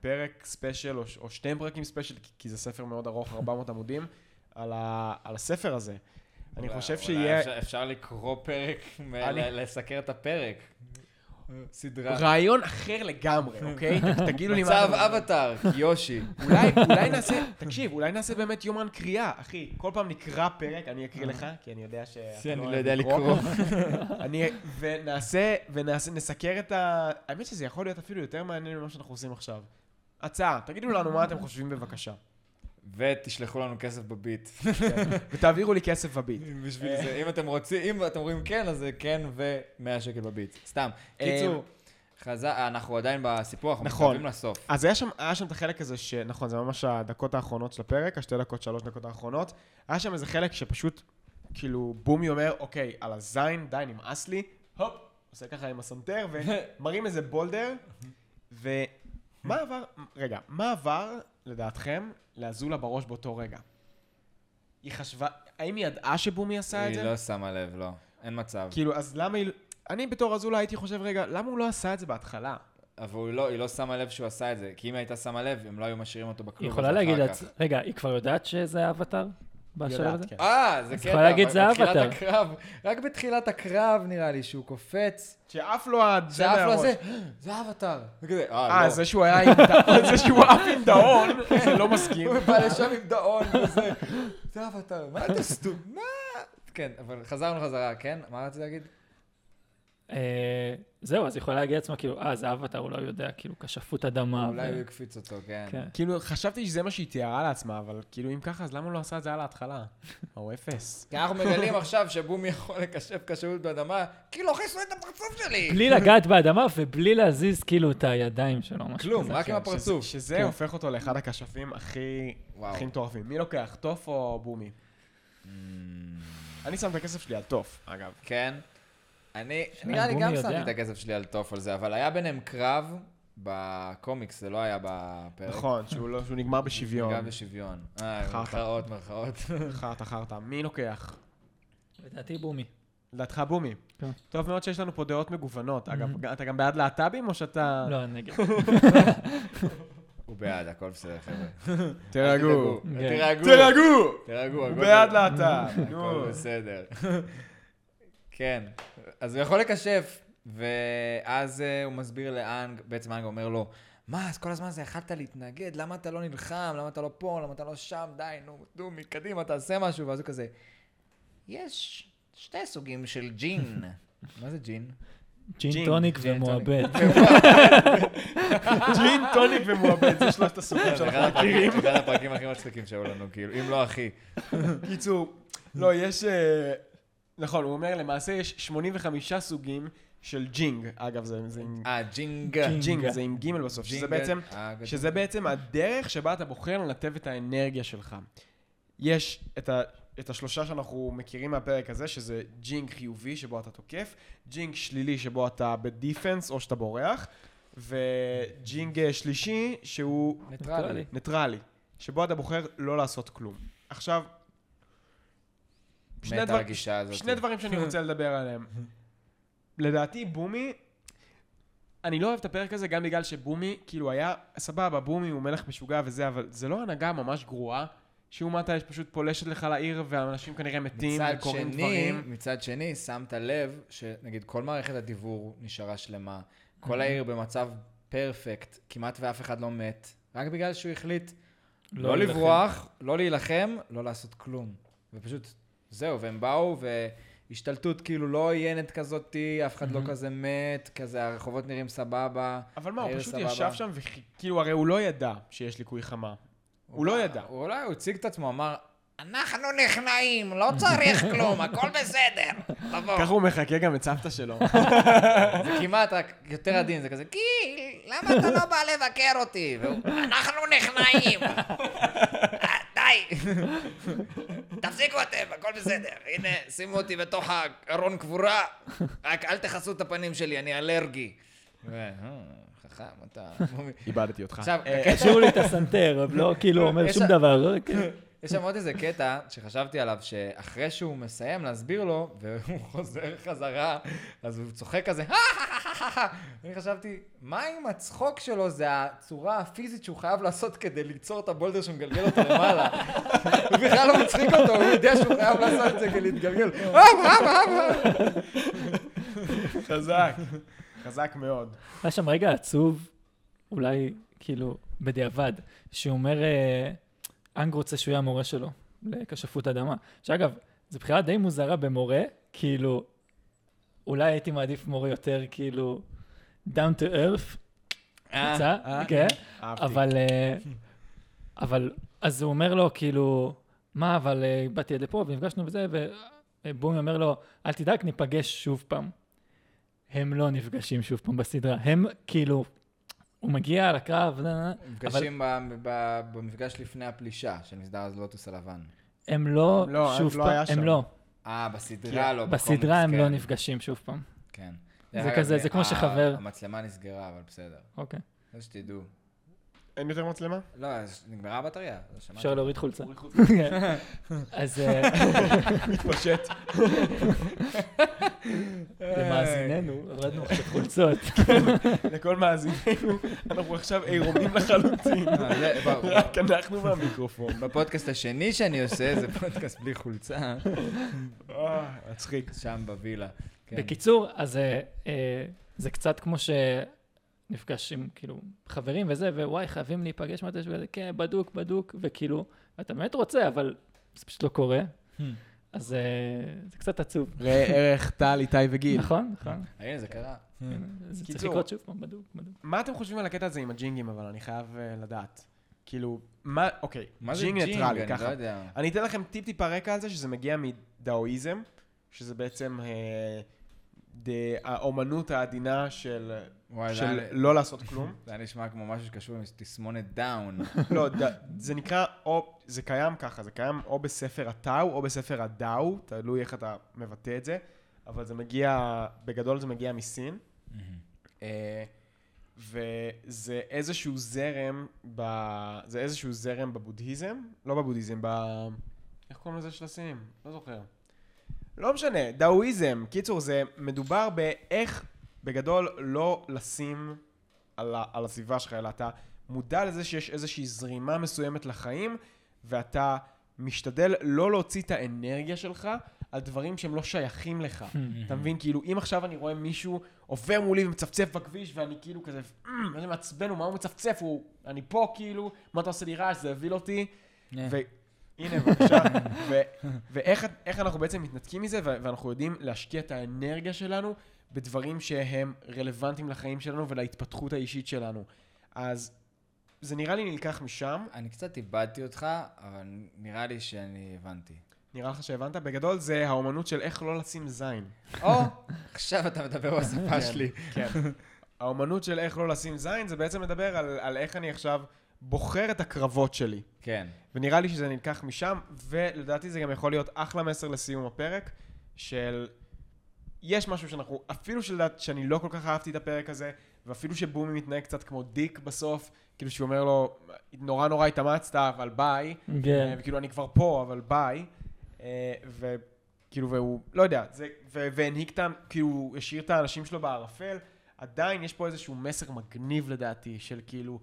Speaker 1: פרק ספיישל או, ש- או שני פרקים ספיישל, כי, כי זה ספר מאוד ארוך, 400 עמודים, על, ה... על הספר הזה. אני
Speaker 2: אולי-
Speaker 1: חושב
Speaker 2: אולי
Speaker 1: שיהיה...
Speaker 2: אפשר- אפשר לקרוא פרק, מ-
Speaker 1: אני-
Speaker 2: ל- לסקר את הפרק. סדרה.
Speaker 1: רעיון אחר לגמרי, אוקיי? ת- תגידו לי מה...
Speaker 2: מצב
Speaker 1: אתם-
Speaker 2: אבטאר, יושי.
Speaker 1: אולי, אולי נעשה, תקשיב, אולי נעשה באמת יומן קריאה, אחי. כל פעם נקרא פרק, אני אקריא לך, כי אני יודע ש...
Speaker 2: אני לא יודע לקרוא.
Speaker 1: אני, ונעשה, ונעשה, נסקר את ה... האמת שזה יכול להיות אפילו יותר מעניין ממה שאנחנו עושים עכשיו. הצעה, תגידו לנו מה אתם חושבים בבקשה. כן,
Speaker 2: ותשלחו לנו כסף בביט.
Speaker 1: ותעבירו לי כסף בביט.
Speaker 2: בשביל זה. אם אתם רוצים, אם אתם אומרים כן, אז זה כן ו-100 שקל בביט. סתם.
Speaker 1: אה,
Speaker 2: קיצור, חזה- אנחנו עדיין בסיפור, אנחנו
Speaker 1: נכון.
Speaker 2: מתקרבים לסוף.
Speaker 1: אז היה שם, היה שם את החלק הזה, שנכון, זה ממש הדקות האחרונות של הפרק, השתי דקות, שלוש דקות האחרונות. היה שם איזה חלק שפשוט, כאילו, בומי אומר, אוקיי, על הזין, די, נמאס לי, הופ, עושה ככה עם הסנטר, ומרים איזה בולדר, ומה עבר, רגע, מה עבר, לדעתכם, לאזולה בראש באותו רגע? היא חשבה, האם היא ידעה שבומי עשה את
Speaker 2: היא
Speaker 1: זה?
Speaker 2: לא שמה לב, לא. אין מצב.
Speaker 1: כאילו, אז למה היא... אני בתור אזולה הייתי חושב, רגע, למה הוא לא עשה את זה בהתחלה?
Speaker 2: אבל הוא לא, היא לא שמה לב שהוא עשה את זה, כי אם היא הייתה שמה לב, הם לא היו משאירים אותו בכלוב
Speaker 3: היא יכולה
Speaker 2: הזה אחר
Speaker 3: להגיד,
Speaker 2: כך.
Speaker 3: לעצ- רגע, היא כבר יודעת שזה האבטר? בשלב
Speaker 1: יודעת,
Speaker 3: הזה?
Speaker 1: כן.
Speaker 2: אה, זה קטע.
Speaker 3: יכולה להגיד, זה
Speaker 2: בתחילת
Speaker 3: אבטאר.
Speaker 2: הקרב, רק בתחילת הקרב נראה לי שהוא קופץ,
Speaker 1: שעף לו ה... זה
Speaker 2: שאף לו
Speaker 1: מהראש.
Speaker 2: זה, "אה, זה אבטאר. וכזה, אה,
Speaker 1: אה,
Speaker 2: לא.
Speaker 1: זה שהוא היה עם דאון, זה שהוא עף עם דאון, זה לא מסכים.
Speaker 2: הוא בא לשם עם דאון וזה, זה אבטאר, מה אתה סתום? מה? כן, אבל חזרנו חזרה, כן? מה רציתי להגיד?
Speaker 3: אה, זהו, אז היא יכולה להגיד לעצמה, כאילו, אה, זה אבטר, הוא לא יודע, כאילו, כשפות אדמה.
Speaker 2: אולי
Speaker 3: ו-
Speaker 2: הוא יקפיץ אותו, כן.
Speaker 3: כן.
Speaker 1: כאילו, חשבתי שזה מה שהיא תיארה לעצמה, אבל כאילו, אם ככה, אז למה הוא לא עשה את זה על ההתחלה? או אפס.
Speaker 2: כי אנחנו מגלים עכשיו שבומי יכול לקשף קשרות באדמה,
Speaker 4: כאילו כיסו את הפרצוף שלי!
Speaker 3: בלי לגעת באדמה ובלי להזיז, כאילו, את הידיים שלו, משהו
Speaker 2: כלום,
Speaker 3: כזה.
Speaker 2: רק עם הפרצוף. כן.
Speaker 1: שזה- שזה הופך אותו לאחד הכשפים הכי
Speaker 2: וואו.
Speaker 1: הכי מטורפים. מי לוקח, טוף או בומי?
Speaker 2: Mm.
Speaker 1: אני שם את הכסף שלי על טוף, אגב.
Speaker 2: כן. אני,
Speaker 3: שאלה,
Speaker 2: נראה לי
Speaker 3: בומי
Speaker 2: גם
Speaker 3: יודע.
Speaker 2: שמתי את הכסף שלי על טוף על זה, אבל היה ביניהם קרב בקומיקס, זה לא היה בפרק.
Speaker 1: נכון, שהוא לא- שהוא נגמר בשוויון.
Speaker 2: קרב בשוויון. אה,
Speaker 1: חרטא.
Speaker 2: מרכאות, מרכאות.
Speaker 1: חרטא, חרטא. מי לוקח?
Speaker 3: כן. לדעתי בומי.
Speaker 1: לדעתך בומי.
Speaker 3: כן.
Speaker 1: טוב מאוד שיש לנו פה דעות מגוונות. אגב, אתה גם בעד להט"בים או
Speaker 2: אה.
Speaker 1: שאתה...
Speaker 3: לא, נגד.
Speaker 2: הוא בעד, הכל בסדר, חבר'ה.
Speaker 1: תירגעו.
Speaker 3: כן.
Speaker 2: תירגעו.
Speaker 1: תירגעו!
Speaker 2: תירגעו.
Speaker 1: הוא
Speaker 2: הכל
Speaker 1: בעד
Speaker 2: בסדר.
Speaker 1: להט"ב. נו.
Speaker 2: הכל בסדר. כן. אז הוא יכול לקשף, ואז אה, הוא מסביר לאנג, בעצם אנג אומר לו, מה, אז כל הזמן הזה יכלת להתנגד, למה אתה לא נלחם, למה אתה לא פה, למה אתה לא שם, די, נו, דומי, קדימה, תעשה משהו, ואז הוא כזה, יש שתי סוגים של ג'ין. מה זה ג'ין?
Speaker 3: ג'ין
Speaker 1: ג'ין,
Speaker 3: טוניק
Speaker 2: ג'ין
Speaker 3: ומועבד.
Speaker 1: ג'ין, טוניק ומועבד, זה לא שלושת הסוגים
Speaker 2: זה
Speaker 1: שאנחנו
Speaker 2: אחד
Speaker 1: מכירים.
Speaker 2: הפרקים- זה אחד הפרקים הכי מצחיקים שהיו לנו, כאילו, אם לא הכי.
Speaker 1: קיצור, לא, יש... אה, נכון, הוא אומר, למעשה יש 85 סוגים של ג'ינג. אגב, זה זה עם...
Speaker 2: אה, ג'ינגה. אה,
Speaker 1: ג'ינג, אה, זה עם גימל בסוף, שזה
Speaker 2: ג'ינגה,
Speaker 1: בעצם...
Speaker 2: הגדול.
Speaker 1: שזה בעצם הדרך שבה אתה בוחר לנתב את האנרגיה שלך. יש את, ה, את השלושה שאנחנו מכירים מהפרק הזה, שזה ג'ינג חיובי שבו אתה תוקף, ג'ינג שלילי שבו אתה בדיפנס או שאתה בורח, וג'ינג אה, שלישי שהוא
Speaker 2: ניטרלי.
Speaker 1: ניטרלי, שבו אתה בוחר לא לעשות כלום. עכשיו, שני
Speaker 2: מת
Speaker 1: דבר-
Speaker 2: הרגישה הזאת.
Speaker 1: שני דברים שאני רוצה לדבר עליהם. לדעתי, בומי, אני לא אוהב את הפרק הזה גם בגלל שבומי, כאילו היה, סבבה, בומי הוא מלך משוגע וזה, אבל זה לא הנהגה ממש גרועה, שאומתה יש פשוט פולשת לך לעיר, והאנשים כנראה מתים
Speaker 2: מצד
Speaker 1: וקוראים
Speaker 2: שני,
Speaker 1: דברים.
Speaker 2: מצד שני, שמת לב שנגיד כל מערכת הדיוור נשארה שלמה, כל העיר במצב פרפקט, כמעט ואף אחד לא מת, רק בגלל שהוא החליט לא
Speaker 3: להילחם.
Speaker 2: לברוח, לא להילחם, לא לעשות כלום. ופשוט, זהו, והם באו והשתלטות כאילו לא עוינת כזאתי, אף אחד לא כזה מת, כזה הרחובות נראים סבבה.
Speaker 1: אבל מה, הוא
Speaker 2: העיר
Speaker 1: פשוט
Speaker 2: סבבה.
Speaker 1: ישב שם, וכאילו, הרי הוא לא ידע שיש ליקוי חמה. הוא לא ידע.
Speaker 2: הוא אולי הוא הציג את עצמו, אמר,
Speaker 4: אנחנו נכנעים, לא צריך כלום, הכל בסדר. תבוא.
Speaker 2: לא-
Speaker 1: ככה הוא מחכה גם את סבתא שלו.
Speaker 2: זה כמעט רק יותר עדין, זה כזה,
Speaker 4: גיל, למה אתה לא בא לבקר אותי? והוא, אנחנו נכנעים. "אה, די. תפסיקו אתם, הכל בסדר. הנה, שימו אותי בתוך הארון קבורה.
Speaker 2: רק אל תכסו את הפנים שלי, אני אלרגי. אה, חכם, אתה...
Speaker 1: איבדתי אותך.
Speaker 2: עכשיו,
Speaker 1: אה,
Speaker 2: הקטע-
Speaker 3: קשור לי את הסנטר, אבל לא כאילו אומר
Speaker 2: יש
Speaker 3: שום
Speaker 2: ה-
Speaker 3: דבר. כן.
Speaker 2: יש שם עוד איזה קטע שחשבתי עליו, שאחרי שהוא מסיים להסביר לו, והוא חוזר חזרה, אז הוא צוחק כזה, אני חשבתי, מה אם הצחוק שלו זה הצורה הפיזית שהוא חייב לעשות כדי ליצור את הבולדר שמגלגל אותו למעלה? הוא בכלל לא מצחיק אותו, הוא יודע שהוא חייב לעשות את זה כדי להתגלגל.
Speaker 1: חזק. חזק מאוד.
Speaker 3: היה שם רגע עצוב, אולי כאילו בדיעבד, שהוא אומר, אה, אנג רוצה שהוא יהיה המורה שלו לכשפות אדמה. שאגב, זו בחירה די מוזרה במורה, כאילו, אולי הייתי מעדיף מורה יותר כאילו down to earth, קצת,
Speaker 1: אה.
Speaker 3: כן,
Speaker 1: אהבתי.
Speaker 3: אבל, אה, אבל, אז הוא אומר לו כאילו, מה, אבל אה, באתי עד לפה ונפגשנו וזה, ובום אומר לו, אל תדאג, ניפגש שוב פעם. הם לא נפגשים שוב פעם בסדרה, הם כאילו, הוא מגיע לקרב, נה, נה, נה, אבל
Speaker 2: נפגשים ב- ב- במפגש לפני הפלישה, שנסדר אז לוטוס הלבן.
Speaker 3: הם לא,
Speaker 1: הם לא,
Speaker 3: שוב
Speaker 1: אז לא
Speaker 3: פעם,
Speaker 1: היה
Speaker 3: הם
Speaker 1: שם.
Speaker 3: לא,
Speaker 2: אה, בסדרה לא. בקומיקס,
Speaker 3: בסדרה הם לא
Speaker 2: כן.
Speaker 3: נפגשים שוב פעם,
Speaker 2: כן.
Speaker 3: זה
Speaker 2: דרך
Speaker 3: כזה,
Speaker 2: אגב,
Speaker 3: זה כמו
Speaker 2: ה-
Speaker 3: שחבר-
Speaker 2: המצלמה נסגרה, אבל בסדר.
Speaker 3: אוקיי,
Speaker 2: לא שתדעו.
Speaker 1: אין יותר מצלמה?
Speaker 2: לא, אז נגמרה הבטריה. לא שמעתי.
Speaker 3: אפשר להוריד חולצה. אז אה,
Speaker 1: מתפשט.
Speaker 3: למאזיננו, הורדנו עכשיו חולצות.
Speaker 1: לכל מאזיננו, אנחנו עכשיו עירומים לחלוטין.
Speaker 2: אה, זה- ב- ב-
Speaker 1: רק אנחנו והמיקרופון.
Speaker 2: בפודקאסט השני שאני עושה, זה פודקאסט בלי חולצה,
Speaker 1: אה, מצחיק.
Speaker 2: שם בווילה. כן.
Speaker 3: בקיצור, אז אה, אה, זה קצת כמו שנפגש עם כאילו חברים וזה, ווואי, חייבים להיפגש מתי שזה, כן, בדוק, בדוק, וכאילו, אתה באמת רוצה, אבל זה פשוט לא קורה. אז אה, זה קצת עצוב.
Speaker 1: ראה ערך טל, איתי וגיל.
Speaker 3: נכון, נכון.
Speaker 2: אה, הנה, זה קרה.
Speaker 3: זה צריך
Speaker 1: קיצור.
Speaker 3: לקרות שוב פעם, בדוק, בדוק.
Speaker 1: מה אתם חושבים על הקטע הזה עם הג'ינגים, אבל אני חייב אה, לדעת. כאילו, מה, אוקיי,
Speaker 2: מה זה
Speaker 1: ג'ינג
Speaker 2: ג'ינג?
Speaker 1: ניטרלי,
Speaker 2: אני לא
Speaker 1: ככה.
Speaker 2: יודע.
Speaker 1: אני אתן לכם טיפ טיפה רקע על זה, שזה מגיע מדאואיזם, שזה בעצם אה, דה- האומנות העדינה של
Speaker 2: וואי, זה
Speaker 1: של
Speaker 2: היה-
Speaker 1: לא לעשות כלום.
Speaker 2: זה היה נשמע כמו משהו שקשור לתסמונת דאון.
Speaker 1: לא, ד- זה נקרא, או, זה קיים ככה, זה קיים או בספר הטאו או בספר הדאו, תלוי איך אתה מבטא את זה, אבל זה מגיע, בגדול זה מגיע מסין. אה, וזה איזשהו זרם, ב... זה איזשהו זרם בבודהיזם, לא בבודהיזם, ב... איך קוראים לזה של הסינים? לא זוכר. לא משנה, דאואיזם. קיצור, זה מדובר באיך בגדול לא לשים על, ה- על הסביבה שלך, אלא אתה מודע לזה שיש איזושהי זרימה מסוימת לחיים, ואתה משתדל לא להוציא את האנרגיה שלך על דברים שהם לא שייכים לך. אתה מבין? כאילו, אם עכשיו אני רואה מישהו עובר מולי ומצפצף בכביש, ואני כאילו כזה, "אמ, איזה מעצבן הוא, מה הוא מצפצף? הוא, אני פה כאילו, מה אתה עושה לי רעש? זה הבהיל אותי. והנה, בבקשה. ו- ואיך איך אנחנו בעצם מתנתקים מזה, ו- ואנחנו יודעים להשקיע את האנרגיה שלנו בדברים שהם רלוונטיים לחיים שלנו ולהתפתחות האישית שלנו. אז זה נראה לי נלקח משם.
Speaker 2: אני קצת איבדתי אותך, אבל נראה לי שאני הבנתי.
Speaker 1: נראה לך שהבנת? בגדול זה האומנות של איך לא לשים זין.
Speaker 2: או, עכשיו אתה מדבר בשפה שלי.
Speaker 1: כן. האומנות של איך לא לשים זין זה בעצם מדבר על, על איך אני עכשיו בוחר את הקרבות שלי.
Speaker 2: כן.
Speaker 1: ונראה לי שזה נלקח משם, ולדעתי זה גם יכול להיות אחלה מסר לסיום הפרק, של... יש משהו שאנחנו, אפילו שלדעת שאני לא כל כך אהבתי את הפרק הזה, ואפילו שבומי מתנהג קצת כמו דיק בסוף, כאילו שהוא אומר לו, נורא נורא התאמצת, אבל ביי.
Speaker 3: כן.
Speaker 1: אה, וכאילו, אני כבר פה, אבל ביי. אה, וכאילו, והוא, לא יודע, זה, ו- והנהיג את, ה- כאילו, הוא השאיר את האנשים שלו בערפל, עדיין יש פה איזשהו מסר מגניב לדעתי, של כאילו,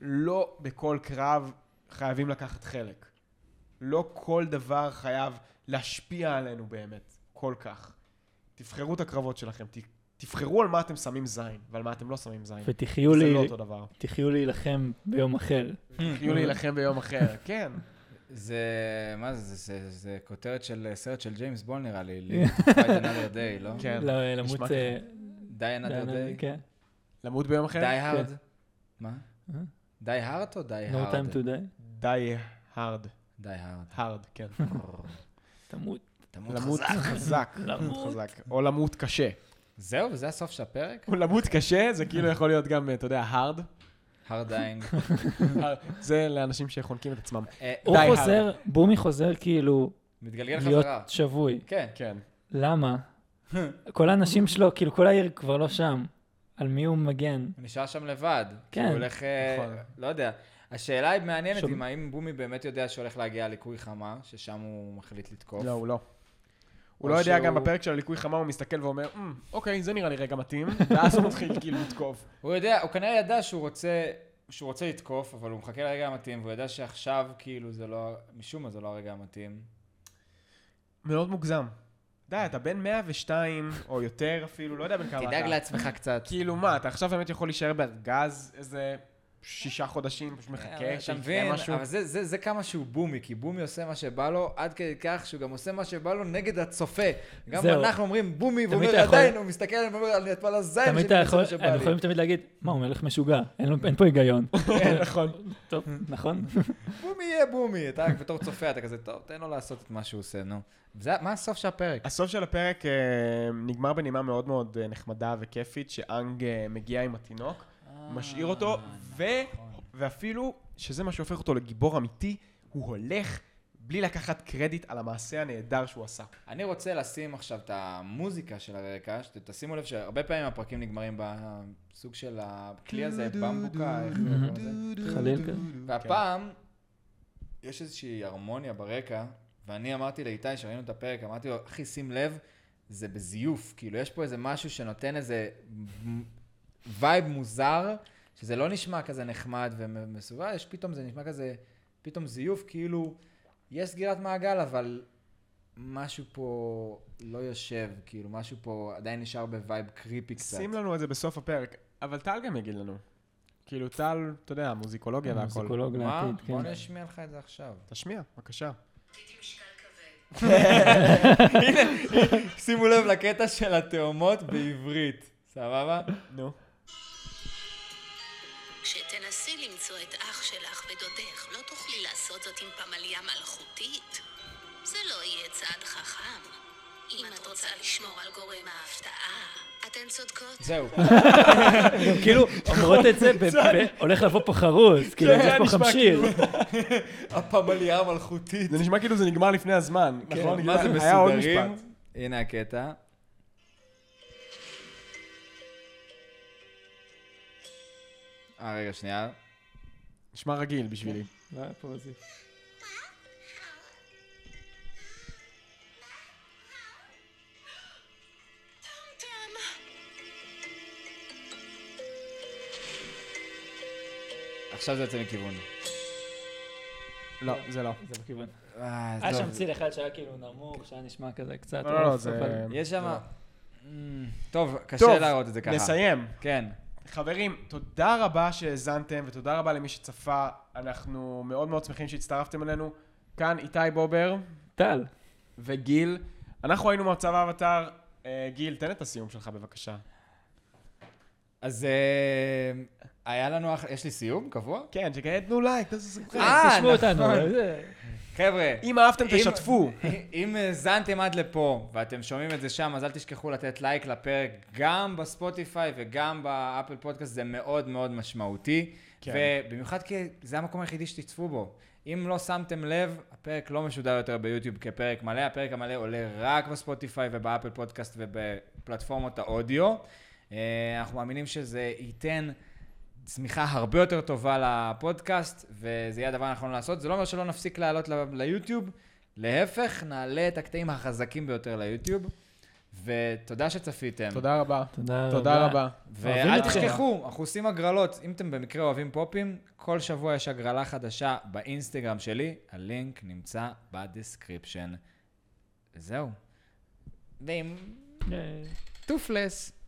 Speaker 1: לא בכל קרב חייבים לקחת חלק. לא כל דבר חייב להשפיע עלינו באמת, כל כך. תבחרו את הקרבות שלכם, ת, תבחרו על מה אתם שמים זין, ועל מה אתם לא שמים זין.
Speaker 3: ותחיו
Speaker 1: זה
Speaker 3: לי-
Speaker 1: לא אותו דבר.
Speaker 3: תחיו להילחם ביום אחר.
Speaker 1: תחיו להילחם ביום אחר, כן.
Speaker 2: זה, מה זה, זה, זה, זה כותרת של סרט של ג'יימס בול נראה לי, Live to Fight another day, לא?
Speaker 1: כן.
Speaker 3: ל- למות...
Speaker 1: נשמע
Speaker 3: אה,
Speaker 2: Die another
Speaker 3: ל-
Speaker 2: day?
Speaker 3: כן.
Speaker 1: למות ביום
Speaker 2: Die
Speaker 1: אחר?
Speaker 2: hard?
Speaker 3: כן.
Speaker 2: מה?
Speaker 3: אה?
Speaker 2: Die hard או Die
Speaker 3: No
Speaker 2: hard?
Speaker 3: time to die.
Speaker 1: די hard.
Speaker 2: Die hard.
Speaker 1: hard, כן.
Speaker 3: תמות.
Speaker 2: תמות
Speaker 1: למות
Speaker 2: חזק.
Speaker 1: חזק. למות
Speaker 3: למות.
Speaker 1: חזק. או למות קשה.
Speaker 2: זהו, וזה הסוף של הפרק?
Speaker 1: או למות קשה, זה כאילו יכול להיות גם, אתה יודע, hard.
Speaker 2: hard dying.
Speaker 1: זה לאנשים שחונקים את עצמם.
Speaker 2: אה,
Speaker 3: הוא
Speaker 1: די,
Speaker 3: חוזר, בומי חוזר כאילו
Speaker 2: מתגלגל
Speaker 3: להיות
Speaker 2: חזרה.
Speaker 3: שבוי.
Speaker 2: כן.
Speaker 1: כן.
Speaker 3: למה?
Speaker 2: אה,
Speaker 3: כל האנשים שלו, כאילו כל העיר כבר לא שם. על מי הוא מגן?
Speaker 2: הוא נשאר שם לבד.
Speaker 3: כן.
Speaker 2: הוא הולך, אה,
Speaker 1: נכון.
Speaker 2: לא יודע. השאלה היא מעניינת,
Speaker 3: שוב-
Speaker 2: אם האם בומי באמת יודע שהולך להגיע ליקוי חמה, ששם הוא מחליט לתקוף.
Speaker 1: לא, הוא לא.
Speaker 2: או
Speaker 1: הוא לא יודע,
Speaker 2: שהוא-
Speaker 1: גם בפרק של הליקוי חמה הוא מסתכל ואומר, "אמ, אוקיי, זה נראה לי רגע מתאים, ואז הוא מתחיל כאילו לתקוף.
Speaker 2: הוא יודע, הוא כנראה ידע שהוא רוצה, שהוא רוצה לתקוף, אבל הוא מחכה לרגע המתאים, והוא ידע שעכשיו, כאילו, זה לא, משום מה זה לא הרגע המתאים.
Speaker 1: מאוד מוגזם. די, אתה בן 102, או יותר אפילו, לא יודע בן כמה
Speaker 2: תדאג
Speaker 1: אתה.
Speaker 2: לעצמך קצת.
Speaker 1: כאילו מה, אתה עכשיו באמת יכול להישאר בארגז איזה שישה חודשים, פשוט
Speaker 2: אבל
Speaker 1: מחכה
Speaker 2: אה, אתה
Speaker 1: שיקרה
Speaker 2: מבין,
Speaker 1: משהו.
Speaker 2: אבל זה, זה, זה כמה שהוא בומי, כי בומי עושה מה שבא לו, עד כדי כך שהוא גם עושה מה שבא לו נגד הצופה. גם
Speaker 3: זהו.
Speaker 2: אנחנו אומרים בומי, והוא
Speaker 3: תמיד
Speaker 2: אומר
Speaker 3: אתה יכול-
Speaker 2: עדיין, הוא מסתכל עליהם ואומר, אני אתפל הזין
Speaker 3: תמיד אתה
Speaker 2: שלי, עושה
Speaker 3: יכול,
Speaker 2: מה שבא
Speaker 3: הם
Speaker 2: לי.
Speaker 3: יכולים תמיד להגיד, מה, הוא מלך משוגע, אין לו- אין פה היגיון.
Speaker 1: נכון.
Speaker 3: טוב,
Speaker 2: אה,
Speaker 3: נכון?
Speaker 2: בומי יהיה בומי, אתה בתור צופה, אתה כזה, טוב, תן לו לעשות את מה שהוא עושה, נו. וזה- מה הסוף של הפרק?
Speaker 1: הסוף של הפרק אה, נגמר בנימה מאוד מאוד אה, נחמדה וכיפית, שאנג אה, מגיע עם התינוק,
Speaker 2: אה,
Speaker 1: משאיר אותו, ו...
Speaker 2: נכון.
Speaker 1: ואפילו שזה מה שהופך אותו לגיבור אמיתי, הוא הולך בלי לקחת קרדיט על המעשה הנהדר שהוא עשה.
Speaker 2: אני רוצה לשים עכשיו את המוזיקה של הרקע, שתשימו לב שהרבה פעמים הפרקים נגמרים בסוג של הכלי הזה, במבוקה, איך קוראים לזה?
Speaker 3: חליל כזה.
Speaker 2: והפעם, יש איזושהי הרמוניה ברקע, ואני אמרתי לאיתי, שראינו את הפרק, אמרתי לו, אחי, שים לב, זה בזיוף. כאילו, יש פה איזה משהו שנותן איזה וייב מוזר, שזה לא נשמע כזה נחמד ומסובב, יש פתאום, זה נשמע כזה, פתאום זיוף, כאילו, יש סגירת מעגל, אבל משהו פה לא יושב, כאילו, משהו פה עדיין נשאר בווייב קריפי קצת.
Speaker 1: שים לנו את זה בסוף הפרק, אבל טל גם יגיד לנו. כאילו, טל, אתה יודע, מוזיקולוגיה והכל.
Speaker 3: מוזיקולוג
Speaker 2: מה?
Speaker 3: לעתיד,
Speaker 2: בוא
Speaker 3: כן.
Speaker 2: נשמיע לך את זה עכשיו.
Speaker 1: תשמיע, בבקשה.
Speaker 2: שימו לב לקטע של התאומות בעברית, סבבה?
Speaker 1: נו.
Speaker 5: כשתנסי למצוא את אח שלך ודודך, לא תוכלי לעשות זאת עם פמליה מלכותית. זה לא יהיה צעד חכם. אם את רוצה לשמור על גורם ההפתעה, אתן צודקות.
Speaker 2: זהו.
Speaker 3: כאילו, אומרות את זה, ב- ב- הולך לבוא פה חרוז, כאילו, יש פה
Speaker 1: נשמע
Speaker 3: חמשיר.
Speaker 2: כאילו. הפמליה המלכותית.
Speaker 1: זה נשמע כאילו זה נגמר לפני הזמן. נכון?
Speaker 2: כן. מה זה
Speaker 1: היה עוד
Speaker 2: מסודרים?
Speaker 1: משפט.
Speaker 2: הנה הקטע. אה, רגע, שנייה.
Speaker 1: נשמע רגיל בשבילי.
Speaker 3: לא היה פה מזיף.
Speaker 2: עכשיו זה יוצא מכיוון.
Speaker 1: לא, זה לא.
Speaker 3: זה בכיוון.
Speaker 2: אה,
Speaker 3: היה
Speaker 2: טוב.
Speaker 3: שם ציל אחד שהיה כאילו נמוך, שהיה נשמע כזה קצת...
Speaker 1: לא, לא, לא,
Speaker 3: עוף,
Speaker 1: זה...
Speaker 3: אבל-
Speaker 2: יש שם... Mm, טוב, קשה
Speaker 1: טוב,
Speaker 2: להראות את זה ככה.
Speaker 1: נסיים.
Speaker 2: כן.
Speaker 1: חברים, תודה רבה שהאזנתם, ותודה רבה למי שצפה. אנחנו מאוד מאוד שמחים שהצטרפתם אלינו. כאן איתי בובר
Speaker 3: טל.
Speaker 1: וגיל. אנחנו היינו מצב האבטר. אה, גיל, תן את הסיום שלך בבקשה.
Speaker 2: אז אה, היה לנו... אח- יש לי סיום קבוע?
Speaker 1: כן, שכן, תנו לייק, תעשו סוכן.
Speaker 2: אה,
Speaker 3: תשמעו
Speaker 2: נכון.
Speaker 3: אותנו. זה-
Speaker 2: חבר'ה,
Speaker 1: אם אהבתם,
Speaker 2: אם-
Speaker 1: תשתפו.
Speaker 2: אם האזנתם עד לפה ואתם שומעים את זה שם, אז אל תשכחו לתת לייק לפרק גם בספוטיפיי וגם באפל פודקאסט, זה מאוד מאוד משמעותי.
Speaker 1: כן.
Speaker 2: ובמיוחד כי זה המקום היחידי שתצפו בו. אם לא שמתם לב, הפרק לא משודר יותר ביוטיוב כפרק מלא, הפרק המלא עולה רק בספוטיפיי ובאפל פודקאסט ובפלטפורמות האודיו. אה, אנחנו מאמינים שזה ייתן צמיחה הרבה יותר טובה לפודקאסט, וזה יהיה הדבר הנכון לעשות. זה לא אומר שלא נפסיק לעלות ל- ליוטיוב, להפך, נעלה את הקטעים החזקים ביותר ליוטיוב, ותודה שצפיתם.
Speaker 1: תודה רבה.
Speaker 3: תודה רבה.
Speaker 1: תודה רבה.
Speaker 2: ואל
Speaker 3: אוהבים אתכם.
Speaker 2: תשכחו, אנחנו עושים הגרלות. אם אתם במקרה אוהבים פופים, כל שבוע יש הגרלה חדשה באינסטגרם שלי, הלינק נמצא בדסקריפשן. זהו. ועם
Speaker 3: אה,
Speaker 2: טופלס.